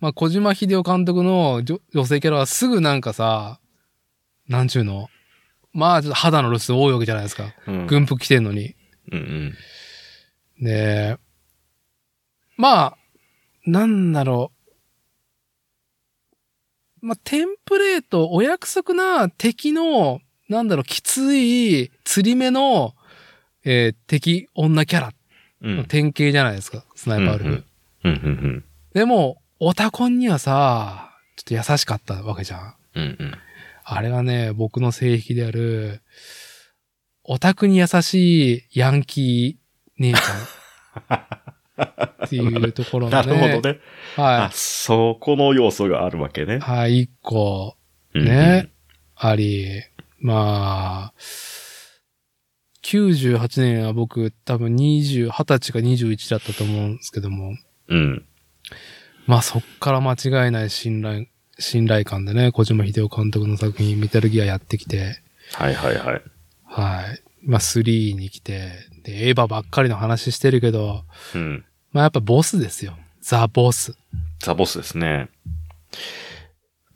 Speaker 2: まあ、小島秀夫監督の女女性キャラはすぐなんかさ、なんちゅうの、まあ、ちょっと肌の露出多いわけじゃないですか。
Speaker 1: うん。
Speaker 2: 軍服着てんのに。
Speaker 1: うん。
Speaker 2: で、まあ、なんだろう。まあ、テンプレート、お約束な敵の、なんだろう、きつい、釣り目の、えー敵、女キャラ
Speaker 1: うん。
Speaker 2: の典型じゃないですか、スナイパーウルフ。
Speaker 1: うんうん。うん。
Speaker 2: でも、オタコンにはさ、ちょっと優しかったわけじゃん。
Speaker 1: うん。うん。
Speaker 2: あれがね、僕の性癖である、オタクに優しいヤンキー姉ち
Speaker 1: (laughs)
Speaker 2: ゃん。っていうところ
Speaker 1: な
Speaker 2: がね。
Speaker 1: るほどね。あ
Speaker 2: は、
Speaker 1: そこの要素があるわけね
Speaker 2: い。。はい、一個
Speaker 1: うん
Speaker 2: ね。あり。まあ、98年は僕多分20、20歳か21だったと思うんですけども。
Speaker 1: うん。
Speaker 2: まあそっから間違いない信頼、信頼感でね、小島秀夫監督の作品、メタルギアやってきて。
Speaker 1: はいはいはい。
Speaker 2: はい。まあ、3に来て、で、エヴァばっかりの話してるけど、
Speaker 1: うん。
Speaker 2: まあ、やっぱボスですよ。ザ・ボス。
Speaker 1: ザボスですね。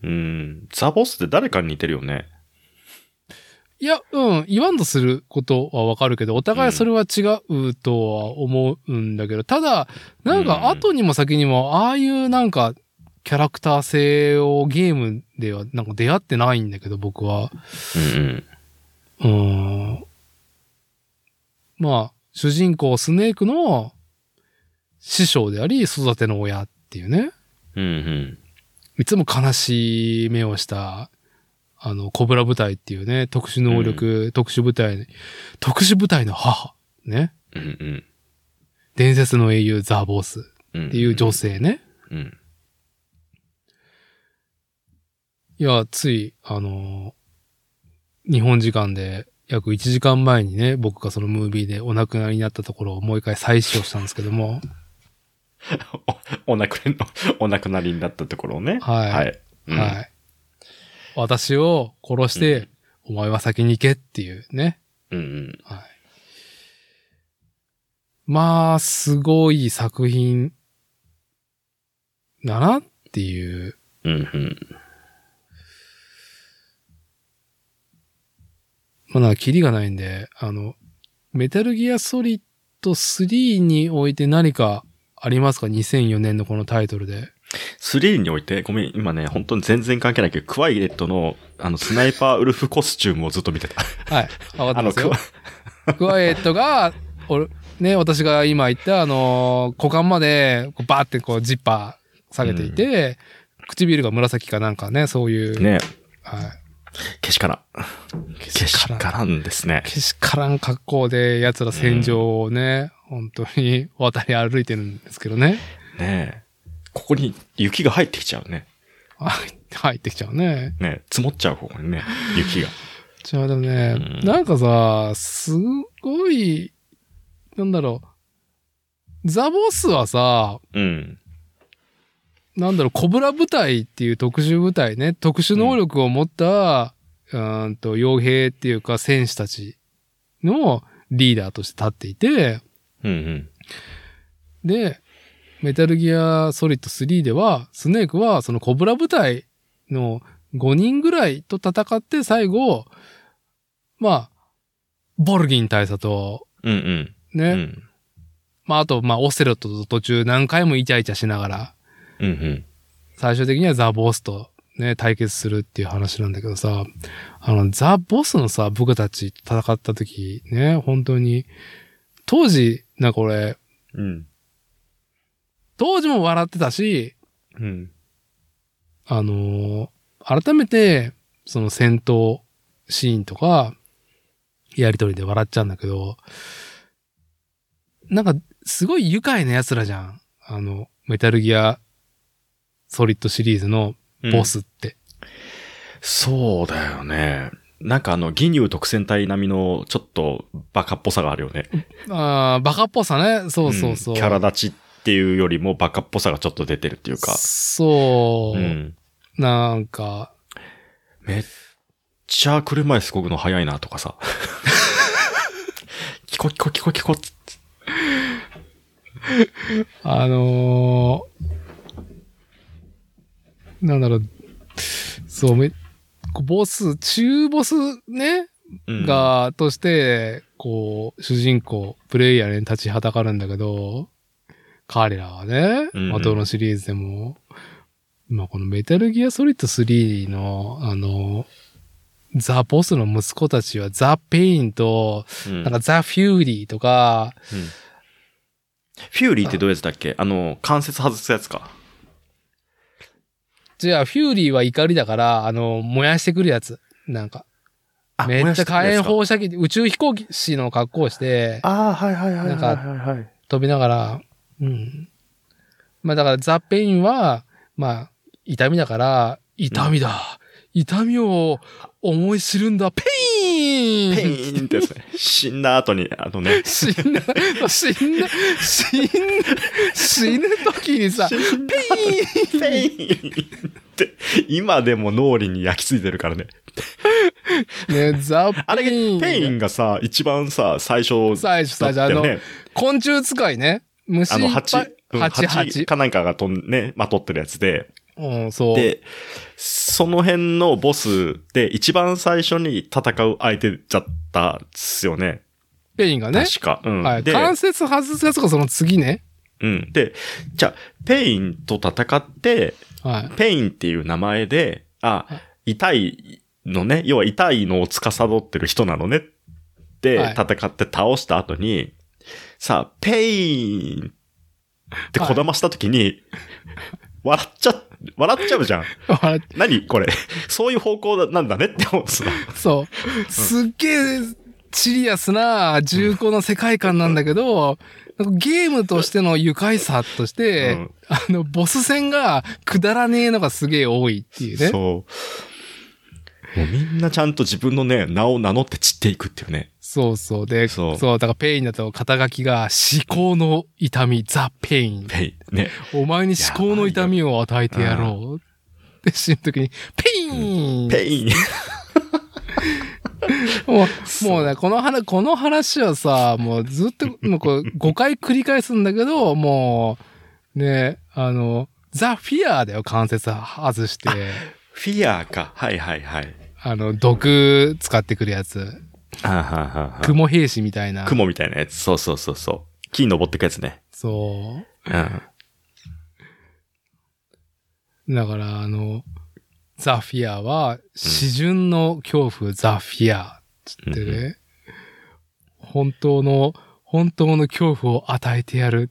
Speaker 1: うん、ザボスって誰かに似てるよね。
Speaker 2: いや、うん、言わんとすることはわかるけど、お互いそれは違うとは思うんだけど、ただ、なんか
Speaker 1: うん
Speaker 2: 後にも先にも、ああいうなんか、キャラクター性をゲームではなんか出会ってないんだけど、僕は。
Speaker 1: うんうん。
Speaker 2: うーん。まあ、主人公スネークの師匠であり、育ての親っていうね。
Speaker 1: うんうん。
Speaker 2: いつも悲しい目をした、あの、コブラ部隊っていうね、特殊能力、特殊部隊、特殊部隊の母、ね。
Speaker 1: うんうん
Speaker 2: 伝説の英雄ザ・ボス
Speaker 1: うん。
Speaker 2: っていう女性ね。
Speaker 1: うん。
Speaker 2: いや、つい、あのー日本時間で約1時間前にね、僕がそのムービーでお亡くなりになったところをもう一回再視聴したんですけども、
Speaker 1: おお亡くなり、お亡くなりになったところをね。
Speaker 2: はい
Speaker 1: はい。うん
Speaker 2: はい。私を殺して、お前は先に行けっていうね。
Speaker 1: うんうん。
Speaker 2: はい。まあ、すごい作品だなっていう。
Speaker 1: うんうん。
Speaker 2: まあ、なんかキリがないんで、あの、メタルギアソリッド3において何かありますか ?2004 年のこのタイトルで。
Speaker 1: 3において、ごめん、今ね、本当に全然関係ないけど、クワイレットの、あの、スナイパーウルフコスチュームをずっと見てた。
Speaker 2: はい。わかってま
Speaker 1: あの、
Speaker 2: す
Speaker 1: ク
Speaker 2: よ
Speaker 1: ワ。、
Speaker 2: クワイエットが、俺、ね、私が今言った、あのー股間まで、こうバーってこう、ジッパー下げていて、唇が紫かなんかね、そういう。
Speaker 1: ね、
Speaker 2: はい。
Speaker 1: けしからん。けし
Speaker 2: らん
Speaker 1: からんですね。
Speaker 2: けしからん格好で、奴ら戦場をね、本当に (laughs) 渡り歩いてるんですけどね。
Speaker 1: ねえここに雪が入ってきちゃうね。
Speaker 2: あ入ってきちゃうね。
Speaker 1: ねえ積もっちゃう、ここにね、
Speaker 2: (laughs)
Speaker 1: 雪が。
Speaker 2: じゃあでもね、
Speaker 1: うん
Speaker 2: なんかさ、すごい、なんだろう。ザボスはさ、
Speaker 1: うん。
Speaker 2: なんだろう、コブラ部隊っていう特殊部隊ね、特殊能力を持った、うーんと、傭兵っていうか戦士たちのリーダーとして立っていて、
Speaker 1: うんうん。
Speaker 2: で、メタルギアソリッド3では、スネークはそのコブラ部隊の5人ぐらいと戦って最後、まあ、ボルギン大佐と、
Speaker 1: うん
Speaker 2: ね、
Speaker 1: うん。うん。
Speaker 2: まああと、まあオセロットと途中何回もイチャイチャしながら、
Speaker 1: うんうん。
Speaker 2: 最終的にはザ・ボスとね、対決するっていう話なんだけどさ、あの、ザ・ボスのさ、僕たち戦った時、ね、本当に、当時、なんか俺、
Speaker 1: うん。
Speaker 2: 当時も笑ってたし、
Speaker 1: うん。
Speaker 2: あのー改めて、その戦闘シーンとか、やりとりで笑っちゃうんだけど、なんか、すごい愉快な奴らじゃん。あの、メタルギア、ソリッドシリーズのボ。スって。
Speaker 1: そうだよね。なんかあの、ギニュー特戦隊並みの、ちょっと、バカっぽさがあるよね。
Speaker 2: ああ、バカっぽさね。そうそうそう。
Speaker 1: んキャラ立ちっていうよりも、バカっぽさがちょっと出てるっていうか。
Speaker 2: そう。
Speaker 1: うん。
Speaker 2: なんか、
Speaker 1: めっちゃ車椅子こぐの早いなと
Speaker 2: (laughs)
Speaker 1: かさ。キコキコキコキコっつって。
Speaker 2: あのーなんだろう、そう、め、こうボス、中ボスね、
Speaker 1: うん、
Speaker 2: が、として、こう、主人公、プレイヤーに立ちはだかるんだけど、彼らはね、
Speaker 1: うんうん
Speaker 2: まあどのシリーズでも、まあこのメタルギアソリッド3の、あの、ザ・ボスの息子たちはザ・ペインと、
Speaker 1: うん、
Speaker 2: なんかザ・フューリーとか、
Speaker 1: フューリーってどういうやつだっけあの、関節外すやつか。
Speaker 2: じゃあ、フューリーは怒りだから、あの、燃やしてくるやつ。なんか、
Speaker 1: あ
Speaker 2: めっちゃ火炎。
Speaker 1: 燃やしてくるやつか
Speaker 2: 放射器、宇宙飛行士の格好をして、
Speaker 1: ああ、はいはいはいはいはいはい。
Speaker 2: 飛びながら、うん。まあだから、ザ・ペインは、まあ、痛みだから、痛みだ。痛みを思い知るんだ。ペイン
Speaker 1: ペイーンってや
Speaker 2: (laughs)
Speaker 1: つね。死んだ後に、あのね、
Speaker 2: 死んだ、死んだ、死んだ、死ぬ時にさ、ペイン
Speaker 1: ペイーンって、今でも脳裏に焼き付いてるからね。
Speaker 2: ね、ザ・ペイン。
Speaker 1: あれ、ペインがさ、一番さ、最初、
Speaker 2: 最初、最初、
Speaker 1: だ
Speaker 2: あ
Speaker 1: ったよ
Speaker 2: の、
Speaker 1: ね
Speaker 2: 昆虫使いね。虫い
Speaker 1: あの、
Speaker 2: っ
Speaker 1: 蜂
Speaker 2: ぱい、、
Speaker 1: うん
Speaker 2: 八
Speaker 1: 蜂
Speaker 2: 八
Speaker 1: かなんかがとんね、まとってるやつで、
Speaker 2: うん、そう。
Speaker 1: で、その辺のボスで一番最初に戦う相手だったっすよね。
Speaker 2: ペインがね。
Speaker 1: 確か。うん。
Speaker 2: はい。
Speaker 1: で、
Speaker 2: 関節外すやつがその次ね。
Speaker 1: うん。で、じゃあ、ペインと戦って、
Speaker 2: はい。
Speaker 1: ペインっていう名前で、あ、痛いのね、要は痛いのを司ってる人なのねって
Speaker 2: はい
Speaker 1: 戦って倒した後に、さあ、ペインってこだました時に、笑っちゃ、笑っちゃうじゃん。
Speaker 2: 笑っ
Speaker 1: 何これ。 (laughs) そういう方向なんだねって思うんですよ
Speaker 2: そう。すっげえシリアスな重厚な世界観なんだけど、なんかゲームとしての愉快さとして、
Speaker 1: うん
Speaker 2: あの、ボス戦がくだらねえのがすげえ多いっていうね。
Speaker 1: そう。もうみんなちゃんと自分のね、名を名乗って散っていくっていうね。
Speaker 2: そうそう。で、そ
Speaker 1: そうう
Speaker 2: だからペインだと肩書きが思考の痛み、ザ・ペイン。
Speaker 1: ペイン。ね。
Speaker 2: お前に思考の痛みを与えてやろう。で、死ぬ時に、ペイン
Speaker 1: ペイン。
Speaker 2: もう、もうね、この話、この話はさ、もうずっと、もうこう、5回繰り返すんだけど、もう、ね、あの、ザ・フィアーだよ、関節外して、
Speaker 1: フィアーか。はいはいはい。
Speaker 2: あの、毒使ってくるやつ。
Speaker 1: あははは
Speaker 2: 雲兵士みたいな。
Speaker 1: 雲みたいなやつ。そうそうそうそう。木に登ってくやつね。
Speaker 2: そ
Speaker 1: うん。
Speaker 2: う。だから、あの、ザ・フィアーは、詩順の恐怖、ザ・フィアーって
Speaker 1: うん
Speaker 2: ね、本当の、本当の恐怖を与えてやる。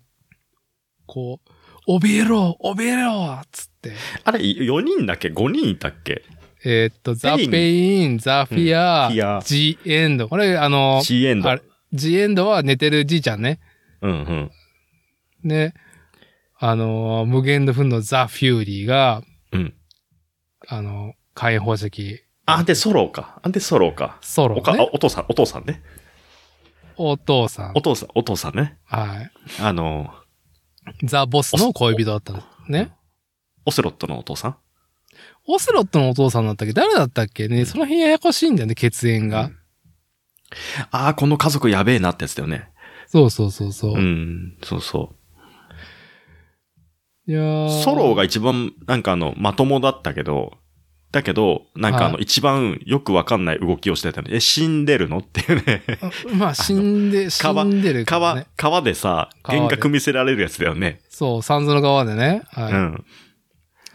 Speaker 2: こう、怯えろ怯えろつって。
Speaker 1: あれ、4人だっけ ?5 人いたっけ
Speaker 2: えーっと、ザ・
Speaker 1: ペイ
Speaker 2: ペ
Speaker 1: ン
Speaker 2: イン、ザ・フィア
Speaker 1: うんフィア、
Speaker 2: ジ・エンド。これ、あの、
Speaker 1: ?C エンド。
Speaker 2: あれジ・エンドは寝てるじいちゃんね。
Speaker 1: うんうん。
Speaker 2: ね。あの、無限の糞のザ・フューリーが、
Speaker 1: うん。
Speaker 2: あの、火炎宝石、
Speaker 1: あ、で、ソロか。あ、で、ソロか。
Speaker 2: ソロ
Speaker 1: おか、あ
Speaker 2: ね。
Speaker 1: お父さん、お父さんね。
Speaker 2: お父さん
Speaker 1: お。父さん、お父さんね。
Speaker 2: はい。
Speaker 1: あの、
Speaker 2: ザ・ボスの恋人だったの。ね。
Speaker 1: オセロットのお父さん
Speaker 2: オスロットのお父さんだったっけ誰だったっけねその辺ややこしいんだよね、血縁が。
Speaker 1: うんああ、この家族やべえなってやつだよね。
Speaker 2: そうそうそうそう。
Speaker 1: うん、そうそ
Speaker 2: いや
Speaker 1: う。
Speaker 2: ー
Speaker 1: ソロが一番、なんかあの、まともだったけど、だけど、なんかあの、
Speaker 2: は
Speaker 1: 一番よくわかんない動きをしてたの。え、死んでるのっていうね。
Speaker 2: (laughs) あまあ、死んで、死んでるから
Speaker 1: 川
Speaker 2: ね。、
Speaker 1: 川でさ、
Speaker 2: 川で
Speaker 1: 幻覚見せられるやつだよね。
Speaker 2: そう、三途の川でね。は
Speaker 1: う
Speaker 2: い。
Speaker 1: ん。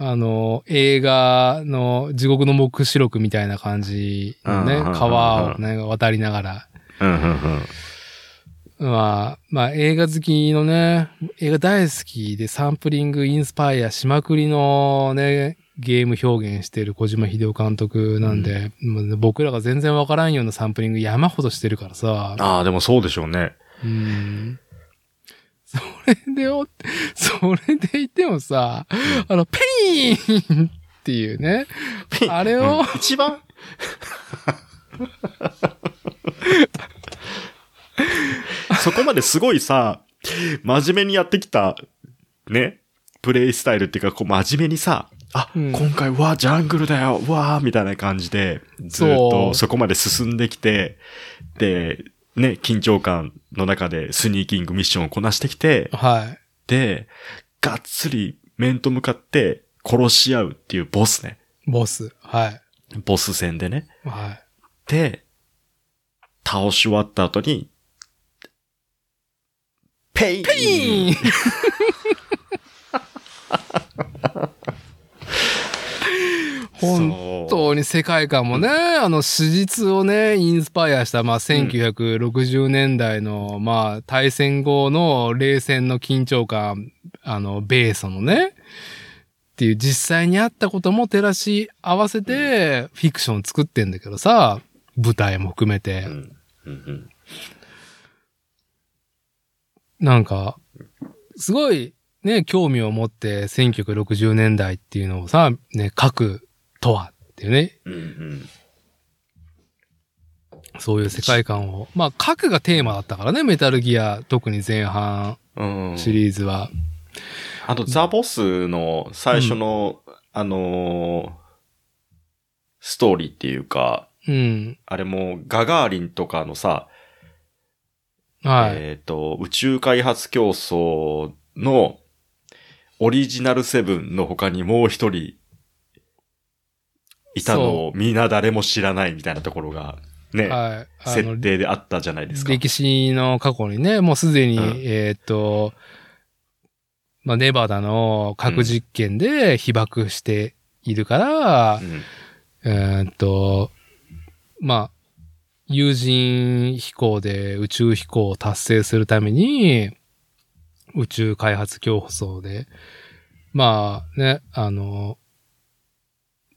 Speaker 2: あの、映画の地獄の目視録みたいな感じのね
Speaker 1: うんうんうんう、ん
Speaker 2: 川をね、渡りながら。
Speaker 1: うん、うん、うん。
Speaker 2: まあ、まあ映画好きのね、映画大好きでサンプリングインスパイアしまくりのね、ゲーム表現してる小島秀夫監督なんで、もうね僕らが全然わからんようなサンプリング山ほどしてるからさ。
Speaker 1: ああ、でもそうでしょうね。
Speaker 2: うんそれでお、それでいてもさ、あの、ペインっていうね。あれを
Speaker 1: うん一
Speaker 2: (laughs)
Speaker 1: 番そこまですごいさ、真面目にやってきた、ね、プレイスタイルっていうか、こう真面目にさ、あ、
Speaker 2: うん
Speaker 1: 今回、うわ、ジャングルだよ、うわー、みたいな感じで、ずっ
Speaker 2: そ
Speaker 1: と
Speaker 2: う
Speaker 1: そこまで進んできて、で、ね、緊張感の中でスニーキングミッションをこなしてきて、
Speaker 2: はい。
Speaker 1: で、がっつり面と向かって殺し合うっていうボスね。
Speaker 2: ボス。はい。
Speaker 1: ボス戦でね。
Speaker 2: はい。
Speaker 1: で、倒し終わった後に、ペイン
Speaker 2: ペイン本
Speaker 1: 当
Speaker 2: 当に世界観もね、あの史実をね、インスパイアした、まあ、1960年代の、まあ、大戦後の冷戦の緊張感、あの、米ソのね、っていう実際にあったことも照らし合わせて、フィクション作ってんだけどさ、舞台も含めて。
Speaker 1: うんうん
Speaker 2: なんか、すごいね、興味を持って1960年代っていうのをさ、ね、書くとはっていうね、
Speaker 1: うんうん
Speaker 2: そういう世界観を。まあ、書くがテーマだったからね、メタルギア、特に前半
Speaker 1: うん
Speaker 2: シリーズは。
Speaker 1: あと、ザ・ボスの最初の、あのーストーリーっていうか、
Speaker 2: うん。
Speaker 1: あれも、ガガーリンとかのさ、
Speaker 2: はい。
Speaker 1: えっ、と、宇宙開発競争の、オリジナルセブンの他にもう一人、いたのをみんな誰も知らないみたいなところが、ね、
Speaker 2: はい。あの
Speaker 1: 設定であったじゃないですか。
Speaker 2: 歴史の過去にね、もうすでに、
Speaker 1: うん
Speaker 2: えーっ、と、まあ、ネバダの核実験で被爆しているから
Speaker 1: う、ん
Speaker 2: えーっと、まあ、有人飛行で宇宙飛行を達成するために、宇宙開発競争で、まあね、あの、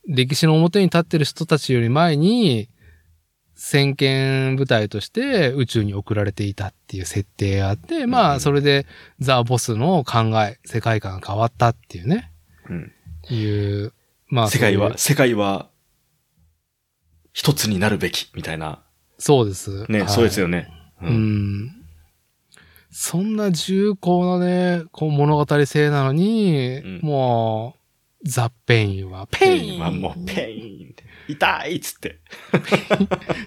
Speaker 2: 歴史の表に立ってる人たちより前に、先見部隊として宇宙に送られていたっていう設定があって、ま
Speaker 1: う
Speaker 2: あ、
Speaker 1: ん
Speaker 2: それでザ・ボスの考え、世界観が変わったっていうね、
Speaker 1: うん
Speaker 2: いう、まあ、
Speaker 1: 世界
Speaker 2: そうい
Speaker 1: は、
Speaker 2: う
Speaker 1: 世界は、一つになるべき、みたいな。
Speaker 2: そうです。
Speaker 1: ね、
Speaker 2: はい
Speaker 1: そうですよね。う
Speaker 2: うんん。そんな重厚なね、こう物語性なのに、
Speaker 1: うん
Speaker 2: もう、ザ・ペインは、ペ
Speaker 1: ペ
Speaker 2: イ
Speaker 1: イ
Speaker 2: ン
Speaker 1: ンはもう、ペインって痛いっつって。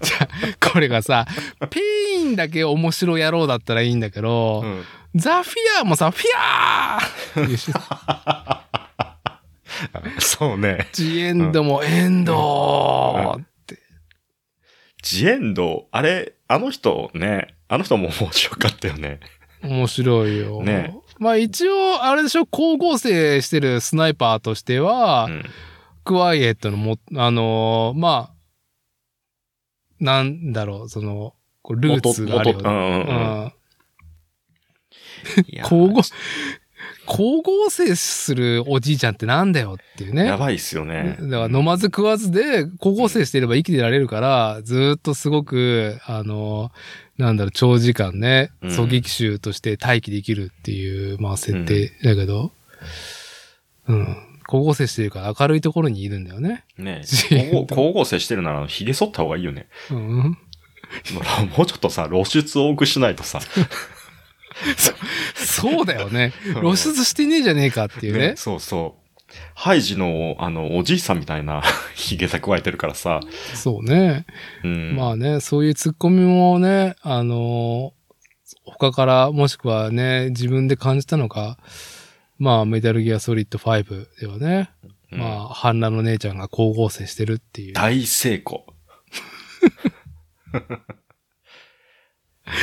Speaker 2: じゃあこれがさ、ペインだけ面白野郎だったらいいんだけど、
Speaker 1: うん
Speaker 2: ザ・フィアーもさ、フィアーっていうし
Speaker 1: そうね。
Speaker 2: ジ・エンドもエンド、
Speaker 1: ジエンド、あれ、あの人ね、あの人も (laughs) 面白かったよね。
Speaker 2: 面白いよ。
Speaker 1: ね
Speaker 2: まあ一応、あれでしょ、光合成してるスナイパーとしては、
Speaker 1: うん
Speaker 2: クワイエットのも、あのーまあ、なんだろう、その、こうルーツがあるよ
Speaker 1: 元
Speaker 2: ね。う
Speaker 1: 々うんうんうん
Speaker 2: ん。
Speaker 1: いや
Speaker 2: 光合、光合成するおじいちゃんってなんだよっていうね。
Speaker 1: やばいっすよね。
Speaker 2: だから飲まず食わずで光合成していれば生きてられるから、ずーっとすごく、あのー、なんだろう、長時間ね、
Speaker 1: うん
Speaker 2: 狙撃手として待機できるっていう、まあ設定だけど、うん。光合成してるから明るいところにいるんだよね。
Speaker 1: ね
Speaker 2: ジエンド
Speaker 1: 光合光合成してるなら、髭剃った方がいいよね。
Speaker 2: うん。
Speaker 1: もうもうちょっとさ、露出多くしないとさ。
Speaker 2: そうだよね。
Speaker 1: う
Speaker 2: 露
Speaker 1: ん
Speaker 2: 出してねえじゃねえかっていうね。
Speaker 1: そうそう。ハイジの、あの、おじいさんみたいな (laughs) 髭蓄えてるからさ。
Speaker 2: そうね。
Speaker 1: うん。
Speaker 2: まあね、そういうツッコミもね、あのー他から、もしくはね、自分で感じたのか、まあ、メタルギアソリッド5ではね、
Speaker 1: うん
Speaker 2: まあ、半裸の姉ちゃんが光合成してるっていう。
Speaker 1: 大成
Speaker 2: (laughs)
Speaker 1: 功。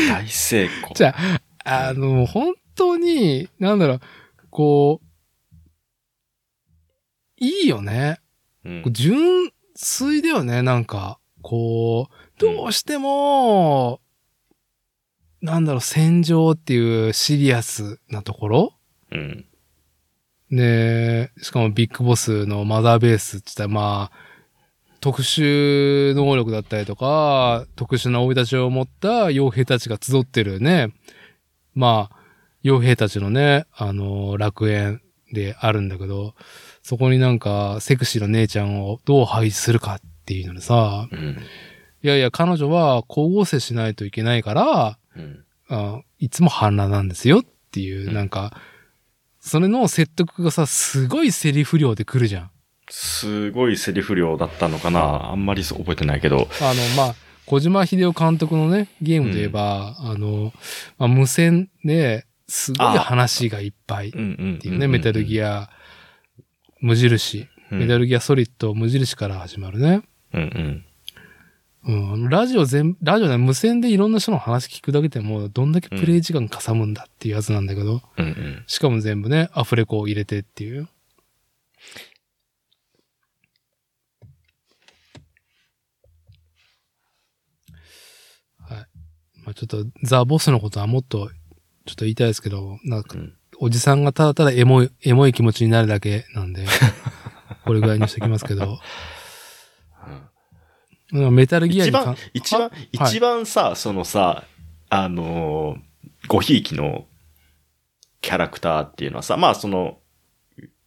Speaker 1: 大成功。
Speaker 2: じゃあ、あの、本当に、なんだろう、こう、いいよね。
Speaker 1: うん
Speaker 2: こう純粋だよね、なんか、こう、どうしても、なんだろう、戦場っていうシリアスなところ
Speaker 1: うん。
Speaker 2: ねえしかもビッグボスのマザーベースって言ったら、まあ、特殊能力だったりとか、特殊な生い立ちを持った傭兵たちが集ってるね、まあ、傭兵たちのね、あの、楽園であるんだけど、そこになんか、セクシーな姉ちゃんをどう配置するかっていうのでさ、
Speaker 1: うん。
Speaker 2: いやいや、彼女は光合成しないといけないから、
Speaker 1: うん。
Speaker 2: あいつも反乱なんですよっていう、
Speaker 1: うん
Speaker 2: なんか、それの説得がさ、すごいセリフ量で来るじゃん。
Speaker 1: すごいセリフ量だったのかなあんまりそう覚えてないけど。
Speaker 2: あの、まあ、小島秀夫監督のね、ゲームといえば、あの、まあ、無線で、すごい話がいっぱいっ
Speaker 1: うんうん。
Speaker 2: ていうね、メタルギ
Speaker 1: ア。
Speaker 2: ア、無印、
Speaker 1: うん
Speaker 2: メタルギアソリッド無印から始まるね。
Speaker 1: うんうん。
Speaker 2: うんあの、ラジオ全、ラジオね、無線でいろんな人の話聞くだけでも、どんだけプレイ時間かさむんだっていうやつなんだけど、
Speaker 1: うんうん。
Speaker 2: しかも全部ね、アフレコを入れてっていう。はい。まあちょっと、ザ・ボスのことはもっと、ちょっと言いたいですけど、なんか
Speaker 1: うん、
Speaker 2: おじさんがただただエモい、エモい気持ちになるだけなん
Speaker 1: (laughs)
Speaker 2: で、これぐらいにしておきますけど、なんかメタルギア
Speaker 1: 一
Speaker 2: にか
Speaker 1: 番
Speaker 2: ん、
Speaker 1: 一番、
Speaker 2: はい
Speaker 1: 一番さ、そのさ、あのー、ごひいきのキャラクターっていうのはさ、まあその、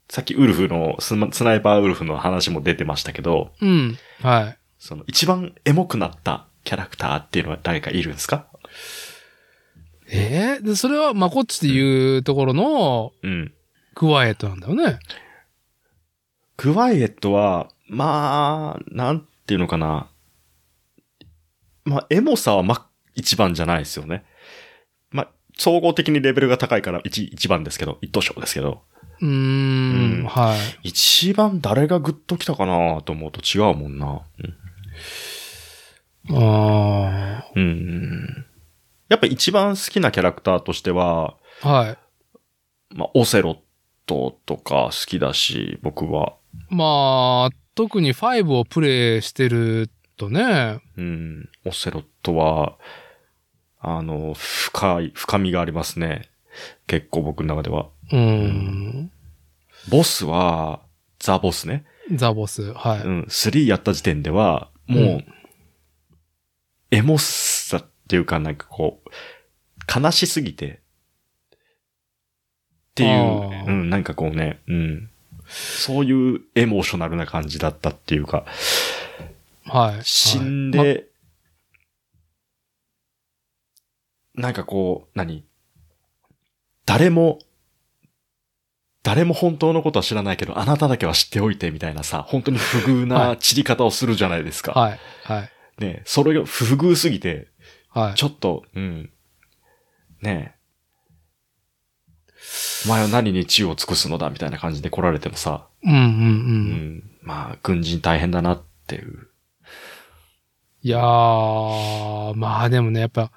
Speaker 1: さっきウルフの、スマスナイパーウルフの話も出てましたけど、
Speaker 2: うん。はい。
Speaker 1: その一番エモくなったキャラクターっていうのは誰かいるんですか
Speaker 2: えーで、それは、まあ、こっちで言うところの、
Speaker 1: うん。
Speaker 2: クワイエットなんだよね。
Speaker 1: クワイエットは、まあ、なんていうのかな。まあ、エモさはま、一番じゃないですよね。まあ、総合的にレベルが高いから一、一番ですけど、一等賞ですけど。
Speaker 2: うー、
Speaker 1: うんん
Speaker 2: はい。
Speaker 1: 一番誰がグッときたかなと思うと違うもんな。
Speaker 2: あ
Speaker 1: うん。うんやっぱ一番好きなキャラクターとしては、
Speaker 2: あ。はい。
Speaker 1: まあ、オセロットとか好きだし、僕は。
Speaker 2: まあ、特に5をプレイしてるとね、
Speaker 1: うん。オセロットは、あの、深い、深みがありますね。結構僕の中では。
Speaker 2: うん、
Speaker 1: ボスは、ザボスね。
Speaker 2: ザボス、はい。
Speaker 1: うん、3やった時点では、もう、
Speaker 2: うん
Speaker 1: エモさっていうかなんかこう、悲しすぎて、ってい
Speaker 2: あ
Speaker 1: う、
Speaker 2: ー
Speaker 1: うん、なんかこうね、うん。そういうエモーショナルな感じだったっていうか、
Speaker 2: はい。
Speaker 1: 死んで、
Speaker 2: はい
Speaker 1: なんかこう、何誰も、誰も本当のことは知らないけど、あなただけは知っておいてみたいなさ、本当に不遇
Speaker 2: は
Speaker 1: な散り方をするじゃないですか。
Speaker 2: まはい。はい。
Speaker 1: ねそれが不遇すぎて、
Speaker 2: はい。
Speaker 1: ちょっと、うん。ねえ。お前は何に知恵を尽くすのだみたいな感じで来られてもさ、
Speaker 2: うんうんう。
Speaker 1: うんん。まあ、軍人大変だなっていう。
Speaker 2: いやー、まあでもね、やっぱ、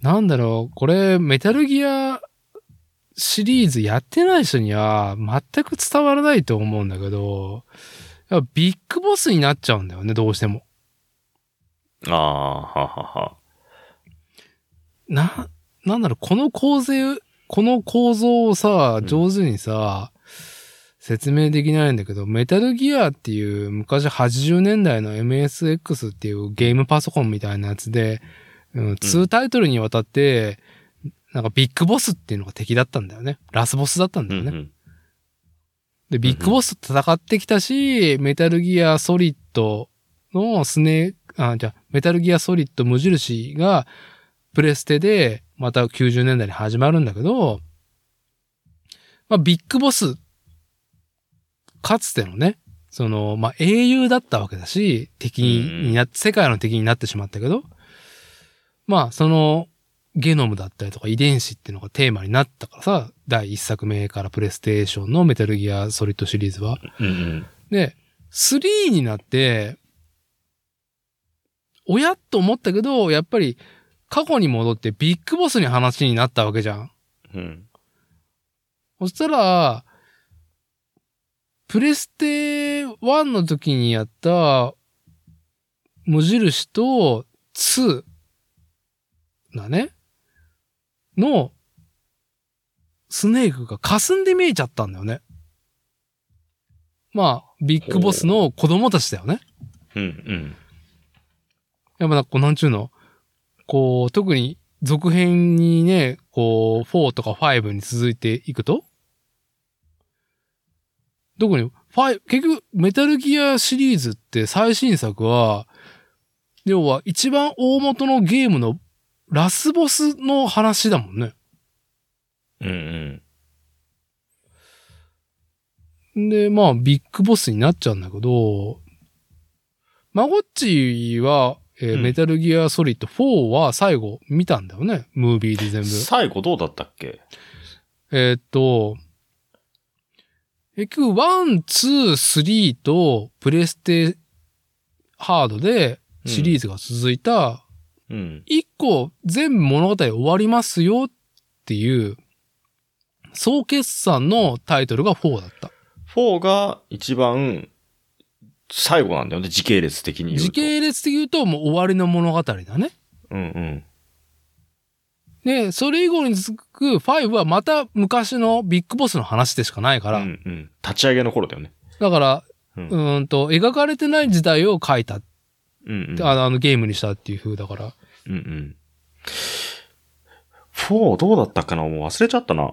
Speaker 2: なんだろう、これ、メタルギアシリーズやってない人には全く伝わらないと思うんだけど、やっぱビッグボスになっちゃうんだよね、どうしても。
Speaker 1: ああ、ははは。
Speaker 2: な、なんだろう、この構成、この構造をさ、
Speaker 1: うん
Speaker 2: 上手にさ、説明できないんだけど、メタルギアっていう昔80年代の MSX っていうゲームパソコンみたいなやつで、うん、2タイトルにわたって、なんかビッグボスっていうのが敵だったんだよね。ラスボスだったんだよね。で、ビッグボスと戦ってきたし、メタルギアソリッドのスネー、あ、じゃあメタルギアソリッド無印が、プレステで、また90年代に始まるんだけど、まあ、ビッグボス、かつてのね、その、まあ、英雄だったわけだし、敵にな、世界の敵になってしまったけど、まあ、その、ゲノムだったりとか遺伝子っていうのがテーマになったからさ、第一作目からプレイステーションのメタルギアソリッドシリーズは。
Speaker 1: うんうん。
Speaker 2: で、3になって、おやっと思ったけど、やっぱり過去に戻ってビッグボスに話になったわけじゃん。
Speaker 1: うん。
Speaker 2: そしたら、プレステ1の時にやった無印と2だね、のスネークが霞んで見えちゃったんだよね。まあ、ビッグボスの子供たちだよね。
Speaker 1: うんうん。
Speaker 2: やっぱなんかこう、なんちゅうの、こう、特に続編にね、こう、4とか5に続いていくと特に、5、結局、メタルギアシリーズって最新作は、要は一番大元のゲームのラスボスの話だもんね。
Speaker 1: うんうん。
Speaker 2: で、まあ、ビッグボスになっちゃうんだけど、マゴッチは、えー
Speaker 1: うん
Speaker 2: メタルギアソリッド4は最後見たんだよね。ムービーで全部。
Speaker 1: 最後どうだったっけ
Speaker 2: えーっと、結局、ワン、ツー、スリーと、プレステハードでシリーズが続いた、
Speaker 1: うん。
Speaker 2: 一個全部物語終わりますよっていう、総決算のタイトルが4だった。
Speaker 1: 4が一番最後なんだよね、時系列的に言うと。
Speaker 2: 時系列で言うと、もう終わりの物語だね。
Speaker 1: うんうん。
Speaker 2: で、それ以降に続く5はまた昔のビッグボスの話でしかないから、
Speaker 1: うんうん。立ち上げの頃だよね。
Speaker 2: だから、
Speaker 1: う
Speaker 2: うんん、んと、描かれてない時代を書いた
Speaker 1: うんうん。
Speaker 2: あのあのゲームにしたっていう風だから。
Speaker 1: うんうん。4どうだったかなもう忘れちゃったな。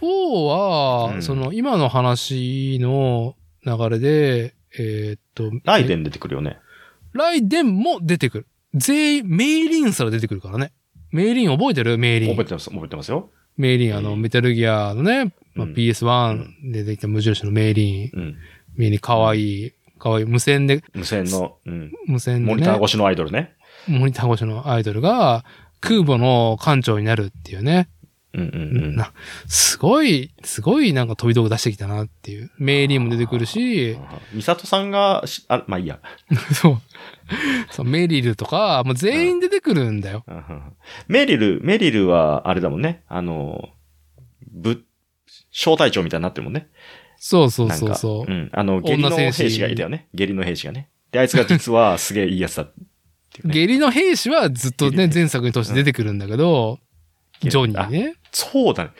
Speaker 2: 4は、
Speaker 1: うん
Speaker 2: その今の話の流れで、えーっと、
Speaker 1: ライデ
Speaker 2: ン。
Speaker 1: ン出てくるよね。
Speaker 2: ライデンも出てくる。全員、メイリンすら出てくるからね。メイリン覚えてるメイリ
Speaker 1: 覚え
Speaker 2: ン。
Speaker 1: てます、覚えてますよ。
Speaker 2: メイリン、あの、メタルギアのね、まあ、
Speaker 1: うん
Speaker 2: PS1 でできた無印のメイリン。
Speaker 1: うん。
Speaker 2: メイリン可愛い、可愛い。無線で、
Speaker 1: 無線の、うん。
Speaker 2: 無線で、ね。
Speaker 1: モニター越しのアイドルね。
Speaker 2: モニター越しのアイドルが、空母の艦長になるっていうね。
Speaker 1: うんうん
Speaker 2: な、すごい、すごいなんか飛び道具出してきたなっていう。メイリーも出てくる
Speaker 1: う
Speaker 2: し
Speaker 1: ん。、美里さんがし、あ、まあいいや。
Speaker 2: そう。そう、メリルとか、もう全員出てくるんだよ。
Speaker 1: うんメリル、メリルは、あれだもんね。あの、ぶ、小隊長みたいになってるもんね。
Speaker 2: そうそう
Speaker 1: なん
Speaker 2: そう
Speaker 1: か
Speaker 2: そう
Speaker 1: う。ん。あの、下痢の
Speaker 2: 女
Speaker 1: 兵
Speaker 2: 戦士
Speaker 1: 士がいたよね。下痢の兵士がね。で、あいつが
Speaker 2: (laughs)
Speaker 1: 実はすげえいいやつだっていうね。
Speaker 2: 下痢の兵士はずっと
Speaker 1: 下痢
Speaker 2: ね、
Speaker 1: ね
Speaker 2: 前作に通して出てくるんだけど、
Speaker 1: うん
Speaker 2: ジョニーね。
Speaker 1: そうだね。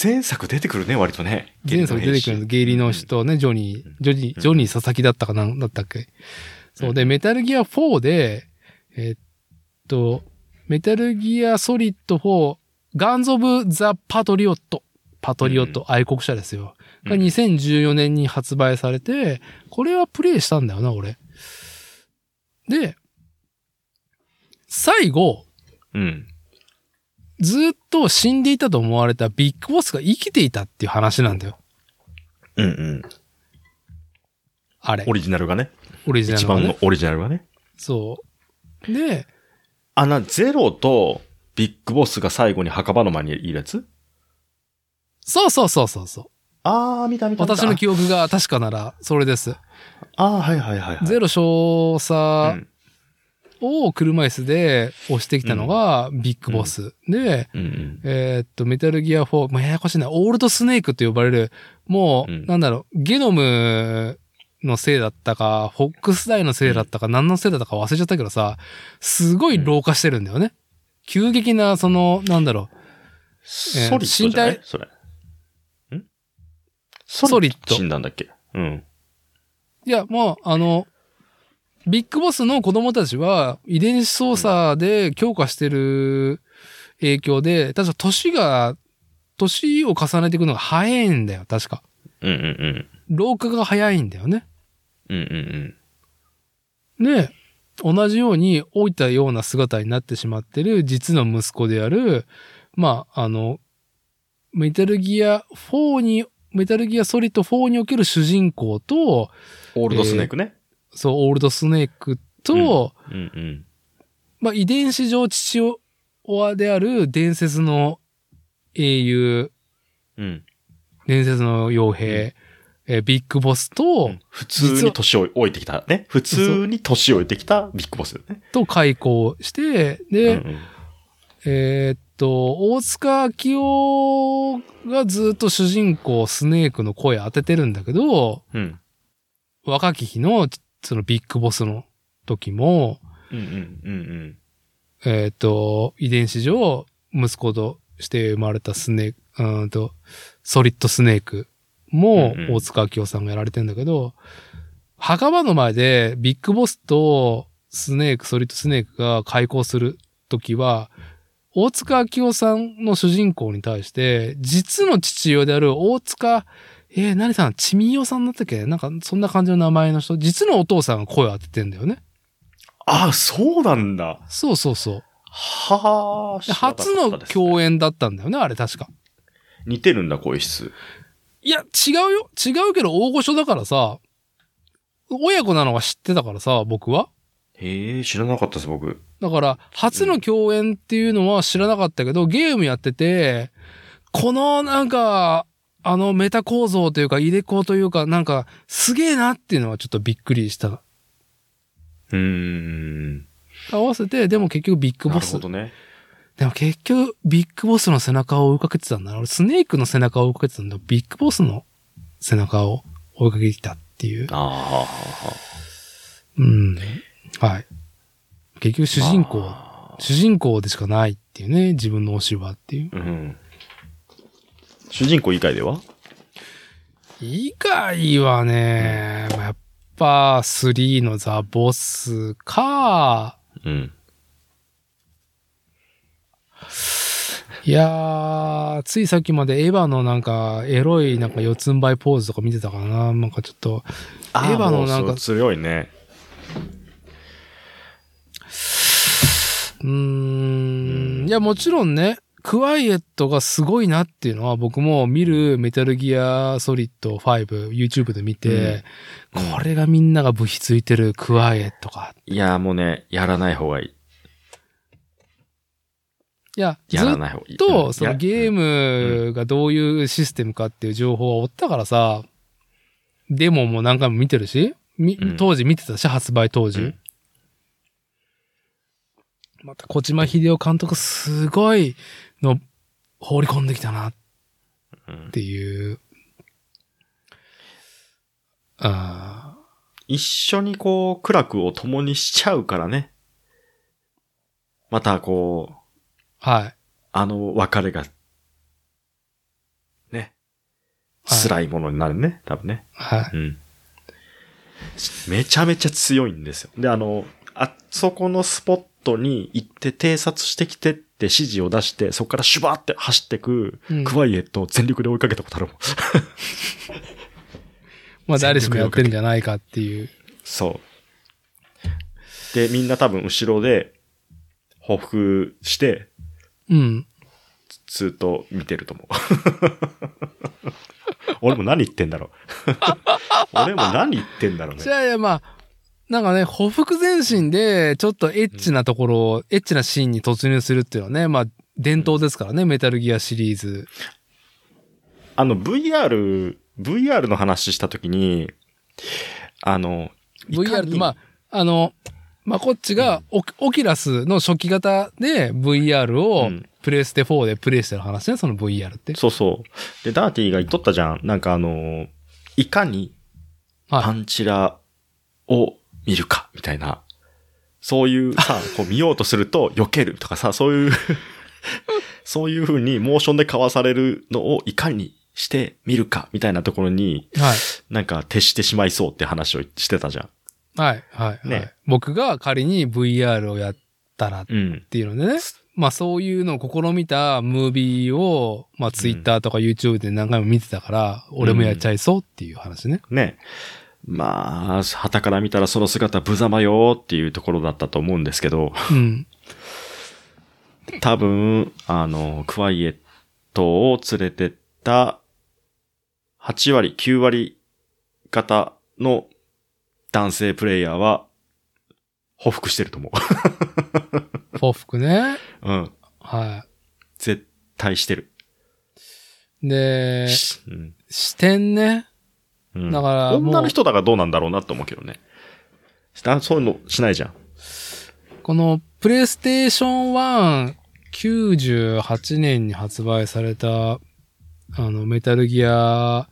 Speaker 1: 前作出てくるね、割とね。
Speaker 2: 前作出てくるの、ゲイリーの人ね、ジョニー、ジョニー、ジョニー佐々木だったかなんだったっけ。そうで、メタルギア4で、えっと、メタルギアソリッド4、ガンズ・オブ・ザ・パトリオット。パトリオット、愛国者ですよ。が
Speaker 1: うん
Speaker 2: 2014年に発売されて、これはプレイしたんだよな、俺。で、最後、
Speaker 1: うん。
Speaker 2: ずっと死んでいたと思われたビッグボスが生きていたっていう話なんだよ。
Speaker 1: うんうん。
Speaker 2: あれ
Speaker 1: オ。リジナルがね。
Speaker 2: オリジナ
Speaker 1: 一
Speaker 2: ルの
Speaker 1: 番
Speaker 2: ね
Speaker 1: の。オリジナルがね。
Speaker 2: そう。で、
Speaker 1: あ、な、ゼロとビッグボスが最後に墓場の前にいるやつ
Speaker 2: そうそうそうそうそう。
Speaker 1: あー、見た見た見た。
Speaker 2: 私の記憶が確かなら、それです。
Speaker 1: あー、はいはいはい、はい。
Speaker 2: ゼロ少
Speaker 1: う
Speaker 2: 佐
Speaker 1: ん
Speaker 2: を車椅子で押してきたのがビッグボス。で、
Speaker 1: うんうん。
Speaker 2: えーっと、メタルギア4、まあ、ややこしいな、オールドスネークと呼ばれる、もう、
Speaker 1: うん
Speaker 2: なんだろう、ゲノムのせいだったか、フォックスダイのせいだったか、何のせいだったか忘れちゃったけどさ、すごい老化してるんだよね。急激な、その、なんだろう、
Speaker 1: ソリッドじゃな
Speaker 2: 身
Speaker 1: いそれ。んソ
Speaker 2: ソ
Speaker 1: リ
Speaker 2: リ
Speaker 1: ッ
Speaker 2: ッ
Speaker 1: ド
Speaker 2: ド
Speaker 1: 死んだんだっけうん。
Speaker 2: いや、もう、あの、ビッグボスの子供たちは遺伝子操作で強化してる影響で、確か年が、年を重ねていくのが早いんだよ、確か。
Speaker 1: うんうんうん。
Speaker 2: 老化が早いんだよね。
Speaker 1: うんうん
Speaker 2: で、同じように老いたような姿になってしまってる実の息子である、まあ、あの、メタルギア4に、メタルギアソリッド4における主人公と、
Speaker 1: うん。オールドスネークね。
Speaker 2: そう、オールドスネークと、
Speaker 1: うんうん。
Speaker 2: まあ、遺伝子上父親である伝説の英雄、
Speaker 1: うん。
Speaker 2: 伝説の傭兵、えービッグボスと、
Speaker 1: 普通に年を置いてきたね。普通に年を置いてきたビッグボスだよね。
Speaker 2: と開校して、で、
Speaker 1: うんうん
Speaker 2: えーっと、大塚明夫がずっと主人公スネークの声当ててるんだけど、
Speaker 1: うん。
Speaker 2: 若き日の、そのビッグボスの時も、
Speaker 1: うんうんうん
Speaker 2: えーっと、遺伝子上、息子として生まれたスネーク、うーんと、ソリッドスネークも
Speaker 1: うんうん
Speaker 2: 大塚明夫さんがやられてんだけど、墓場の前でビッグボスとスネーク、ソリッドスネークが開校するときは、大塚明夫さんの主人公に対して、実の父親である大塚、えー、何さん、ちみよさんだったっけなんか、そんな感じの名前の人、実のお父さんが声を当ててんだよね。
Speaker 1: ああ、そうなんだ。
Speaker 2: そうそうそう。
Speaker 1: はあ、
Speaker 2: で初の共
Speaker 1: 演。
Speaker 2: 演だったんだよね、あれ確か。
Speaker 1: 似てるんだ、声質。
Speaker 2: いや、違うよ。違うけど大御所だからさ、親子なのは知ってたからさ、僕は。
Speaker 1: へえ、知らなかったです、僕。
Speaker 2: だから、初の共演っていうのは知らなかったけど、ゲームやってて、このなんか、あのメタ構造というか、入れ子というか、なんか、すげえなっていうのはちょっとびっくりした。
Speaker 1: うーん。
Speaker 2: 合わせて、でも結局ビッグ
Speaker 1: な
Speaker 2: ボ
Speaker 1: る
Speaker 2: ス
Speaker 1: ほ。どね。
Speaker 2: でも結局、ビッグボスの背中を追いかけてたんだな。俺、スネークの背中を追いかけてたんだ。ビッグボスの背中を追いかけてきたっていう。
Speaker 1: あ
Speaker 2: うん。はい。結局、
Speaker 1: あ。
Speaker 2: 主人公、
Speaker 1: あ
Speaker 2: 主人公でしかないっていうね。自分の推しはっていう。
Speaker 1: ーうん。主人公以外では
Speaker 2: 以外はね、まあやっぱ、3のザ・ボスか、
Speaker 1: うん。
Speaker 2: いやー、ついさっきまでエヴァのなんか、エロいなんか四つん這いポーズとか見てたからな。なんかちょっと、
Speaker 1: あー
Speaker 2: エヴァのなんか
Speaker 1: もうそう強いね。
Speaker 2: うーんいや、もちろんね、クワイエットがすごいなっていうのは僕も見るメタルギアソリッド5、YouTube で見て、
Speaker 1: うん
Speaker 2: これがみんなが部費ついてるクワイエットか。
Speaker 1: いや、もうね、やらない方がいい。
Speaker 2: いや、ず
Speaker 1: やら
Speaker 2: っ
Speaker 1: ない方がいい。
Speaker 2: と、そのゲー
Speaker 1: ム。
Speaker 2: ムがどういうシステムかっていう情報は追ったからさ、デモも何回も見てるし、み
Speaker 1: うん
Speaker 2: 当時見てたし、発売当時。
Speaker 1: うん
Speaker 2: また、小島秀夫監督すごいの放り込んできたなっ
Speaker 1: うん
Speaker 2: ていう。ああ、
Speaker 1: 一緒にこう、苦楽を共にしちゃうからね。またこう、
Speaker 2: はい。
Speaker 1: あの別れが、ね。
Speaker 2: はい
Speaker 1: 辛いものになるね、多分ね。
Speaker 2: はい。
Speaker 1: うん。めちゃめちゃ強いんですよ。で、あの、あそこのスポットに行って偵察してきてって指示を出して、そこからシュバーって走ってく、
Speaker 2: うん
Speaker 1: クワイエットを全力で追いかけたことある
Speaker 2: (laughs)
Speaker 1: もん。
Speaker 2: まあ、誰しもやってるんじゃないかっていう。
Speaker 1: そう。で、みんな多分後ろで、報復して、
Speaker 2: うん。
Speaker 1: ずっと見て
Speaker 2: (laughs)
Speaker 1: ると思う。俺も何言ってん
Speaker 2: (laughs)
Speaker 1: だろう。俺も何言ってんだろうね
Speaker 2: じ。ゃあ、いやまあ、なんかね、ほふ前進で、ちょっとエッチなところを、エッチなシーンに突入するっていうのはね、まあ、伝統ですからね、メタルギアシリーズ。
Speaker 1: あの、VR、VR の話したときに、あの、いか
Speaker 2: VR って、
Speaker 1: に
Speaker 2: まあ、あの、まあ、こっちがオキ、オキュラスの初期型で VR
Speaker 1: う
Speaker 2: を
Speaker 1: ん
Speaker 2: プレイステ4でプレイしてる話ね、その VR って。
Speaker 1: そうそう。で、ダーティーが言っとったじゃん。なんかあの、いかにパ
Speaker 2: はい。
Speaker 1: ンチラを見るか、みたいな。そうい
Speaker 2: (laughs)
Speaker 1: うさ、こう見ようとすると、避けるとかさ、そういう、そういう風にモーションでかわされるのをいかにして見るか、みたいなところに、
Speaker 2: はい。
Speaker 1: なんか徹してしまいそうって話をしてたじゃ
Speaker 2: はい。はい。は
Speaker 1: ね
Speaker 2: い。僕が仮に VR をやったらっ
Speaker 1: ん。うん。
Speaker 2: ていうのでね、まあそういうのを試みたムービーを、まあツイッターとか YouTube で何回も見てたから、俺もやっちゃいそうっていう話ね。
Speaker 1: ね。まあ、旗から見たらその姿無様よっていうところだったと思うんですけど、
Speaker 2: うん。
Speaker 1: 多分、あの、クワイエットを連れてった8割、9割方の男性プレイヤーは、報復してると思
Speaker 2: 報復ね。
Speaker 1: う。 (laughs) うん。
Speaker 2: は
Speaker 1: 絶対してる。
Speaker 2: い。で、
Speaker 1: うん
Speaker 2: 視点ね。
Speaker 1: うん
Speaker 2: だからもう
Speaker 1: 女の人だからどうなんだろうなと思うけどね。あそういうのしないじゃん。
Speaker 2: このプレイステーション1、98年に発売された、あの、メタルギア、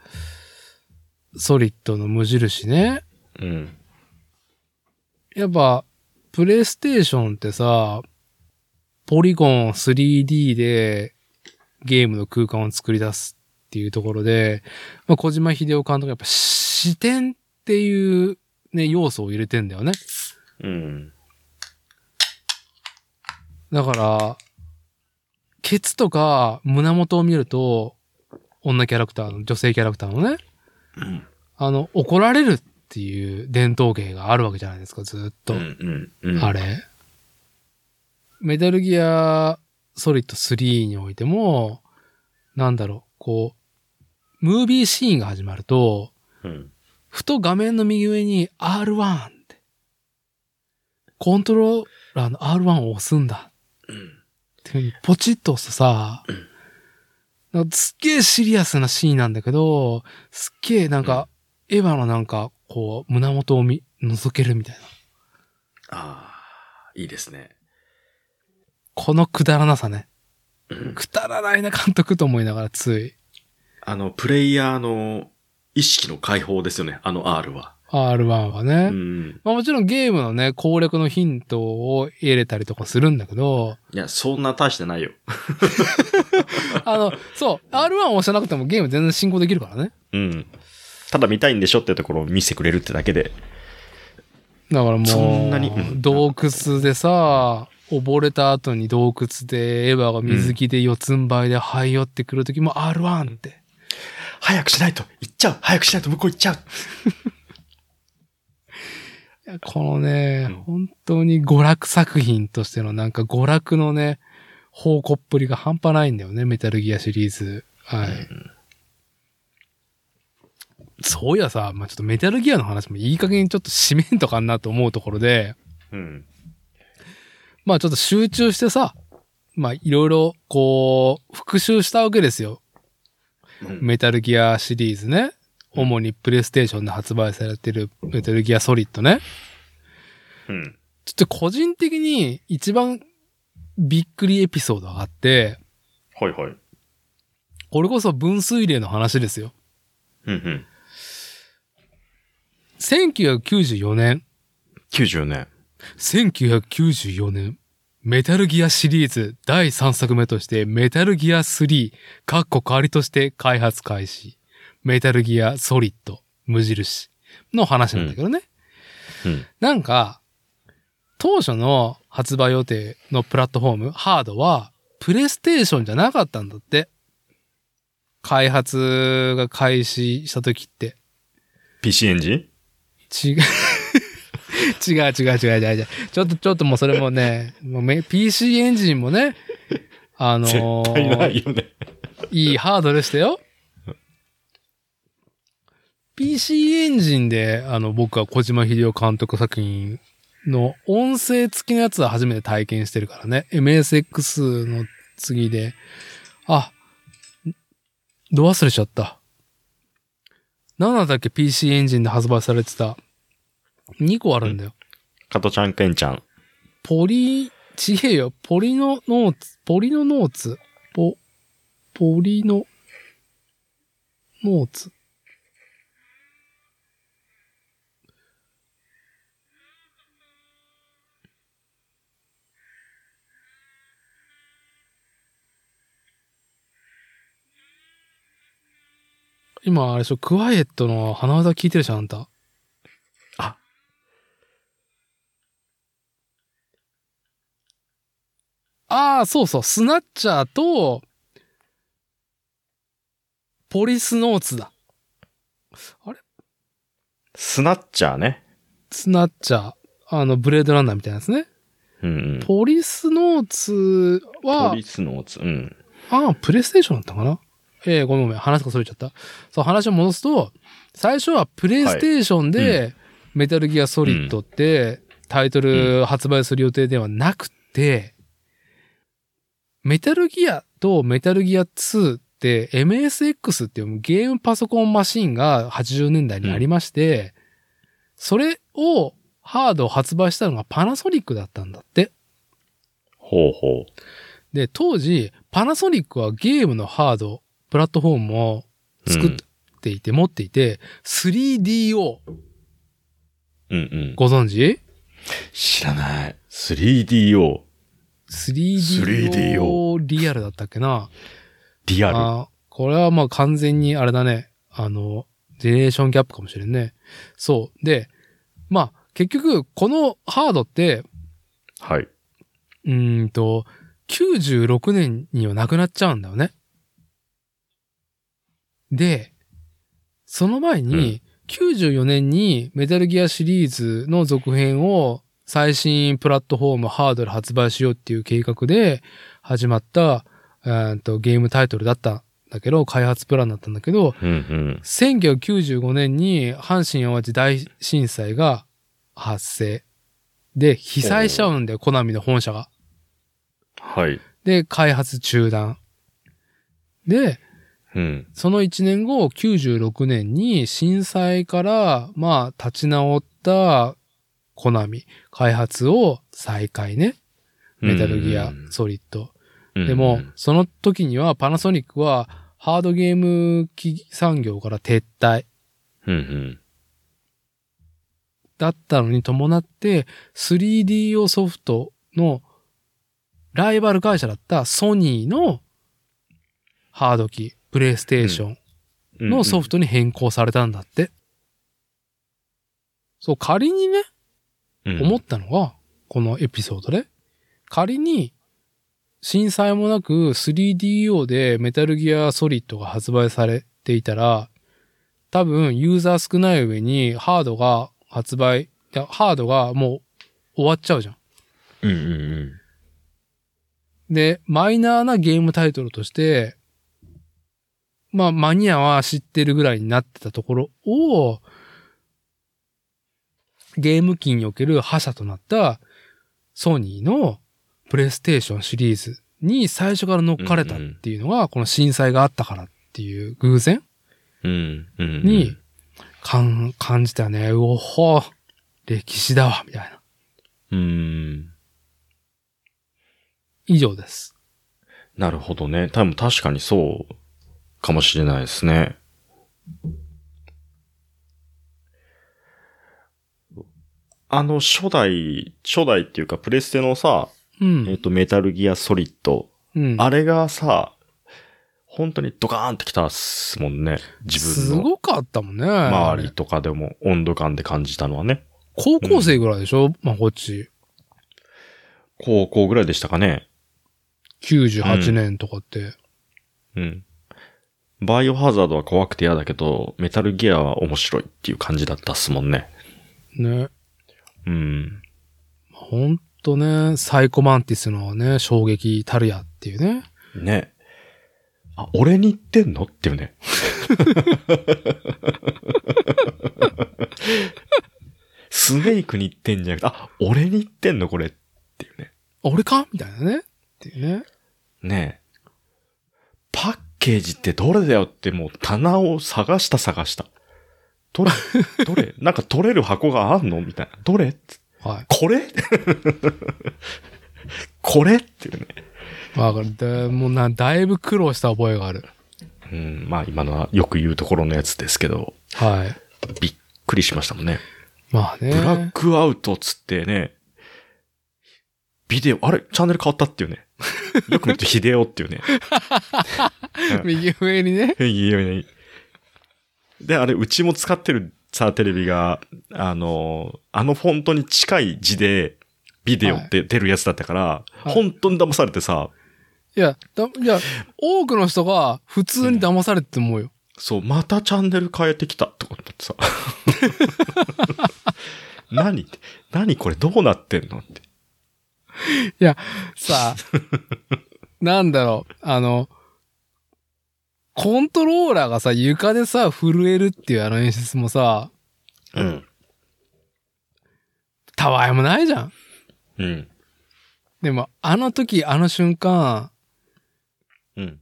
Speaker 2: ソリッドの無印ね。
Speaker 1: うん。
Speaker 2: やっぱ、プレイステーションってさ、ポリゴン 3D でゲームの空間を作り出すっていうところで、まあ、小島秀夫監督はやっぱ視点っていうね、要素を入れてんだよね。
Speaker 1: うん。
Speaker 2: だから、ケツとか胸元を見ると、女キャラクターの、女性キャラクターのね、
Speaker 1: うん。
Speaker 2: あの、怒られるっていう伝統芸があるわけじゃないですか、ずーっと。
Speaker 1: うん。うん。
Speaker 2: あれ。メタルギアソリッド3においても、なんだろう、こう、ムービーシーンが始まると、
Speaker 1: うん。
Speaker 2: ふと画面の右上に R1 って、コントローラーの R1 を押すんだ。っていうふうにポチッと押すとさ、なんかすっげえシリアスなシーンなんだけど、すっげえなんか、エヴァのなんか、こう、胸元を見、覗けるみたいな。
Speaker 1: ああ、いいですね。
Speaker 2: このくだらなさね。
Speaker 1: うん
Speaker 2: くだらないな監督と思いながらつい
Speaker 1: あの、プレイヤーの意識の解放ですよね、あの R は。
Speaker 2: R1 はね、
Speaker 1: うん。
Speaker 2: まあもちろんゲームのね攻略のヒントを入れたりとかするんだけど
Speaker 1: いや、そんな大してないよ。
Speaker 2: あのそう R1 を押さなくてもゲーム全然進行できるからね
Speaker 1: うん。ただ見たいんでしょってところを見せてくれるってだけで。
Speaker 2: だからもう
Speaker 1: そんなにうん
Speaker 2: 洞窟でさ溺れた後に洞窟でエヴァが水着で四つん這いで這い寄ってくる時も R1 って、
Speaker 1: 早くしないと行っちゃう早くしないと向こう行っちゃう
Speaker 2: いやこのね、
Speaker 1: うん
Speaker 2: 本当に娯楽作品としてのなんか娯楽のね方向っぷりが半端ないんだよねメタルギアシリーズはい、そういやさ、まあ、ちょっとメタルギアの話もいい加減ちょっと締めんとかなと思うところで、
Speaker 1: うん。
Speaker 2: まあちょっと集中してさ、まあ、いろいろ、こう、復習したわけですよ。メタルギアシリーズね。主にプレイステーションで発売されてるメタルギアソリッドね。
Speaker 1: うん。
Speaker 2: ちょっと個人的に一番びっくりエピソードがあって、
Speaker 1: はいはい。
Speaker 2: これこそ分水嶺の話ですよ。
Speaker 1: うんうん。
Speaker 2: 1994年、
Speaker 1: 90年。
Speaker 2: 1994年、メタルギアシリーズ第3作目としてメタルギア3、カッコ仮として開発開始。メタルギアソリッド、無印の話なんだけどね。
Speaker 1: うん。
Speaker 2: なんか、当初の発売予定のプラットフォーム、ハードは、プレイステーションじゃなかったんだって。開発が開始した時って。
Speaker 1: PC エンジン
Speaker 2: (laughs) 違う。違う違う違う違う違う。ちょっとちょっともうそれもね、もうめ PC エンジンもね、あのー
Speaker 1: 絶対ないよね。
Speaker 2: いいハードでしたよ。PC エンジンで、あの、僕は小島秀夫監督作品の音声付きのやつは初めて体験してるからね。MSX の次で、あ、ど忘れちゃった。何なんだっけ PC エンジンで発売されてた。2個あるんだよ。
Speaker 1: 加トちゃん、ケンちゃん。
Speaker 2: ポリ、ちげえよ。ポリノノーツ、ポリノノーツ、ポ、ポリノ、ノーツ。今、あれでしょ、クワイエットの鼻歌聞いてるじゃん、あんた。ああ、そうそう、スナッチャーと、ポリスノーツだ。
Speaker 1: スナッチャーね。
Speaker 2: スナッチャー。あの、ブレードランナーみたいなですね。
Speaker 1: うんうん。
Speaker 2: ポリスノーツは
Speaker 1: ポ、リスノーツ。うん。
Speaker 2: ああ、プレイステーションだったかなええごめんごめん。話がそれちゃった。そう、話を戻すと、最初はプレイステーションで、
Speaker 1: は
Speaker 2: メタルギアソリッドって、タイトル発売する予定ではなくて、メタルギアとメタルギア2って、MSX っていうゲームパソコンマシンが80年代にありまして、それをハードを発売したのがパナソニックだったんだって。
Speaker 1: ほうほう。
Speaker 2: で、当時、パナソニックはゲームのハード、プラットフォームを作っ
Speaker 1: うん
Speaker 2: ていて、持っていて、3DO、
Speaker 1: うんうん。
Speaker 2: ご存知
Speaker 1: 知らない。3DO。
Speaker 2: 3DO リアルだったっけな
Speaker 1: リアル。
Speaker 2: あこれはまあ完全にあれだね。あの、ジェネレーションギャップかもしれんね。そう。で、まあ結局、このハードって、
Speaker 1: はい。
Speaker 2: うーんと、96年にはなくなっちゃうんだよね。で、その前に、94年にメタルギアシリーズの続編を最新プラットフォームハードで発売しようっていう計画で始まった、うーんとゲームタイトルだったんだけど、開発プランだったんだけど、
Speaker 1: うんうん。
Speaker 2: 1995年に阪神淡路大震災が発生。で、被災しちゃうんだよ、コナミの本社が。
Speaker 1: はい。
Speaker 2: で、開発中断。で、
Speaker 1: うん。
Speaker 2: その1年後、96年に震災から、まあ、立ち直ったコナミ、開発を再開ね。メタルギア、ソリッド。
Speaker 1: うん
Speaker 2: でも、その時にはパナソニックは、ハードゲーム機産業から撤退。
Speaker 1: うんうん。
Speaker 2: だったのに伴って、3DO ソフトのライバル会社だったソニーのハード機、プレイステーション
Speaker 1: うん
Speaker 2: のソフ
Speaker 1: ト。
Speaker 2: トに変更されたんだって。そう、仮にね、
Speaker 1: うん
Speaker 2: 思ったのが、このエピソードで、仮に、震災もなく 3DO でメタルギアソリッドが発売されていたら、多分ユーザー少ない上にハードが発売、いや、ハードがもう終わっちゃうじゃん。
Speaker 1: うんうんうん。
Speaker 2: で、マイナーなゲームタイトルとして、まあ、マニアは知ってるぐらいになってたところを、ゲーム機における覇者となったソニーのプレイステーションシリーズに最初から乗っかれたっていうのが、この震災があったからっていう偶然
Speaker 1: うん。うん。
Speaker 2: に、感感じたね。うおほ歴史だわ、みたいな。
Speaker 1: うん。
Speaker 2: 以上です。
Speaker 1: なるほどね。多分確かにそうかもしれないですね。あの、初代、初代っていうか、プレステのさ、
Speaker 2: う
Speaker 1: え
Speaker 2: ん。
Speaker 1: っ、と、メタルギアソリッド
Speaker 2: うん。
Speaker 1: あれがさ、本当にドカーンってきたっすもんね。自
Speaker 2: す
Speaker 1: 分の
Speaker 2: ごかったもんね。
Speaker 1: 周りとかでも温度感で感じたのはね。
Speaker 2: 高校生ぐらいでしょ、まあ、こっち。
Speaker 1: 高校ぐらいでしたかね。
Speaker 2: 98年とかって。
Speaker 1: うん。バイオハザードは怖くて嫌だけど、メタルギアは面白いっていう感じだったっすもんね。
Speaker 2: ね。
Speaker 1: うん。
Speaker 2: ほんとね、サイコマンティスのね、衝撃たるやっていうね。
Speaker 1: ね。あ、俺に言ってんのってい
Speaker 2: (laughs)
Speaker 1: うね。スネークに言ってんじゃなくて、あ、俺に言ってんのこれっていうね。
Speaker 2: 俺かみたいなね。っていうね。
Speaker 1: ねえ。パッケージってどれだよってもう棚を探した探した。どれ (laughs) どれなんか取れる箱があんのみたいな。どれつ
Speaker 2: は
Speaker 1: こ (laughs) れこれっていうね。
Speaker 2: い。わかる。で、もうな、だいぶ苦労した覚えがある。
Speaker 1: うん、まあ今のはよく言うところのやつですけど、
Speaker 2: はい。
Speaker 1: びっくりしましたもんね。
Speaker 2: まあね。
Speaker 1: ブラックアウトっつってね、ビデオ、あれチャンネル変わったって (laughs) いうね。よく見るとヒデオっていうね。
Speaker 2: (laughs) 右上にね。
Speaker 1: いいよね。で、あれ、うちも使ってるさ、テレビが、あの、あのフォントに近い字で、ビデオって出るやつだったから、
Speaker 2: い
Speaker 1: 本当に騙されてさ、
Speaker 2: いや、だ、いや、多くの人が普通に騙されてて思うよ。
Speaker 1: そう、またチャンネル変えてきたとか思って (laughs) さ。何何これどうなってんのって。
Speaker 2: さあ、なんだろう、あの、コントローラーがさ、床でさ、震えるっていうあの演出もさ、
Speaker 1: うん。
Speaker 2: たわいもないじゃん。
Speaker 1: うん。
Speaker 2: でも、あの時、あの瞬間、
Speaker 1: うん。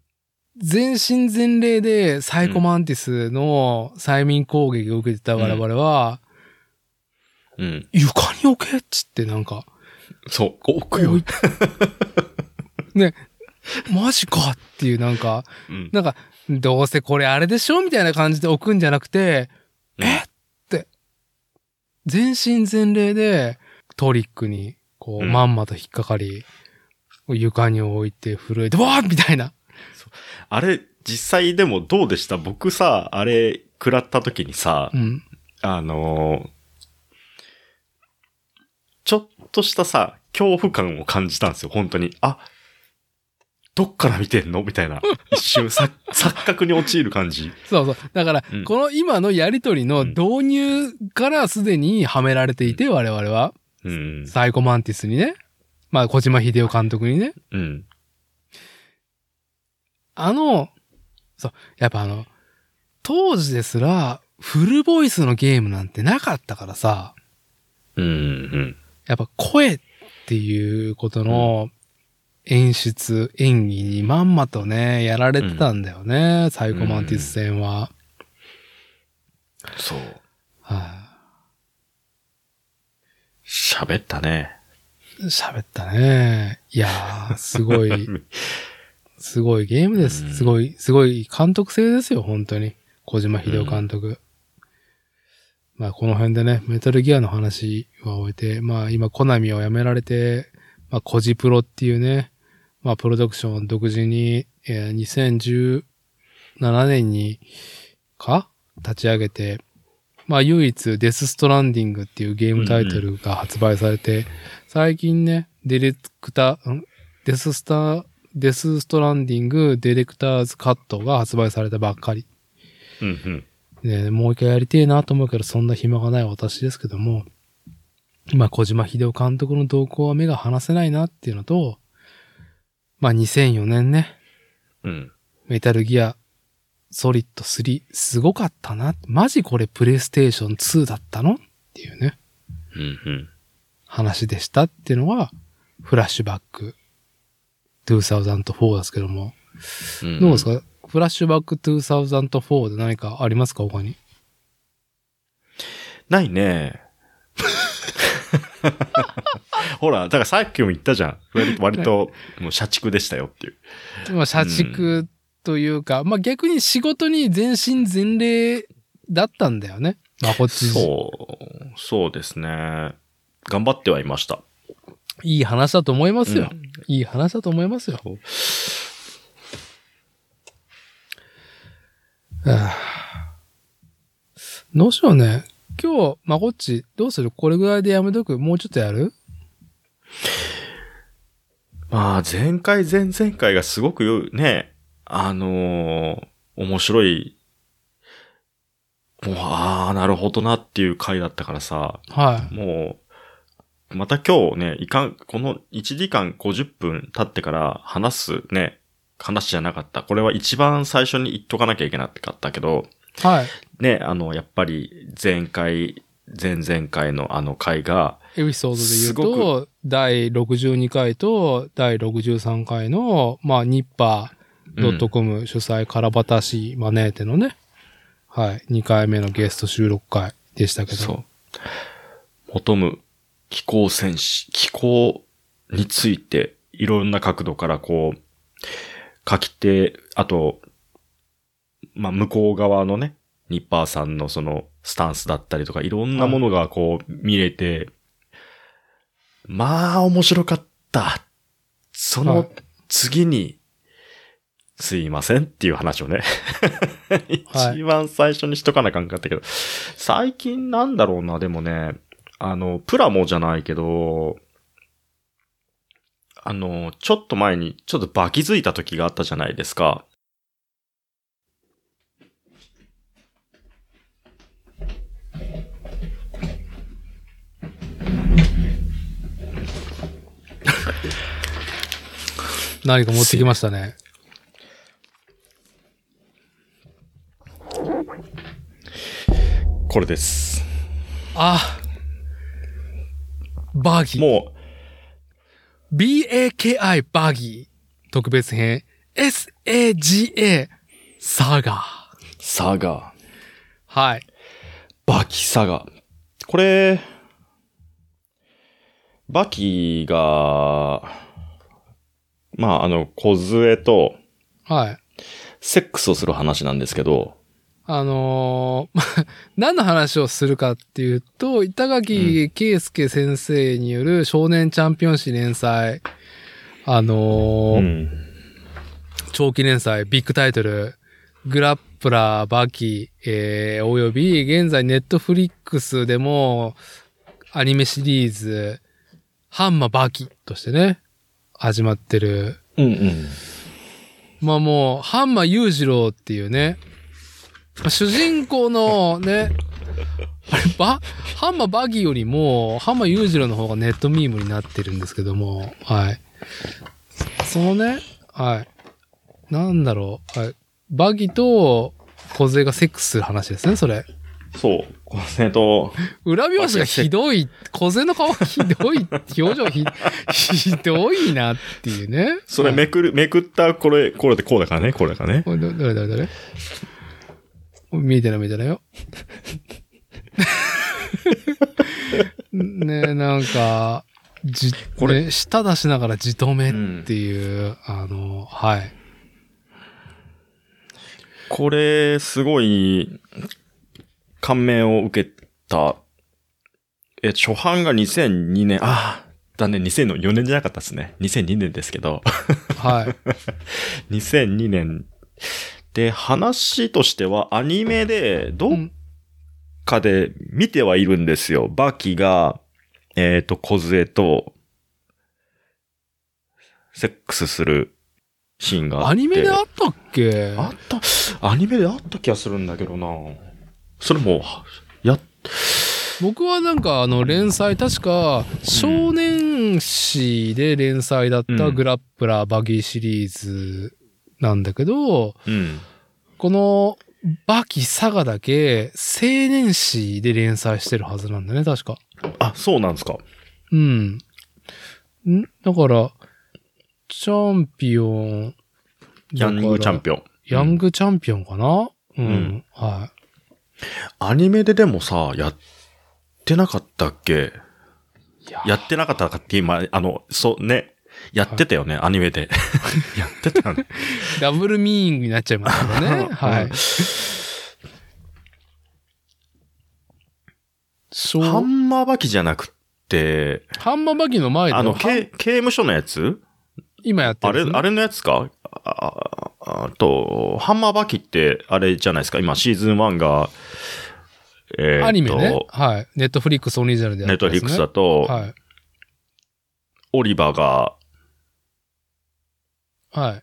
Speaker 2: 全身全霊でサイコマンティスの催眠攻撃を受けてた我々は、
Speaker 1: うん。
Speaker 2: 床に置けっつってなんか、
Speaker 1: そう、置くよ。
Speaker 2: 置いね、マジかっていうなんか、
Speaker 1: うん。
Speaker 2: なんか、どうせこれあれでしょみたいな感じで置くんじゃなくて、
Speaker 1: うん
Speaker 2: えって、全身全霊でトリックに、こう、
Speaker 1: うん
Speaker 2: まんまと引っかかり、床に置いて震えて、わーみたいな。
Speaker 1: あれ、実際でもどうでした僕さ、あれ、食らった時にさ、
Speaker 2: うん。
Speaker 1: あのーちょっとしたさ、恐怖感を感じたんですよ、本当に。あ、どっから見てんのみたいな。一瞬、さ、 (laughs) 錯覚に陥る感じ。
Speaker 2: そうそう。だから、
Speaker 1: うん
Speaker 2: この今のやりとりの導入からすでにはめられていて、我々は、
Speaker 1: うん。
Speaker 2: サイコマンティスにね、まあ、小島秀夫監督にね、
Speaker 1: うん。
Speaker 2: あの、そう、やっぱあの、当時ですら、フルボイスのゲームなんてなかったからさ、
Speaker 1: うん。うん。
Speaker 2: やっぱ声っていうことの演出、演技にまんまとね、やられてたんだよね、サイコマンティス戦は。
Speaker 1: そう。
Speaker 2: は
Speaker 1: 喋ったね。
Speaker 2: い喋ったね。いやー、すごい、
Speaker 1: (laughs)
Speaker 2: すごいゲームで
Speaker 1: うん
Speaker 2: す。すごい、すごい監督性ですよ、本当に。小島秀夫監督。まあ、この辺でね、メタルギアの話は終えて、まあ、今、コナミを辞められて、まあ、コジプロっていうね、まあ、プロダクション独自に、えー2017年に、か立ち上げて、まあ、唯一、デスストランディングっていうゲームタイトルが発売されて、最近ね、ディレクター、んデススター、デスストランディングディレクターズカットが発売されたばっかり。
Speaker 1: うんうん。
Speaker 2: ね、もう一回やりてえなと思うけど、そんな暇がない私ですけども、まあ、小島秀夫監督の動向は目が離せないなっていうのと、まあ、2004年ね、
Speaker 1: うん。
Speaker 2: メタルギア、ソリッド3、すごかったな。マジこれプレイステーション2だったのっていうね、
Speaker 1: うんうん。
Speaker 2: 話でしたっていうのは、フラッシュバック2004ですけども。
Speaker 1: うん
Speaker 2: どうですかフラッシュバック2004で何かありますか他に。
Speaker 1: ないね。 (laughs) ほら、だからさっきも言ったじゃん。割と、割ともう社畜でしたよっていう。
Speaker 2: まあ、社畜というか、まあ逆に仕事に全身全霊だったんだよね。まあこっち、
Speaker 1: そう、そうですね。頑張ってはいました。
Speaker 2: いい話だと思いますよ。
Speaker 1: う
Speaker 2: いい話だと思いますよ。 (sighs) ああどうしようね。今日、まこっち、どうするこれぐらいでやめとくもうちょっとやる
Speaker 1: まあ、前回、前々回がすごくよね、あのー面白い、もう、ああ、なるほどなっていう回だったからさ、
Speaker 2: はい。
Speaker 1: もう、また今日ね、いかん、この1時間50分経ってから話すね、話じゃなかった。これは一番最初に言っとかなきゃいけなかったけど、
Speaker 2: はい。
Speaker 1: ね、あの、やっぱり前回、前々回のあの回が、
Speaker 2: エピソードです言
Speaker 1: ご
Speaker 2: うと、第62回と第63回の、まあ、ニッパ
Speaker 1: うん
Speaker 2: ー .com 主催カラバタシマネーテのね、はい、2回目のゲスト収録会でしたけど。
Speaker 1: そう。求む気候戦士、気候についていろんな角度からこう、書き手、あと、まあ、向こう側のね、ニッパーさんのそのスタンスだったりとか、いろんなものがこう見れて、まあ面白かった。そ
Speaker 2: はい
Speaker 1: の次に、すいませんっていう話をね。
Speaker 2: はい
Speaker 1: 一番最初にしとかなあかんかったけど、最近なんだろうな、でもね、あの、プラモじゃないけど、あの、ちょっと前に、ちょっとバキづいた時があったじゃないですか。
Speaker 2: 何か持ってきましたね。
Speaker 1: これです。
Speaker 2: あバギー。
Speaker 1: も
Speaker 2: BAKI バギー。特別編。SAGA サガー。
Speaker 1: う、サガ。
Speaker 2: はい。
Speaker 1: バキサガ。これ、バキが、まあ、あの、小えと
Speaker 2: はい。
Speaker 1: セックスをする話なんですけど、
Speaker 2: あのー (laughs) まあ何の話をするかっていうと、板垣圭介先生による少年チャンピオン誌連載、あのー
Speaker 1: うん。
Speaker 2: 長期連載、ビッグタイトル、グラップラー、バキ、えー、および、現在ネットフリックスでも、アニメシリーズ、ハンマーバキとしてね、始まってる。
Speaker 1: うんうん。
Speaker 2: まあもう、ハンマー裕次郎っていうね、主人公のね、あれ、ば、ハンマーバギーよりも、ハンマー裕次郎の方がネットミームになってるんですけども、はい。そのね、はい。なんだろう、はい。バギーと小杖がセックスする話ですね、それ。
Speaker 1: そう。これと、
Speaker 2: 裏表紙がひどい、小杖の顔がひどい、表情ひ、 (laughs) ひどいなっていうね。
Speaker 1: それ
Speaker 2: はい
Speaker 1: めくる、めくったこれ、これってこうだからね、これだからね。
Speaker 2: これど、どれどれどれ見えてない見えてないよ。ねえ、なんか、じ、
Speaker 1: これ
Speaker 2: ね舌出しながらじとめっていう、あの、はい。
Speaker 1: これ、すごい、感銘を受けた。え、初版が2002年、ああ、だね、2004年じゃなかったですね。2002年ですけど、 (laughs)
Speaker 2: はい。
Speaker 1: 2002年。で、話としては、アニメで、どっかで見てはいるんですよ。バキが、えっ、と、小杖と、セックスするシーンがあって。
Speaker 2: アニメであったっけ
Speaker 1: あった、アニメであった気がするんだけどなそれも、やっ、
Speaker 2: 僕はなんかあの連載、確か少年誌で連載だった
Speaker 1: うん
Speaker 2: グラップラーバギーシリーズなんだけど、
Speaker 1: うん。
Speaker 2: この、バキサガだけ、青年誌で連載してるはずなんだよね、確か。
Speaker 1: あ、そうなんですか。
Speaker 2: うん。んだから、チャンピオン。
Speaker 1: ヤングチャンピオン。
Speaker 2: ヤングチャンピオンかなうん。
Speaker 1: うん
Speaker 2: は
Speaker 1: アニメででもさ、やってなかったっけ
Speaker 2: い。いや
Speaker 1: やってなかったかって今、あの、そうね。やってたよね、アニメ
Speaker 2: (laughs)
Speaker 1: で。やってたよね。
Speaker 2: ダブルミーニングになっちゃいますから
Speaker 1: (laughs)
Speaker 2: ね。はい
Speaker 1: うん。
Speaker 2: そう。
Speaker 1: ハンマーバキじゃなくって、
Speaker 2: ハンマーバギーの前で、
Speaker 1: あの、
Speaker 2: ハン
Speaker 1: け刑務所のやつ
Speaker 2: 今やって
Speaker 1: あ
Speaker 2: る
Speaker 1: れ
Speaker 2: や、つね、
Speaker 1: あれのやつかあああと、ハンマーバキって、あれじゃないですか。今、シーズン1が、えーっと
Speaker 2: アニメね。はい。ネットフリックスオリジナルでや
Speaker 1: ネッ
Speaker 2: って
Speaker 1: ト
Speaker 2: ま
Speaker 1: フ
Speaker 2: すね。
Speaker 1: リックスだと、
Speaker 2: はい。
Speaker 1: オリバーが
Speaker 2: はい。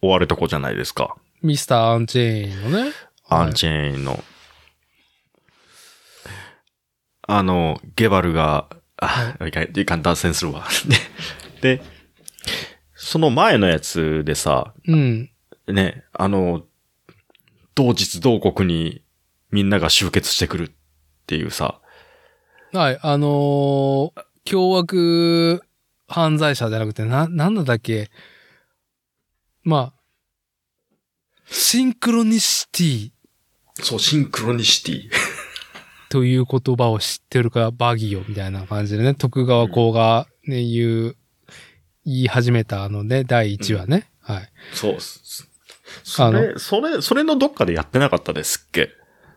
Speaker 1: 終わるとこじゃないですか。
Speaker 2: ミスター・アンチェインのね。
Speaker 1: アンチェインの。あの、ゲバルが、あ、いかん、いかん、脱線するわ。 (laughs) で、でその前のやつでさ、
Speaker 2: ェイン。うん。
Speaker 1: ね、あの、同日同国にみんなが集結してくるっていうさ、
Speaker 2: はい。あのー凶悪犯罪者じゃなくて、な、なんだったっけまあ、シンクロニシティ
Speaker 1: そう、シンクロニシティ。
Speaker 2: という言葉を知ってるか、バギーよ、みたいな感じでね、徳川公がね、言う、言い始めたので、第1話ね。はい。
Speaker 1: そう。そそれ、それ、それのどっかでやってなかったですっけ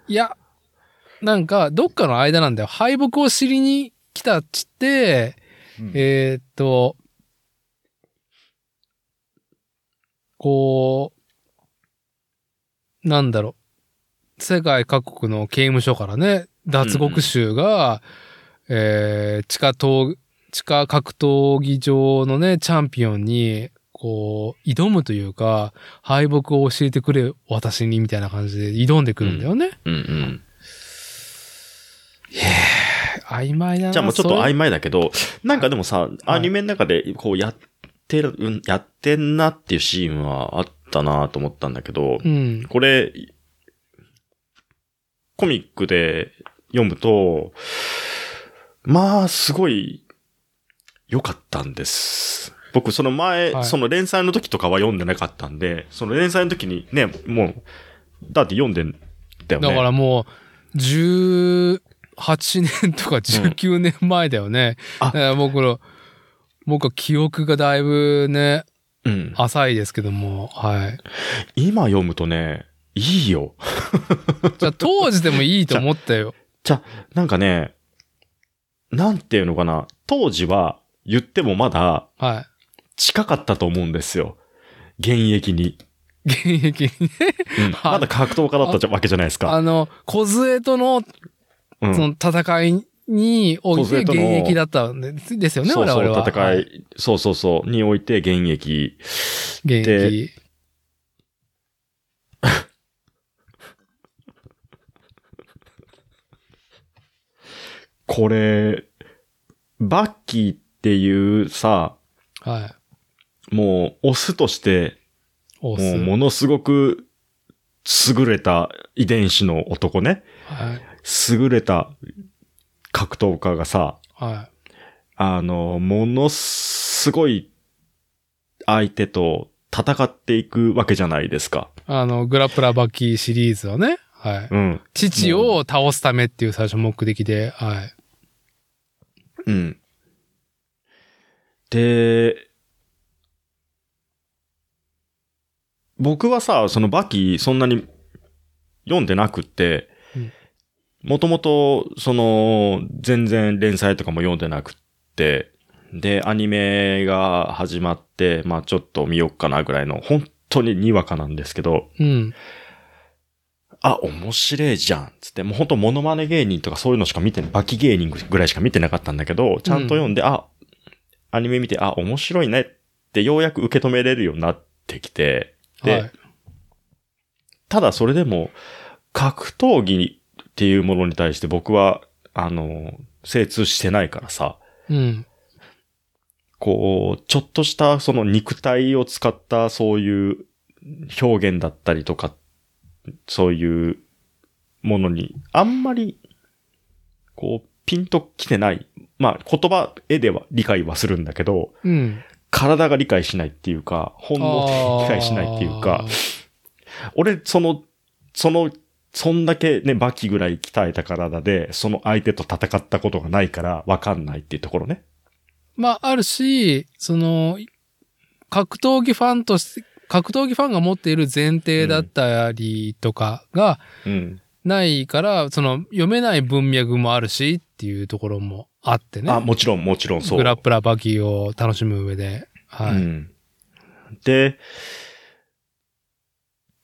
Speaker 2: いや、なんか、どっかの間なんだよ。敗北を知りに来たっちって、
Speaker 1: うん
Speaker 2: えーっと、こう、なんだろう、世界各国の刑務所からね、脱獄囚が、えー地下闘、地下格闘技場のね、チャンピオンに、こう、挑むというか、敗北を教えてくれ、私に、みたいな感じで挑んでくるんだよね。
Speaker 1: うんうん。
Speaker 2: 曖昧だな。
Speaker 1: じゃあもうちょっと
Speaker 2: それ
Speaker 1: 曖昧だけど、なんかでもさ、アニメの中でこうやってる、うんやってんなっていうシーンはあったなと思ったんだけど、
Speaker 2: うん。
Speaker 1: これ、コミックで読むと、まあ、すごい良かったんです。僕、その前、
Speaker 2: はい
Speaker 1: その連載の時とかは読んでなかったんで、その連載の時にね、もう、だって読んでんだよね。
Speaker 2: だからもう、18年とか19年前だよね。
Speaker 1: あ
Speaker 2: だから僕の、僕は記憶がだいぶね、
Speaker 1: うん、
Speaker 2: 浅いですけども、はい。
Speaker 1: 今読むとね、いいよ。
Speaker 2: じゃあ当時でもいいと思った
Speaker 1: (laughs)
Speaker 2: よ。
Speaker 1: なんかね、なんていうのかな、当時は言ってもまだ
Speaker 2: は
Speaker 1: 近かったと思うんですよ。現役に。
Speaker 2: い。現役にね。
Speaker 1: うん
Speaker 2: はい
Speaker 1: まだ格闘家だったじゃわけじゃないですか。
Speaker 2: あの、小杖との、
Speaker 1: うん
Speaker 2: その戦いにおいて
Speaker 1: 小杖と
Speaker 2: 現
Speaker 1: の
Speaker 2: 役だったんでですよね、
Speaker 1: そうそう、
Speaker 2: 我々は。
Speaker 1: 戦、
Speaker 2: はいい。
Speaker 1: そうそうそう、において現役。
Speaker 2: 現役。
Speaker 1: これ、バッキーっていうさ、
Speaker 2: はい。
Speaker 1: もうオスとして、
Speaker 2: オ
Speaker 1: もう
Speaker 2: ス。
Speaker 1: ものすごく優れた遺伝子の男ね。
Speaker 2: はい。
Speaker 1: 優れた格闘家がさ、
Speaker 2: は
Speaker 1: あの、ものすごい相手と戦っていくわけじゃないですか。
Speaker 2: い。あの、グラップラバキシリーズはね、はい。
Speaker 1: うん。
Speaker 2: 父を倒すためっていう最初目的で、はい。
Speaker 1: うん。で、僕はさ、そのバキそんなに読んでなくって
Speaker 2: うん、
Speaker 1: もともと、その、全然連載とかも読んでなくって、で、アニメが始まって、まあちょっと見よっかなぐらいの、本当ににわかなんですけど、
Speaker 2: うん。
Speaker 1: あ、面白いじゃんつって、もうほんとモノマネ芸人とかそういうのしか見てない、バキ芸人ぐらいしか見てなかったんだけど、ちゃんと読んで、あ、アニメ見て、あ、面白いねってようやく受け止めれるようになってきて、で、
Speaker 2: はい。
Speaker 1: ただそれでも、格闘技っていうものに対して僕は、あの、精通してないからさ、
Speaker 2: うん。
Speaker 1: こう、ちょっとしたその肉体を使ったそういう表現だったりとか、そういうものに、あんまり、こう、ピンと来てない。まあ、言葉、絵では理解はするんだけど、
Speaker 2: うん。
Speaker 1: 体が理解しないっていうか、本能的に理解しないっていうか、俺、その、その、そんだけね、バキぐらい鍛えた体で、その相手と戦ったことがないから、わかんないっていうところね。
Speaker 2: まあ、あるし、その、格闘技ファンとして、格闘技ファンが持っている前提だったりとかが
Speaker 1: うん。
Speaker 2: ないから、その、読めない文脈もあるしっていうところもあってね。
Speaker 1: あ、もちろん、もちろんそう。
Speaker 2: グラップラーバキを楽しむ上で。はい。
Speaker 1: うん。で、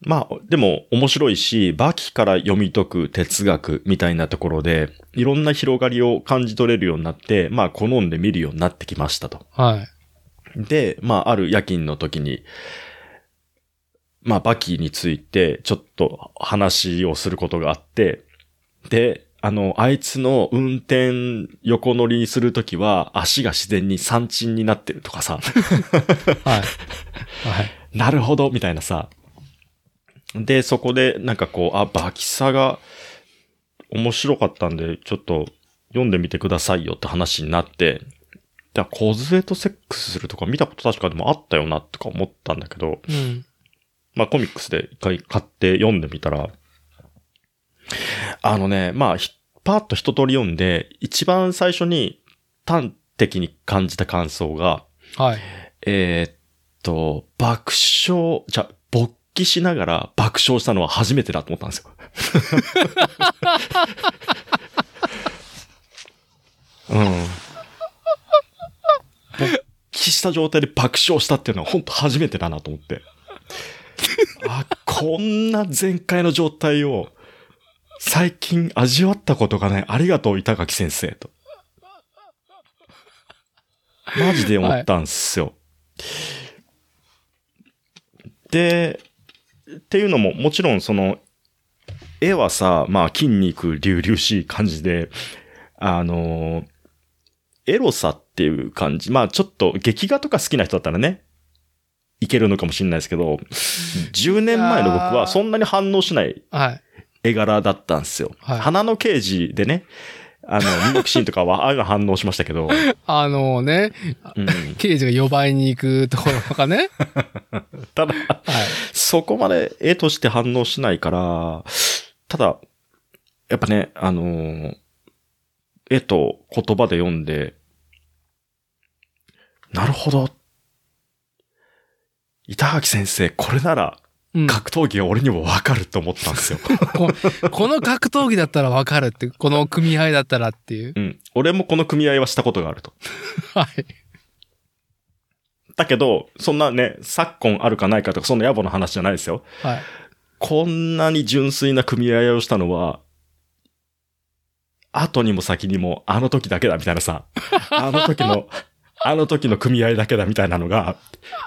Speaker 1: まあ、でも面白いし、バキから読み解く哲学みたいなところで、いろんな広がりを感じ取れるようになって、まあ、好んで見るようになってきましたと。
Speaker 2: はい。
Speaker 1: で、まあ、ある夜勤の時に、まあ、バキについて、ちょっと話をすることがあって、で、あの、あいつの運転横乗りにするときは、足が自然に三鎮になってるとかさ、
Speaker 2: はい。
Speaker 1: なるほど、みたいなさ。で、そこで、なんかこう、あ、バキサが面白かったんで、ちょっと読んでみてくださいよって話になって、だから小杖とセックスするとか見たこと確かでもあったよな、とか思ったんだけど、
Speaker 2: はい。うん。
Speaker 1: まあコミックスで一回買って読んでみたら、あのね、まあ、ひパーッと一通り読んで、一番最初に端的に感じた感想が、
Speaker 2: はい。
Speaker 1: えーっと、爆笑、じゃ、勃起しながら爆笑したのは初めてだと思ったんですよ。うん。勃起した状態で爆笑したっていうのは本当初めてだなと思って。あ、こんな全開の状態を最近味わったことがない。ありがとう、板垣先生と。マジで思ったんすよ。で、っていうのも、もちろんその、絵はさ、まあ筋肉隆々しい感じで、あのーエロさっていう感じ。まあちょっと劇画とか好きな人だったらね、いけるのかもしれないですけど、10年前の僕はそんなに反応しない
Speaker 2: はい。
Speaker 1: 絵柄だったんですよ。
Speaker 2: はい
Speaker 1: 花の刑事でね、あの、ミノキシンとかは、ああいうの反応しました
Speaker 2: (laughs)
Speaker 1: けど、
Speaker 2: あのね、
Speaker 1: うん、
Speaker 2: 刑事が呼ばいに行くところとかね。
Speaker 1: (laughs) た
Speaker 2: は
Speaker 1: だ、
Speaker 2: い。
Speaker 1: そこまで絵として反応しないから、ただ、やっぱね、あのー絵と言葉で読んで、なるほど。板垣先生、これなら
Speaker 2: うん、
Speaker 1: 格闘技は俺にもわかると思ったんで
Speaker 2: (laughs)
Speaker 1: すよ。
Speaker 2: ここの格闘技だったらわかるって、この組合だったらっていう。
Speaker 1: うん。俺もこの組合はしたことがあると。
Speaker 2: はい。
Speaker 1: だけど、そんなね、昨今あるかないかとか、そんな野暮な話じゃないですよ。
Speaker 2: はい。
Speaker 1: こんなに純粋な組み合いをしたのは、後にも先にもあの時だけだみたい
Speaker 2: (laughs)
Speaker 1: なさ、あの時の、あの時の組合だけだみたいなのが、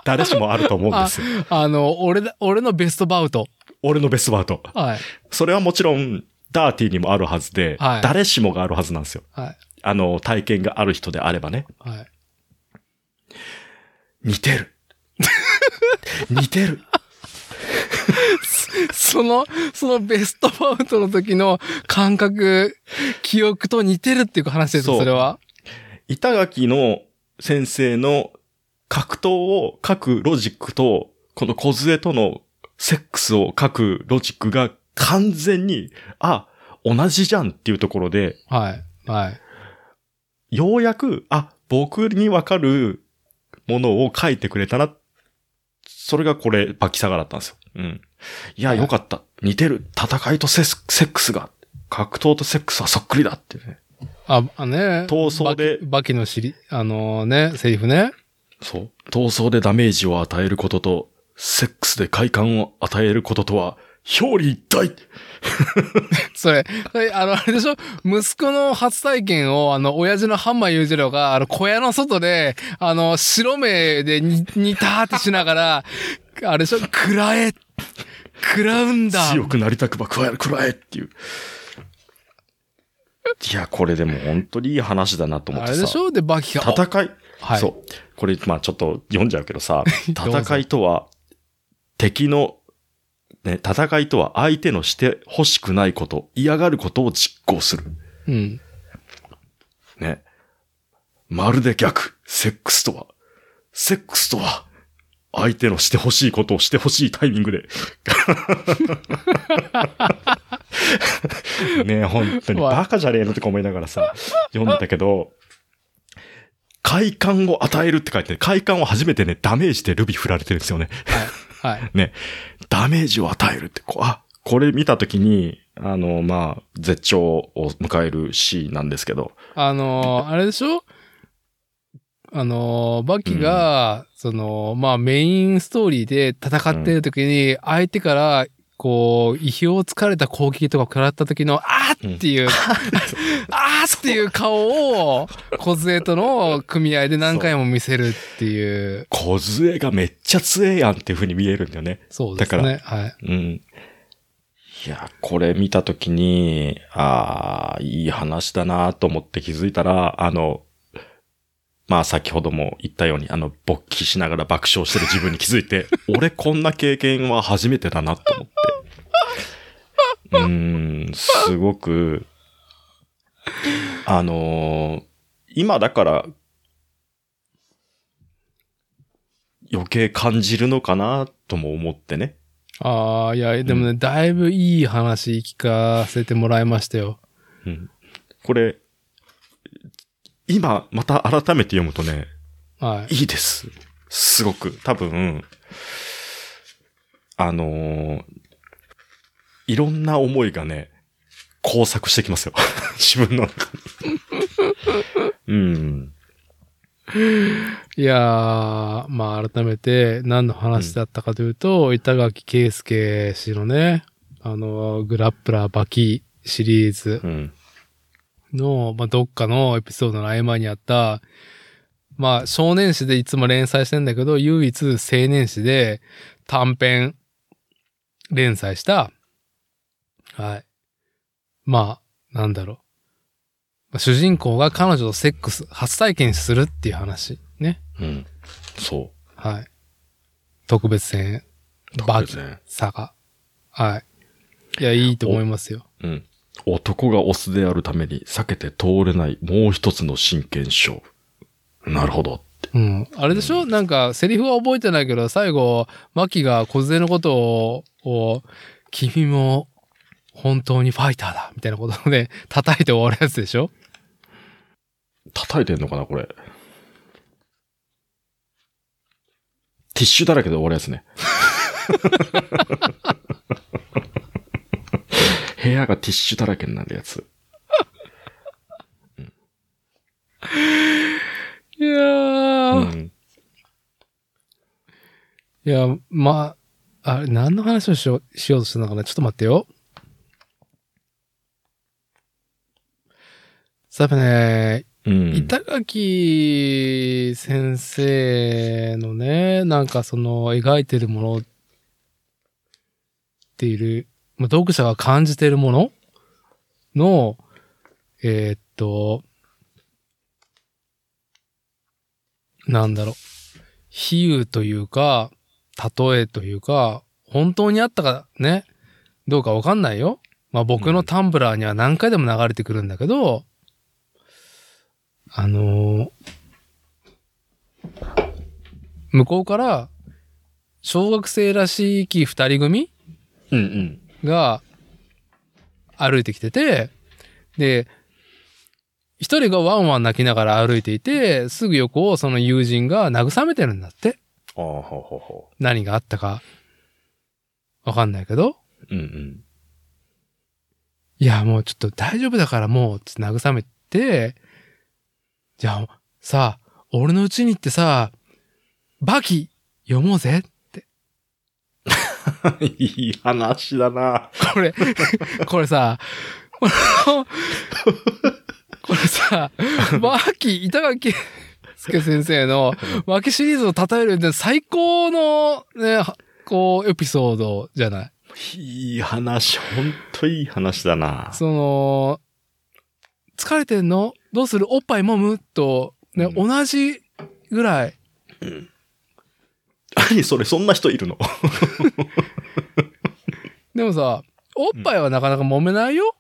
Speaker 1: 誰しもあると思うんですよ。
Speaker 2: (laughs) あの、俺だ、俺のベストバウト。
Speaker 1: 俺のベストバート。
Speaker 2: はい。
Speaker 1: それはもちろん、ダーティーにもあるはずで、
Speaker 2: はい
Speaker 1: 誰しもがあるはずなんですよ。
Speaker 2: はい。
Speaker 1: あの、体験がある人であればね。
Speaker 2: はい。
Speaker 1: 似て
Speaker 2: (laughs)
Speaker 1: る。似てる。
Speaker 2: その、そのベストバウトの時の感覚、記憶と似てるっていう話です
Speaker 1: そ
Speaker 2: よ、
Speaker 1: う
Speaker 2: それは。
Speaker 1: 板垣の先生の格闘を書くロジックと、この小杖とのセックスを書くロジックが完全に、あ、同じじゃんっていうところで、
Speaker 2: はい。はい。
Speaker 1: ようやく、あ、僕にわかるものを書いてくれたな。それがこれ、バキサガだったんですよ。うん。いや、よかった。似てる。戦いとセスセックスが。格闘とセックスはそっくりだってね。
Speaker 2: あ、あね。
Speaker 1: 闘争
Speaker 2: バ
Speaker 1: で
Speaker 2: キバキの尻、あのね、セリフね。
Speaker 1: そう。闘争でダメージを与えることと、セックスで快感を与えることとは、表裏一体
Speaker 2: それ、それあの、あれでしょ息子の初体験を、あの、親父のハンマー裕次郎が、あの、小屋の外で、あの、白目でに、にたーってしながら、あれでしょ食らえ、食らうんだ。
Speaker 1: 強くなりたくば加えるくらえっていう。いや、これでも本当にいい話だなと思っ
Speaker 2: あ
Speaker 1: て
Speaker 2: れでし
Speaker 1: さ。
Speaker 2: ょで、バキが、
Speaker 1: 戦い、
Speaker 2: おはい。
Speaker 1: そう。これ、まあちょっと読んじゃうけ
Speaker 2: (laughs)
Speaker 1: どさ、
Speaker 2: ぞ
Speaker 1: 戦いとは、敵の、ね、戦いとは相手のして欲しくないこと、嫌がることを実行する。
Speaker 2: うん。
Speaker 1: ね。まるで逆、セックスとは、セックスとは、相手のしてほしいことをしてほしいタイミングで。ねえ、本当に
Speaker 2: わ
Speaker 1: バカじゃねえのとか思いながらさ、読んだけど、快感を与えるって書いて、快感を初めてね、ダメージでルビ振られてるんですよね。
Speaker 2: はい。はい。
Speaker 1: ダメージを与えるって、こうあ、これ見たときに、あの、まあ、絶頂を迎えるシーンなんですけど、
Speaker 2: あのーあれでしょあのーバキが、その、まあ、メインストーリーで戦ってる時に、相手から、こう、意表をつかれた攻撃とか食らった時の、あーっていう、あーっていう顔を、小杖との組合で何回も見せるっていう、
Speaker 1: 小杖がめっちゃ強えやんっていう風に見えるんだよね。
Speaker 2: そうですね。はい。
Speaker 1: うん。いや、これ見たときに、ああ、いい話だなと思って気づいたら、あの、まあ先ほども言ったように、あの、勃起しながら爆笑してる自分に気づい (laughs) て、俺こんな経験は初めてだなと思って。うーん、すごく、あのー今だから、余計感じるのかなとも思ってね。
Speaker 2: ああ、いや、でもね、だいぶいい話聞かせてもらいましたよ。
Speaker 1: うんこれ、今、また改めて読むとね、
Speaker 2: はい。
Speaker 1: いいです。すごく。多分、あのーいろんな思いがね、交錯してきますよ。 (laughs) 自分の中に。うん。
Speaker 2: いやー、まあ改めて何の話だったかというと、板垣圭介氏のね、あの、グラップラーバキシリーズ
Speaker 1: うん。
Speaker 2: の、まあどっかのエピソードの合間にあった、まあ少年誌でいつも連載してんだけど、唯一青年誌で短編連載した、はい。まあ、なんだろう。まあ主人公が彼女とセックス、初体験するっていう話。ね。
Speaker 1: うん。そ
Speaker 2: はい。特別編、
Speaker 1: う。
Speaker 2: バ
Speaker 1: 特
Speaker 2: キ
Speaker 1: 別、ね。
Speaker 2: サガ。はい。いや、いいと思いますよ。
Speaker 1: うん。男がオスであるために避けて通れないもう一つの真剣勝負。なるほど。
Speaker 2: うん。あれでしょ、なんか、セリフは覚えてないけど、最後、マキが小杖のことを、を君も、本当にファイターだみたいなことで、 (laughs) 叩いて終わるやつでしょ
Speaker 1: 叩いてんのかな、これ。ティッシュだらけで終わるやつ (laughs) ね。部屋がティッシュだらけになるやつ。
Speaker 2: いや
Speaker 1: う
Speaker 2: ー。
Speaker 1: ん。
Speaker 2: いや、まあ、あれ、何の話をしよう、しようとしたのかなちょっと待ってよ。さてね、
Speaker 1: うん。
Speaker 2: 板垣先生のね、なんかその描いてるものっている、まあ、読者が感じてるものの、えーっと、なんだろう、比喩というか、例えというか、本当にあったかね、どうかわかんないよ。まあ僕のタンブラーには何回でも流れてくるんだけど、あのー向こうから、小学生らしき二人組
Speaker 1: うんうん。
Speaker 2: が歩いてきてて、で、一人がワンワン泣きながら歩いていて、すぐ横をその友人が慰めてるんだって。
Speaker 1: ああ、ほうほうほ
Speaker 2: 何があったか、わかんないけど。
Speaker 1: う。うん
Speaker 2: いや、もうちょっと大丈夫だからもう、つって慰めて、じゃあ、さあ、俺のうちに行ってさ、バキ読もうぜ。
Speaker 1: うん。いい話だな。
Speaker 2: これ、これさ、このこれさ、バキ、板垣介先生のバキシリーズを称えるって最高のね、はこう、エピソードじゃない
Speaker 1: いい話、ほんといい話だな。
Speaker 2: その、疲れてんのどうするおっぱい揉むと、ね、
Speaker 1: うん
Speaker 2: 同じぐらい。
Speaker 1: 何それ、そんな人いるの
Speaker 2: でもさ、おっぱいはなかなか揉めないよ。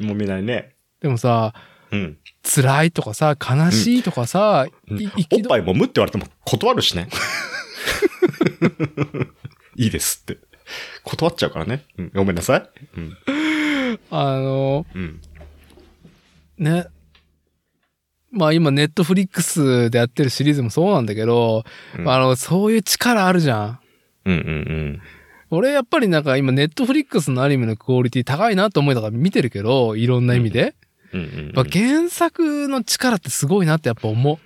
Speaker 1: もう見ないね。
Speaker 2: でもさ、
Speaker 1: うん。
Speaker 2: 辛いとかさ、悲しいとかさ、
Speaker 1: うん
Speaker 2: い
Speaker 1: おっ
Speaker 2: 憤
Speaker 1: ぱいもむって言われても断るしね。 (laughs) いいですって。断っちゃうからね。うん、ごめんなさい。うん。
Speaker 2: あの、
Speaker 1: うん。
Speaker 2: ね。まあ今、ネットフリックスでやってるシリーズもそうなんだけど、
Speaker 1: うん
Speaker 2: あの、そういう力あるじゃん。
Speaker 1: うんうん
Speaker 2: 俺やっぱりなんか今、ネットフリックスのアニメのクオリティ高いなと思いながら見てるけど、いろんな意味で。
Speaker 1: うん。うんうんう
Speaker 2: やっ
Speaker 1: ん
Speaker 2: ぱ原作の力ってすごいなってやっぱ思う。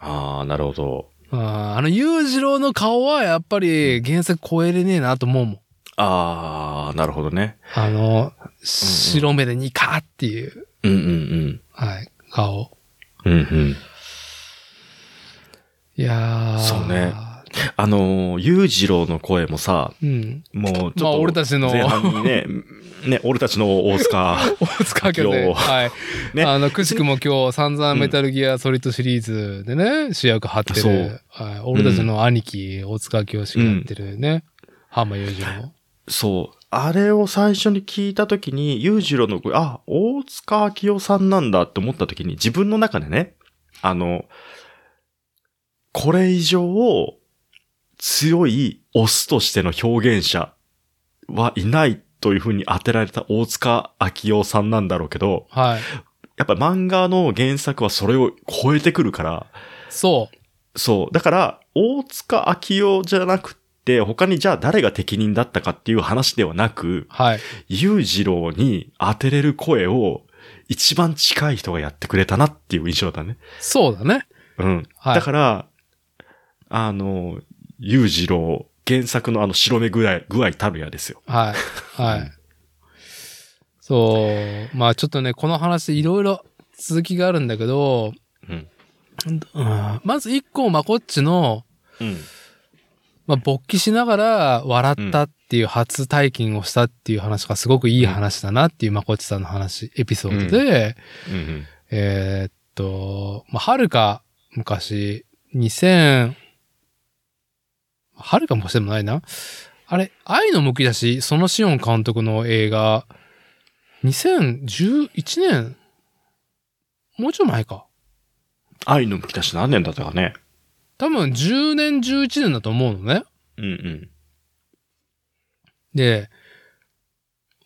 Speaker 1: ああ、なるほど。
Speaker 2: あーあの、裕次郎の顔はやっぱり原作超えれねえなと思うもん。
Speaker 1: ああ、なるほどね。
Speaker 2: あの、白目でニカっていう、
Speaker 1: うんうん
Speaker 2: はい、顔。
Speaker 1: うん。うんうん。
Speaker 2: いやー。
Speaker 1: そうねあのー、裕次郎の声もさ、
Speaker 2: うん。
Speaker 1: もうちょっと。
Speaker 2: まあ俺たちの
Speaker 1: 前半にね、ね、俺たちの大塚。
Speaker 2: 大塚明夫で、
Speaker 1: 今日
Speaker 2: はい。
Speaker 1: ね
Speaker 2: あの、くしくも今日散々メタルギアソリッドシリーズでね、主役張って
Speaker 1: そ
Speaker 2: る
Speaker 1: う。
Speaker 2: はい、俺たちの兄貴、大塚明夫氏がやってるね、浜裕次郎。
Speaker 1: そう。あれを最初に聞いたときに、裕次郎の声、あ、大塚明夫さんなんだって思ったときに、自分の中でね、あの、これ以上を強いオスとしての表現者はいないというふうに当てられた大塚明夫さんなんだろうけど、
Speaker 2: はい。
Speaker 1: やっぱ漫画の原作はそれを超えてくるから、
Speaker 2: そう。
Speaker 1: そう。だから、大塚明夫じゃなくって、他にじゃあ誰が適任だったかっていう話ではなく、
Speaker 2: はい。
Speaker 1: 裕次郎に当てれる声を一番近い人がやってくれたなっていう印象だね。
Speaker 2: そうだね。
Speaker 1: うん。
Speaker 2: はい
Speaker 1: だから、あの、裕次郎、原作のあの白目具合、具合たるやですよ。
Speaker 2: はい。はい。そう。まあちょっとね、この話いろいろ続きがあるんだけど、
Speaker 1: うん。
Speaker 2: うんまず一個まこっちの、
Speaker 1: うん。
Speaker 2: まあ、勃起しながら笑ったっていう初体験をしたっていう話がすごくいい話だなっていうまこっちさんの話、エピソードで、
Speaker 1: うん。
Speaker 2: えーっと、まあ、はるか昔、2000、はるかもしてもないな。あれ、愛のむき出し、そのシオン監督の映画、2011年もうちょい前か。
Speaker 1: 愛のむき出し何年だったかね。
Speaker 2: 多分10年、11年だと思うのね。
Speaker 1: うんうん。
Speaker 2: で、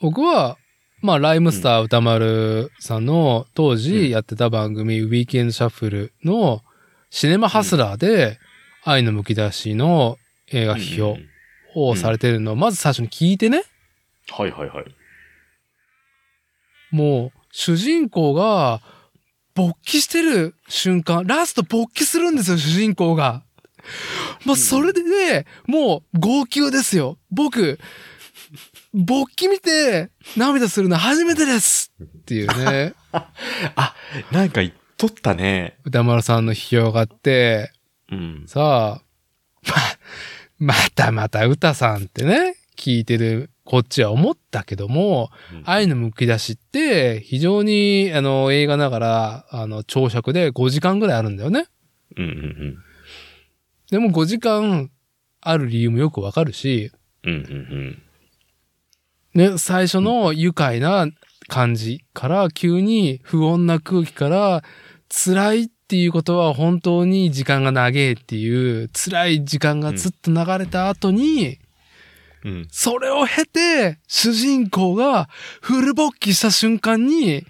Speaker 2: 僕は、まあ、ライムスター歌丸さんの当時やってた番組、ウィーケンドシャッフルのシネマハスラーで、愛のむき出しの映画批評
Speaker 1: うん
Speaker 2: をされてるのを、まず最初に聞いてね、
Speaker 1: はいはいはい。
Speaker 2: もう、主人公が、勃起してる瞬間、ラスト勃起するんですよ、主人公が。まあ、それでね、もう、号泣ですよ。僕、勃起見て、涙するの初めてですっていうね、
Speaker 1: なんか言っとったね。
Speaker 2: 歌丸さんの批評があって、
Speaker 1: うん。
Speaker 2: さあ、ま、ま (laughs) たまた歌さんってね、聞いてるこっちは思ったけども、
Speaker 1: うん
Speaker 2: 愛のむき出しって、非常に、あの、映画ながら、あの、長尺で5時間ぐらいあるんだよね。
Speaker 1: うんうん
Speaker 2: でも5時間ある理由もよくわかるし、
Speaker 1: うん。うんうん
Speaker 2: ね、最初の愉快な感じから、急に不穏な空気から、辛いっていうことは本当に時間が長えっていう、辛い時間がずっと流れた後に、
Speaker 1: うん。うん。
Speaker 2: それを経て、主人公がフル勃起した瞬間に、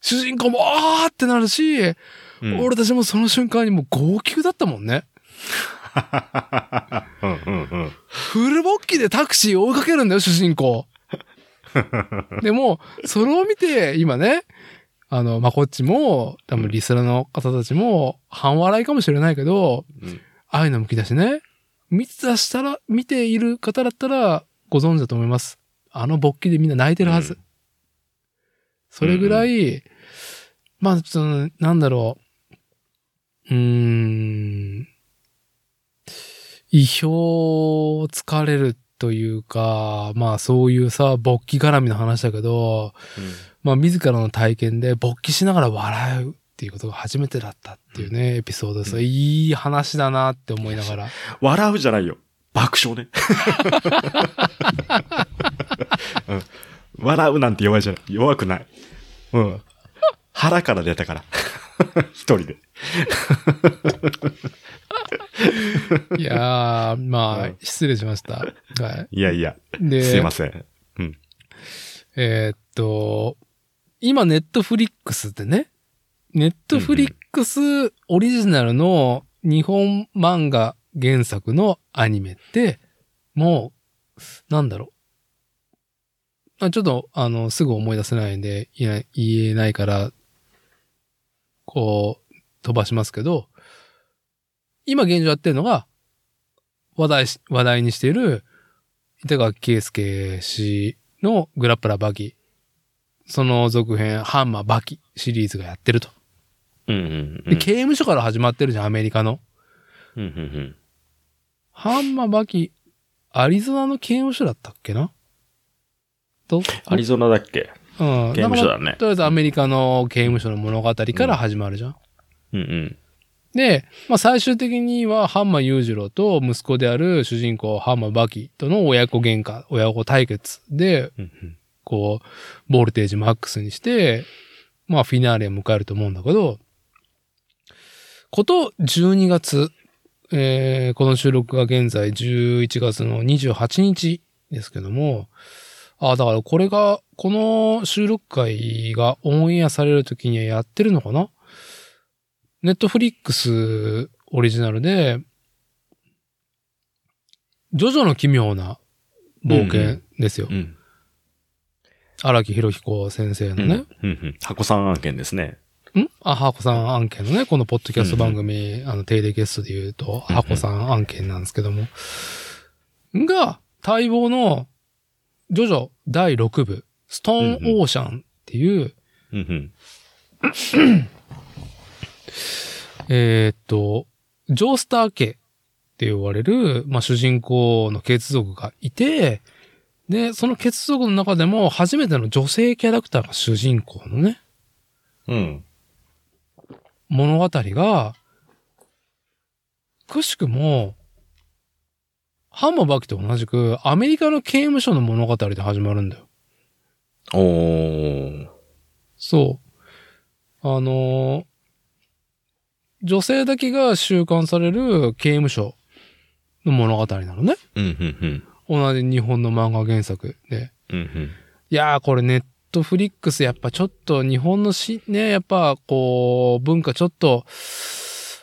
Speaker 2: 主人公もあーってなるし、
Speaker 1: うん
Speaker 2: 俺たちもその瞬間にもう号泣だったもんね。
Speaker 1: うんうんうん。
Speaker 2: フル勃起でタクシーを追いかけるんだよ、主人
Speaker 1: (laughs)
Speaker 2: 公。でも、それを見て、今ね、あの、まあ、こっちも、多分リスラの方たちも、半笑いかもしれないけど、
Speaker 1: うん
Speaker 2: 愛のむき出しね。見てたしたら、見ている方だったら、ご存知だと思います。あの勃起でみんな泣いてるはず。
Speaker 1: うん
Speaker 2: それぐらい、まあ、ちょっと、なんだろう。うーん。意表をつかれるというか、まあそういうさ、勃起絡みの話だけど、まあ自らの体験で勃起しながら笑うっていうことが初めてだったっていうね、エピソードです。いい話だなって思いながら。
Speaker 1: 笑うじゃないよ。爆笑ね。うん笑うなんて弱いじゃない。弱くない。うん。腹から出たから。 (laughs) 一人で。
Speaker 2: いやー、ま
Speaker 1: は
Speaker 2: あ
Speaker 1: い、
Speaker 2: 失礼しました。はい
Speaker 1: やいや、
Speaker 2: い。です
Speaker 1: いません。
Speaker 2: えーっと、今、ネットフリックスでね、ネットフリックスオリジナルの日本漫画原作のアニメって、もう、なんだろう。あちょっと、あの、すぐ思い出せないんで、言えない言えないから、こう、飛ばしますけど、今現状やってるのが、話題し、話題にしている、板垣圭介氏のグラップラーバキ、その続編、ハンマーバキシリーズがやってると。
Speaker 1: うんうんう
Speaker 2: で、
Speaker 1: ん。
Speaker 2: 刑務所から始まってるじゃん、アメリカの。
Speaker 1: うんうんうん
Speaker 2: ハンマーバキ、アリゾナの刑務所だったっけなと、
Speaker 1: アリゾナだっけ
Speaker 2: うん。
Speaker 1: 刑務所
Speaker 2: なんか
Speaker 1: だね
Speaker 2: と。りあえずアメリカの刑務所の物語から始まるじゃん。
Speaker 1: うんうん。
Speaker 2: で、まあ、最終的には、ハンマー裕次郎と息子である主人公、ハンマーバキとの親子喧嘩、親子対決で、
Speaker 1: うんうん
Speaker 2: こう、ボルテージマックスにして、まあフィナーレを迎えると思うんだけど、こと12月、えーこの収録が現在11月の28日ですけども、ああ、だからこれが、この収録会がオンエアされる時にはやってるのかなネットフリックスオリジナルで、ジョジョの奇妙な冒険ですよ。
Speaker 1: うん
Speaker 2: 荒木博彦先生の
Speaker 1: うん。
Speaker 2: ね、
Speaker 1: うんうん。箱さん案件ですね。
Speaker 2: んあ、ハコさん案件のね、このポッドキャスト番組、あの、定例ゲストで言うと、
Speaker 1: うん
Speaker 2: ハコさん案件なんですけども、が、待望の、ジョジョ第6部、ストーンオーシャンっていう、
Speaker 1: うんうん。
Speaker 2: えーっと、ジョースター家って呼ばれる、まあ、主人公の血族がいて、で、その血族の中でも初めての女性キャラクターが主人公のね、
Speaker 1: うん。
Speaker 2: 物語が、くしくも、ハンマーバキと同じく、アメリカの刑務所の物語で始まるんだよ。
Speaker 1: おー。
Speaker 2: そう。あのー女性だけが収監される刑務所の物語なのね。
Speaker 1: うんうんうん。
Speaker 2: 同じ日本の漫画原作で。
Speaker 1: うんうん。
Speaker 2: いやー、これネットフリックスやっぱちょっと日本のし、ね、やっぱこう、文化ちょっと、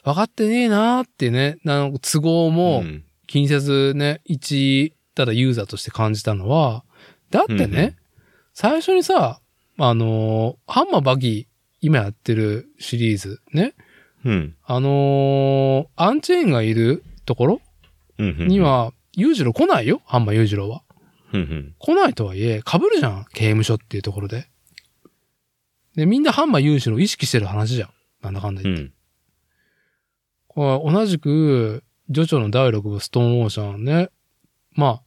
Speaker 2: 分かってねえなーってね、なんか都合も
Speaker 1: ん
Speaker 2: 気にせずね、一、ただユーザーとして感じたのは、だってね、
Speaker 1: うんうん
Speaker 2: 最初にさ、あのーハンマーバギー、今やってるシリーズ、ね、
Speaker 1: うん。
Speaker 2: あのーアンチェーンがいるところ
Speaker 1: うんうん。
Speaker 2: に。は、裕次郎来ないよ、ハンマー裕次郎は。
Speaker 1: うんうん。
Speaker 2: 来ないとはいえ、被るじゃん、刑務所っていうところで。で、みんなハンマー勇士の意識してる話じゃん。なんだかんだ
Speaker 1: う
Speaker 2: 言って。
Speaker 1: ん。
Speaker 2: これ同じく、ジョジョの第6部ストーンオーシャンね。まあ、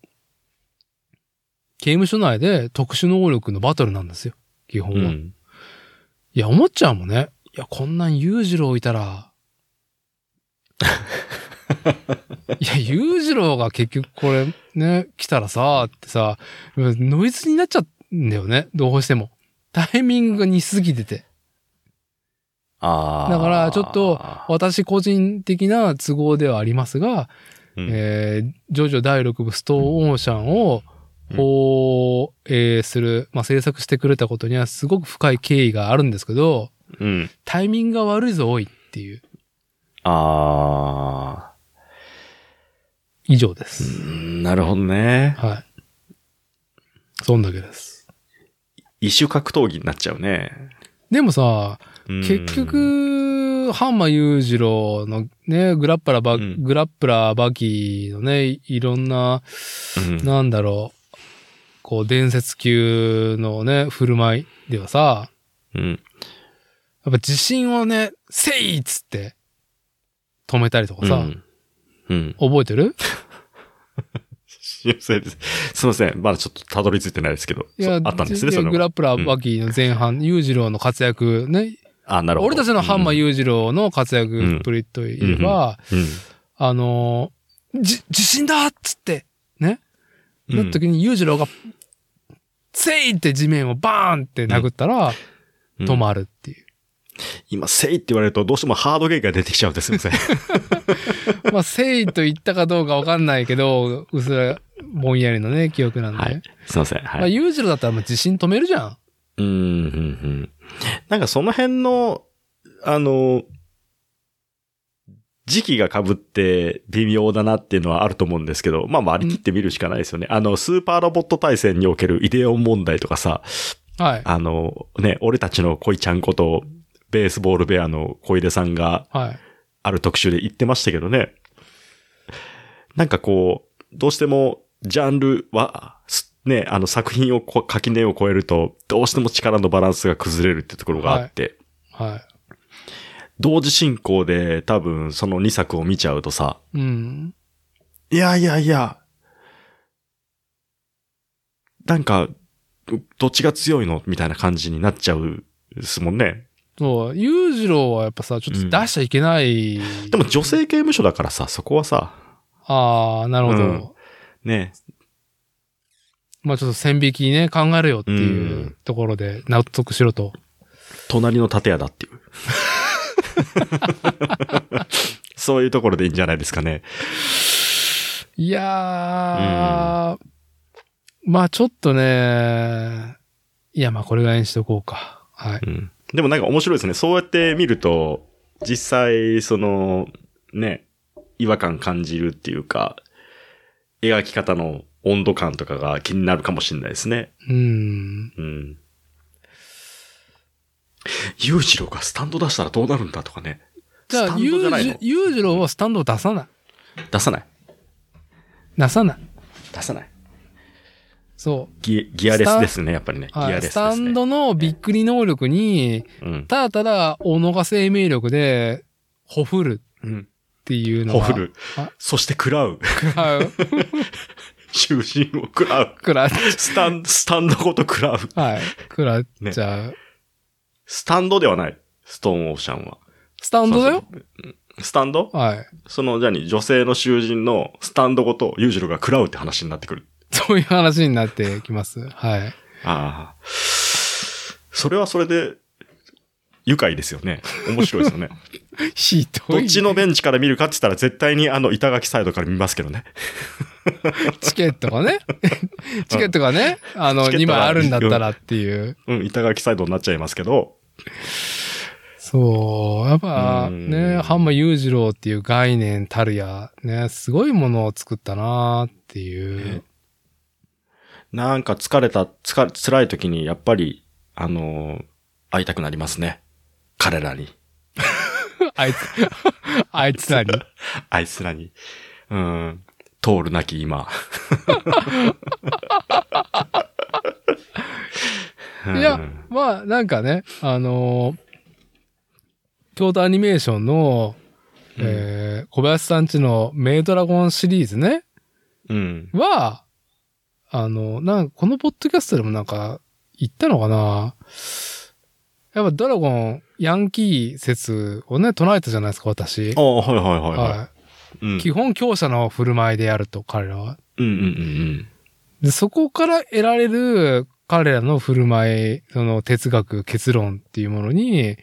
Speaker 2: 刑務所内で特殊能力のバトルなんですよ。基本
Speaker 1: う
Speaker 2: は。
Speaker 1: ん。
Speaker 2: いや、思っちゃうもんね。いや、こんなん裕次郎いた
Speaker 1: (laughs)
Speaker 2: ら。いや、裕次郎が結局これね、来たらさ、ってさ、ノイズになっちゃうんだよね。どうしても。タイミングが似すぎてて。
Speaker 1: あー。
Speaker 2: だからちょっと私個人的な都合ではありますが、
Speaker 1: うん、
Speaker 2: えー、ジョジョ第6部ストーンオーシャンを放映する、まあ、制作してくれたことにはすごく深い経緯があるんですけど、
Speaker 1: うん。
Speaker 2: タイミングが悪いぞ、おいっていう。
Speaker 1: あ
Speaker 2: 以上で
Speaker 1: ー。
Speaker 2: す。
Speaker 1: うんなるほどね。
Speaker 2: はい。そんだけです。
Speaker 1: 異種格闘技になっちゃうね。
Speaker 2: でもさ、
Speaker 1: うん
Speaker 2: 結、局、ハンマー裕次郎のね、グラッパラバ、
Speaker 1: うん
Speaker 2: グラップラーバキのね、いいろんな、
Speaker 1: うん
Speaker 2: なんだろう、こう、伝説級のね、振る舞いではさ、
Speaker 1: うん。
Speaker 2: やっぱ自信をね、せいっつって止めたりとかさ、
Speaker 1: うん。うん。
Speaker 2: 覚えてる
Speaker 1: すいません。すいません。まだちょっとたどり着いてないですけど。そうあったんですね、
Speaker 2: いや
Speaker 1: その
Speaker 2: グ。ラップラーバキの前半、裕次郎の活躍ね、
Speaker 1: あ、なるほど。
Speaker 2: 俺たちのハンマー
Speaker 1: うん
Speaker 2: 裕次郎の活躍っぷりといえば、あのー、じ、地震だっつって、ね。
Speaker 1: うん。う
Speaker 2: なんった時に裕次郎が、せいって地面をバーンって殴ったら、
Speaker 1: うん
Speaker 2: 止まるっていう。
Speaker 1: 今、せいって言われるとどうしてもハードゲーが出てきちゃうんです。すいません。
Speaker 2: まあ、誠意と言ったかどうかわかんないけど、うすらぼんやりのね、記 (laughs) 憶なんで。
Speaker 1: はい。すいません。
Speaker 2: ま
Speaker 1: は
Speaker 2: あ、
Speaker 1: い。
Speaker 2: 裕次郎だったらもう地震止めるじゃん。
Speaker 1: うん、うん、うん。なんかその辺の、あの、時期が被って微妙だなっていうのはあると思うんですけど、まあ割り切って見るしかないですよね。あの、スーパーロボット対戦におけるイデオン問題とかさ、
Speaker 2: はい。
Speaker 1: あの、ね、俺たちの恋ちゃんこと、ベースボールベアの小出さんが
Speaker 2: はい。
Speaker 1: ある特集で言ってましたけどね。なんかこう、どうしても、ジャンルは、すね、あの作品をこ、垣根を越えると、どうしても力のバランスが崩れるってところがあって、
Speaker 2: は
Speaker 1: 同時進行で多分その2作を見ちゃうとさ、
Speaker 2: い。うん。
Speaker 1: いやいやいや、なんか、どっちが強いのみたいな感じになっちゃうですもんね。
Speaker 2: そう、裕次郎はやっぱさ、ちょっと出しちゃいけない。
Speaker 1: でも女性刑務所だからさ、そこはさ、
Speaker 2: ああ、なるほど。
Speaker 1: うんね、
Speaker 2: まあちょっと線引きね、考えるよっていううんところで納得しろと。
Speaker 1: 隣の建屋だっていう。そういうところでいいんじゃないですかね。
Speaker 2: いやー、まあちょっとね、いやまあこれぐらいにしとこうか。はい。
Speaker 1: うん。でもなんか面白いですね。そうやって見ると、実際、その、ね、違和感感じるっていうか、描き方の温度感とかが気になるかもしれないですね。
Speaker 2: うん。
Speaker 1: うん。裕次郎がスタンド出したらどうなるんだとかね。
Speaker 2: じゃ
Speaker 1: スタ
Speaker 2: あ、
Speaker 1: ンドじ
Speaker 2: 裕
Speaker 1: ゃない
Speaker 2: 次
Speaker 1: の
Speaker 2: 裕次郎はスタンドを出さない。
Speaker 1: 出さない。
Speaker 2: 出さない。
Speaker 1: 出さない。
Speaker 2: そう。
Speaker 1: ギギアレスですね、やっぱりね。ギア
Speaker 2: は
Speaker 1: レ
Speaker 2: い、
Speaker 1: スで
Speaker 2: ス
Speaker 1: すね。
Speaker 2: タンドのびっくり能力に、
Speaker 1: うん。
Speaker 2: ただただ、おのが生命力で、ほふる
Speaker 1: うん。
Speaker 2: っていうの
Speaker 1: ほ
Speaker 2: が。
Speaker 1: ふる
Speaker 2: あ。
Speaker 1: そして食らう。 (laughs)
Speaker 2: はい。
Speaker 1: 囚人を食らう。
Speaker 2: くらっ、
Speaker 1: スタン、スタンドごと食らう。
Speaker 2: はい。くらっちゃう。
Speaker 1: スタンドではない。ストーンオーシャンは。
Speaker 2: スタンドだよ
Speaker 1: そうそうスタンド
Speaker 2: はい。
Speaker 1: その、じゃに、女性の囚人のスタンドごと、裕次郎が食らうって話になってくる。
Speaker 2: そういう話になってきます。はい。
Speaker 1: ああ。それはそれで、愉快ですよね。面白い
Speaker 2: (laughs)
Speaker 1: ですよね。
Speaker 2: ひど
Speaker 1: どっ
Speaker 2: い。
Speaker 1: ちのベンチから見るかって言ったら、絶対にあの、板垣サイドから見ますけどね。
Speaker 2: チケットがね。チケットがね、あの、
Speaker 1: チケッ
Speaker 2: 2
Speaker 1: トが
Speaker 2: 枚あるんだったらっていう。
Speaker 1: うん、板垣サイドになっちゃいますけど。
Speaker 2: そう。やっぱ
Speaker 1: うん
Speaker 2: ね、ハンマ裕次郎っていう概念たるや、ね、すごいものを作ったなっていう。
Speaker 1: なんか疲れた、疲れ、辛い時にやっぱり、あのー会いたくなりますね。彼らに。
Speaker 2: (laughs) あいつ、あいつなり。
Speaker 1: (laughs) あいつらに。うん。通るなき今。
Speaker 2: (laughs) いや、まあ、なんかね、あのー京都アニメーションの、
Speaker 1: うん
Speaker 2: えー小林さんちのメイドラゴンシリーズね、
Speaker 1: うん。
Speaker 2: は、あの、なんかこのポッドキャストでもなんか言ったのかなやっぱドラゴン、ヤンキー説をね、唱えたじゃないですか、私
Speaker 1: あ。あ、はいはいはい、はい。
Speaker 2: は
Speaker 1: うん
Speaker 2: い。基本強者の振る舞いであると、彼らは。
Speaker 1: うんうんうん
Speaker 2: で、そこから得られる彼らの振る舞い、その哲学、結論っていうものに、
Speaker 1: うん。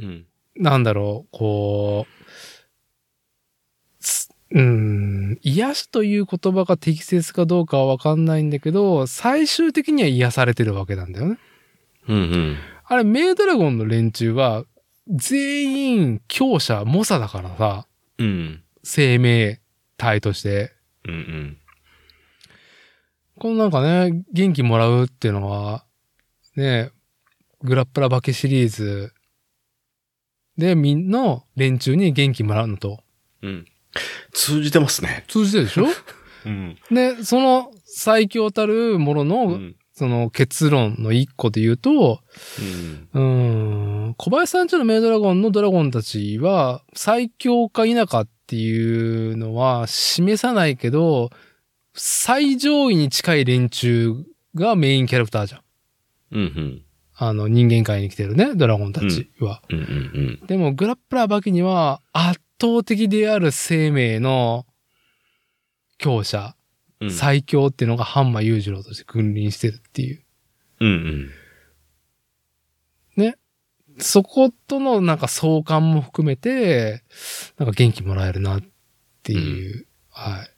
Speaker 1: うん。
Speaker 2: なんだろう、こう、すうん、癒しという言葉が適切かどうかはわかんないんだけど、最終的には癒されてるわけなんだよね。
Speaker 1: うんうん。
Speaker 2: あれ、メイドラゴンの連中は、全員強者、猛者だからさ、
Speaker 1: うん。
Speaker 2: 生命体として。
Speaker 1: うんうん。
Speaker 2: このなんかね、元気もらうっていうのは、ね、グラップラ化けシリーズで、みんな連中に元気もらうのと
Speaker 1: うん。通じてますね。
Speaker 2: 通じてるでしょ
Speaker 1: うん。
Speaker 2: で、その最強たるものの、
Speaker 1: うん。
Speaker 2: その結論の一個で言うと、う
Speaker 1: うん。
Speaker 2: ーん、小林さんちのメイドラゴンのドラゴンたちは、最強か否かっていうのは示さないけど、最上位に近い連中がメインキャラクターじゃん。
Speaker 1: うんうん。
Speaker 2: あの、人間界に来てるね、ドラゴンたちは。
Speaker 1: うんうん
Speaker 2: でも、グラップラーバキには圧倒的である生命の強者。
Speaker 1: うん。
Speaker 2: 最強っていうのがハンマー裕次郎として君臨してるっていう。
Speaker 1: うんうん。
Speaker 2: そことのなんか相関も含めて、なんか元気もらえるなっていう、はい。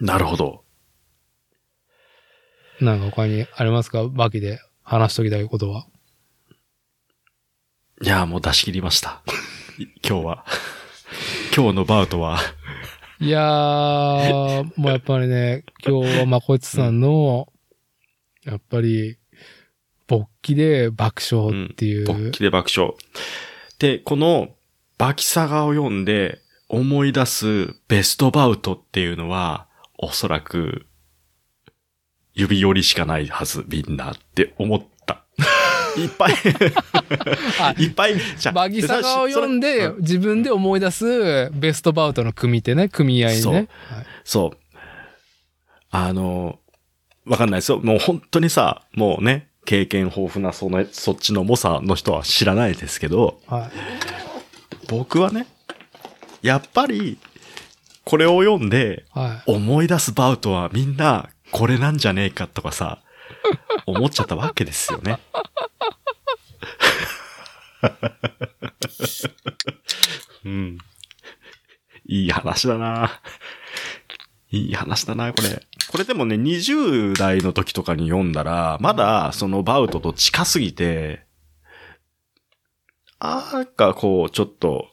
Speaker 1: なるほど。
Speaker 2: なんか他にありますかバキで話しときたいことは。
Speaker 1: いやー、もう出し切りました。い今日は。今日のバウトは。
Speaker 2: いやー、 (laughs) もうやっぱりね、今日はまこいつさんの、やっぱり、勃起で爆笑っていう。
Speaker 1: 勃起で爆笑。で、この、バキサガを読んで思い出すベストバウトっていうのは、おそらく、指折りしかないはず、みんなって
Speaker 2: (laughs)
Speaker 1: 思った。いっぱい
Speaker 2: あ、
Speaker 1: いっぱい、じゃあ
Speaker 2: バギサガを読ん
Speaker 1: それ
Speaker 2: で
Speaker 1: う、
Speaker 2: 自分で思い出すベストバウトの組手ね、組合ね。
Speaker 1: そう
Speaker 2: はい
Speaker 1: そう。あの、わかんないですよ。もう本当にさ、もうね、経験豊富なその、そっちの猛者の人は知らないですけど、
Speaker 2: はい。
Speaker 1: 僕はね、やっぱり、これを読んで、
Speaker 2: は
Speaker 1: 思い出すバウトはみんな、これなんじゃねえかとかさ、思っちゃったわけですよね。うん。いい話だな。いい話だな、これ。これでもね、20代の時とかに読んだら、まだそのバウトと近すぎて、あーなんかこう、ちょっと、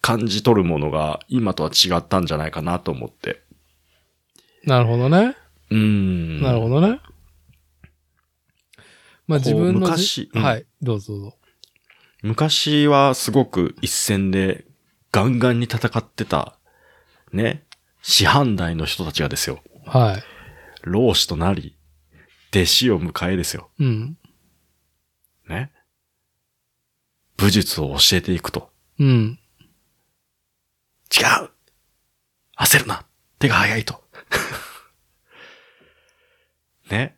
Speaker 1: 感じ取るものが今とは違ったんじゃないかなと思って。
Speaker 2: い。なるほどね。
Speaker 1: うーん。
Speaker 2: なるほどね。まあ
Speaker 1: こ
Speaker 2: 自
Speaker 1: う
Speaker 2: 分のじ
Speaker 1: 昔、うん
Speaker 2: はい、どうぞどうぞ。
Speaker 1: 昔はすごく一戦でガンガンに戦ってた、ね、師範代の人たちがですよ、
Speaker 2: は
Speaker 1: 老子となり、弟子を迎えですよ、
Speaker 2: い。うん。
Speaker 1: ね。武術を教えていくと。
Speaker 2: うん。
Speaker 1: 違う焦るな手が早いと。 (laughs) ね。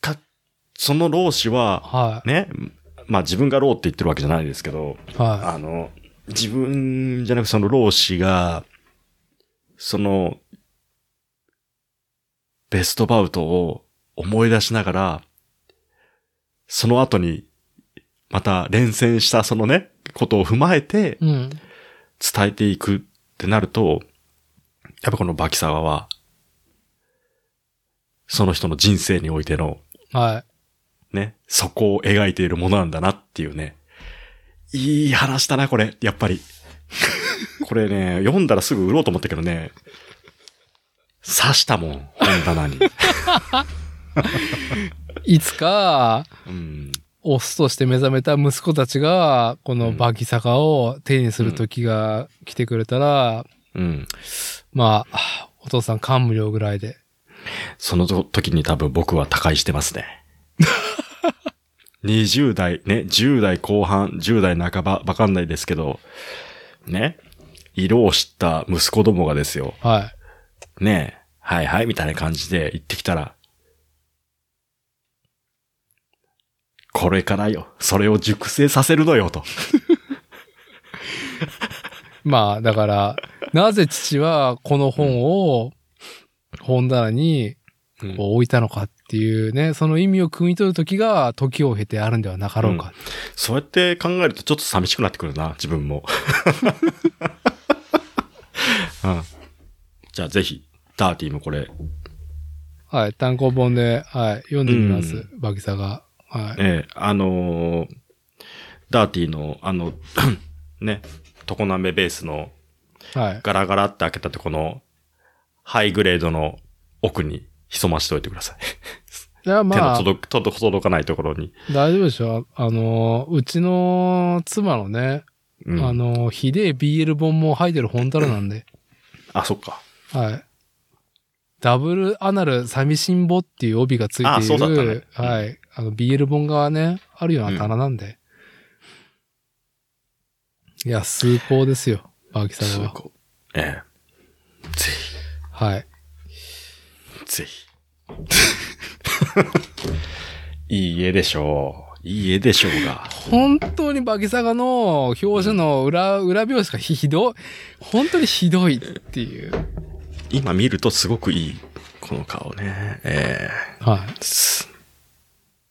Speaker 1: か、その老子は、
Speaker 2: は
Speaker 1: ね、まあ自分が老って言ってるわけじゃないですけど、
Speaker 2: い。は
Speaker 1: あの、自分じゃなくその老子が、その、ベストバウトを思い出しながら、その後に、また連戦したそのね、ことを踏まえて
Speaker 2: い。うん。
Speaker 1: 伝えていくってなると、やっぱこのバキサワは、その人の人生においての
Speaker 2: は
Speaker 1: ね、そこを描いているものなんだなっていうね。いい話だな、これ。やっぱり。 (laughs) これね、読んだらすぐ売ろうと思ったけどね。刺したもん、本棚に。
Speaker 2: い。いつか、
Speaker 1: うん。
Speaker 2: オスとして目覚めた息子たちが、このバギサカを手にする時が来てくれたら、
Speaker 1: うん。
Speaker 2: まあ、お父さん感無量ぐらいで。
Speaker 1: その時に多分僕は他界してますね。20代、ね、10代後半、10代半ば、わかんないですけど、ね、色を知った息子どもがですよ。
Speaker 2: は
Speaker 1: ねえ、はいはい、みたいな感じで行ってきたら、これからよ。それを熟成させるのよ、と。
Speaker 2: い。まあ、だから、なぜ父はこの本を本棚に
Speaker 1: うん
Speaker 2: を置いたのかっていうね、その意味を汲み取る時が時を経てあるんではなかろうか。
Speaker 1: そうやって考えるとちょっと寂しくなってくるな、自分も。 (laughs) うん、じゃあぜひ、ダーティーもこれ、
Speaker 2: はい、単行本で、はい、読んでみます、
Speaker 1: う
Speaker 2: バギサが。はい。
Speaker 1: ええあのーダーティーの、あの、 (coughs) ね、常滑ベースの
Speaker 2: はい。
Speaker 1: ガラガラって開けたとこの、ハイグレードの奥に潜ましておいてください。
Speaker 2: じゃあ
Speaker 1: 手
Speaker 2: ま
Speaker 1: の
Speaker 2: あ、
Speaker 1: 届く、届く届かないところに。
Speaker 2: 大丈夫でしょあの、うちの妻のね、
Speaker 1: うん
Speaker 2: あの、ひでえ BL 本も入ってる本棚なんで、
Speaker 1: あ、そっか。
Speaker 2: はい。ダブルアナル寂しんぼっていう帯がついている、
Speaker 1: あそうだったねうん
Speaker 2: はい。あの、BL 本がね、あるような棚なんで。いや、崇高ですよ、バーキさんは。
Speaker 1: こええ。ぜ
Speaker 2: はい。
Speaker 1: ひ、 (laughs) ぜひ。いい絵でしょう。いい絵でしょうが。
Speaker 2: 本当にバギサガの表紙の裏、裏表紙がひひどい。本当にひどいっていう。
Speaker 1: 今見るとすごくいい。ここの顔ね。え
Speaker 2: は
Speaker 1: ーす
Speaker 2: い。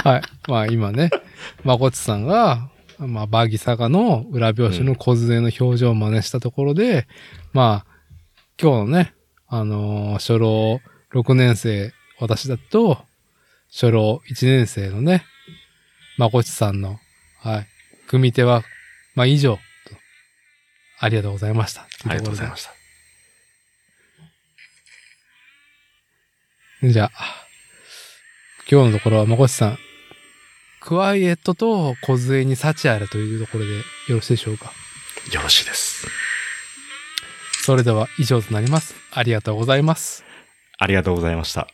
Speaker 2: (laughs) はい。まあ今ね、まこっちさんが、まあバギサガの裏表紙の小杖の表情を真似したところで、まあ、今日のね、あのー初老6年生、私だと、初老1年生のね、まこっちさんの、はい、組手は、まあ以上と、ありがとうございました。
Speaker 1: ありがとうございま
Speaker 2: し
Speaker 1: した。
Speaker 2: た。じゃあ、今日のところはまこっちさん、クワイエットと小杖に幸あれというところでよろしいでしょうか。
Speaker 1: よろしいです。
Speaker 2: それでは以上となります。ありがとうございます。
Speaker 1: ありがとうございました。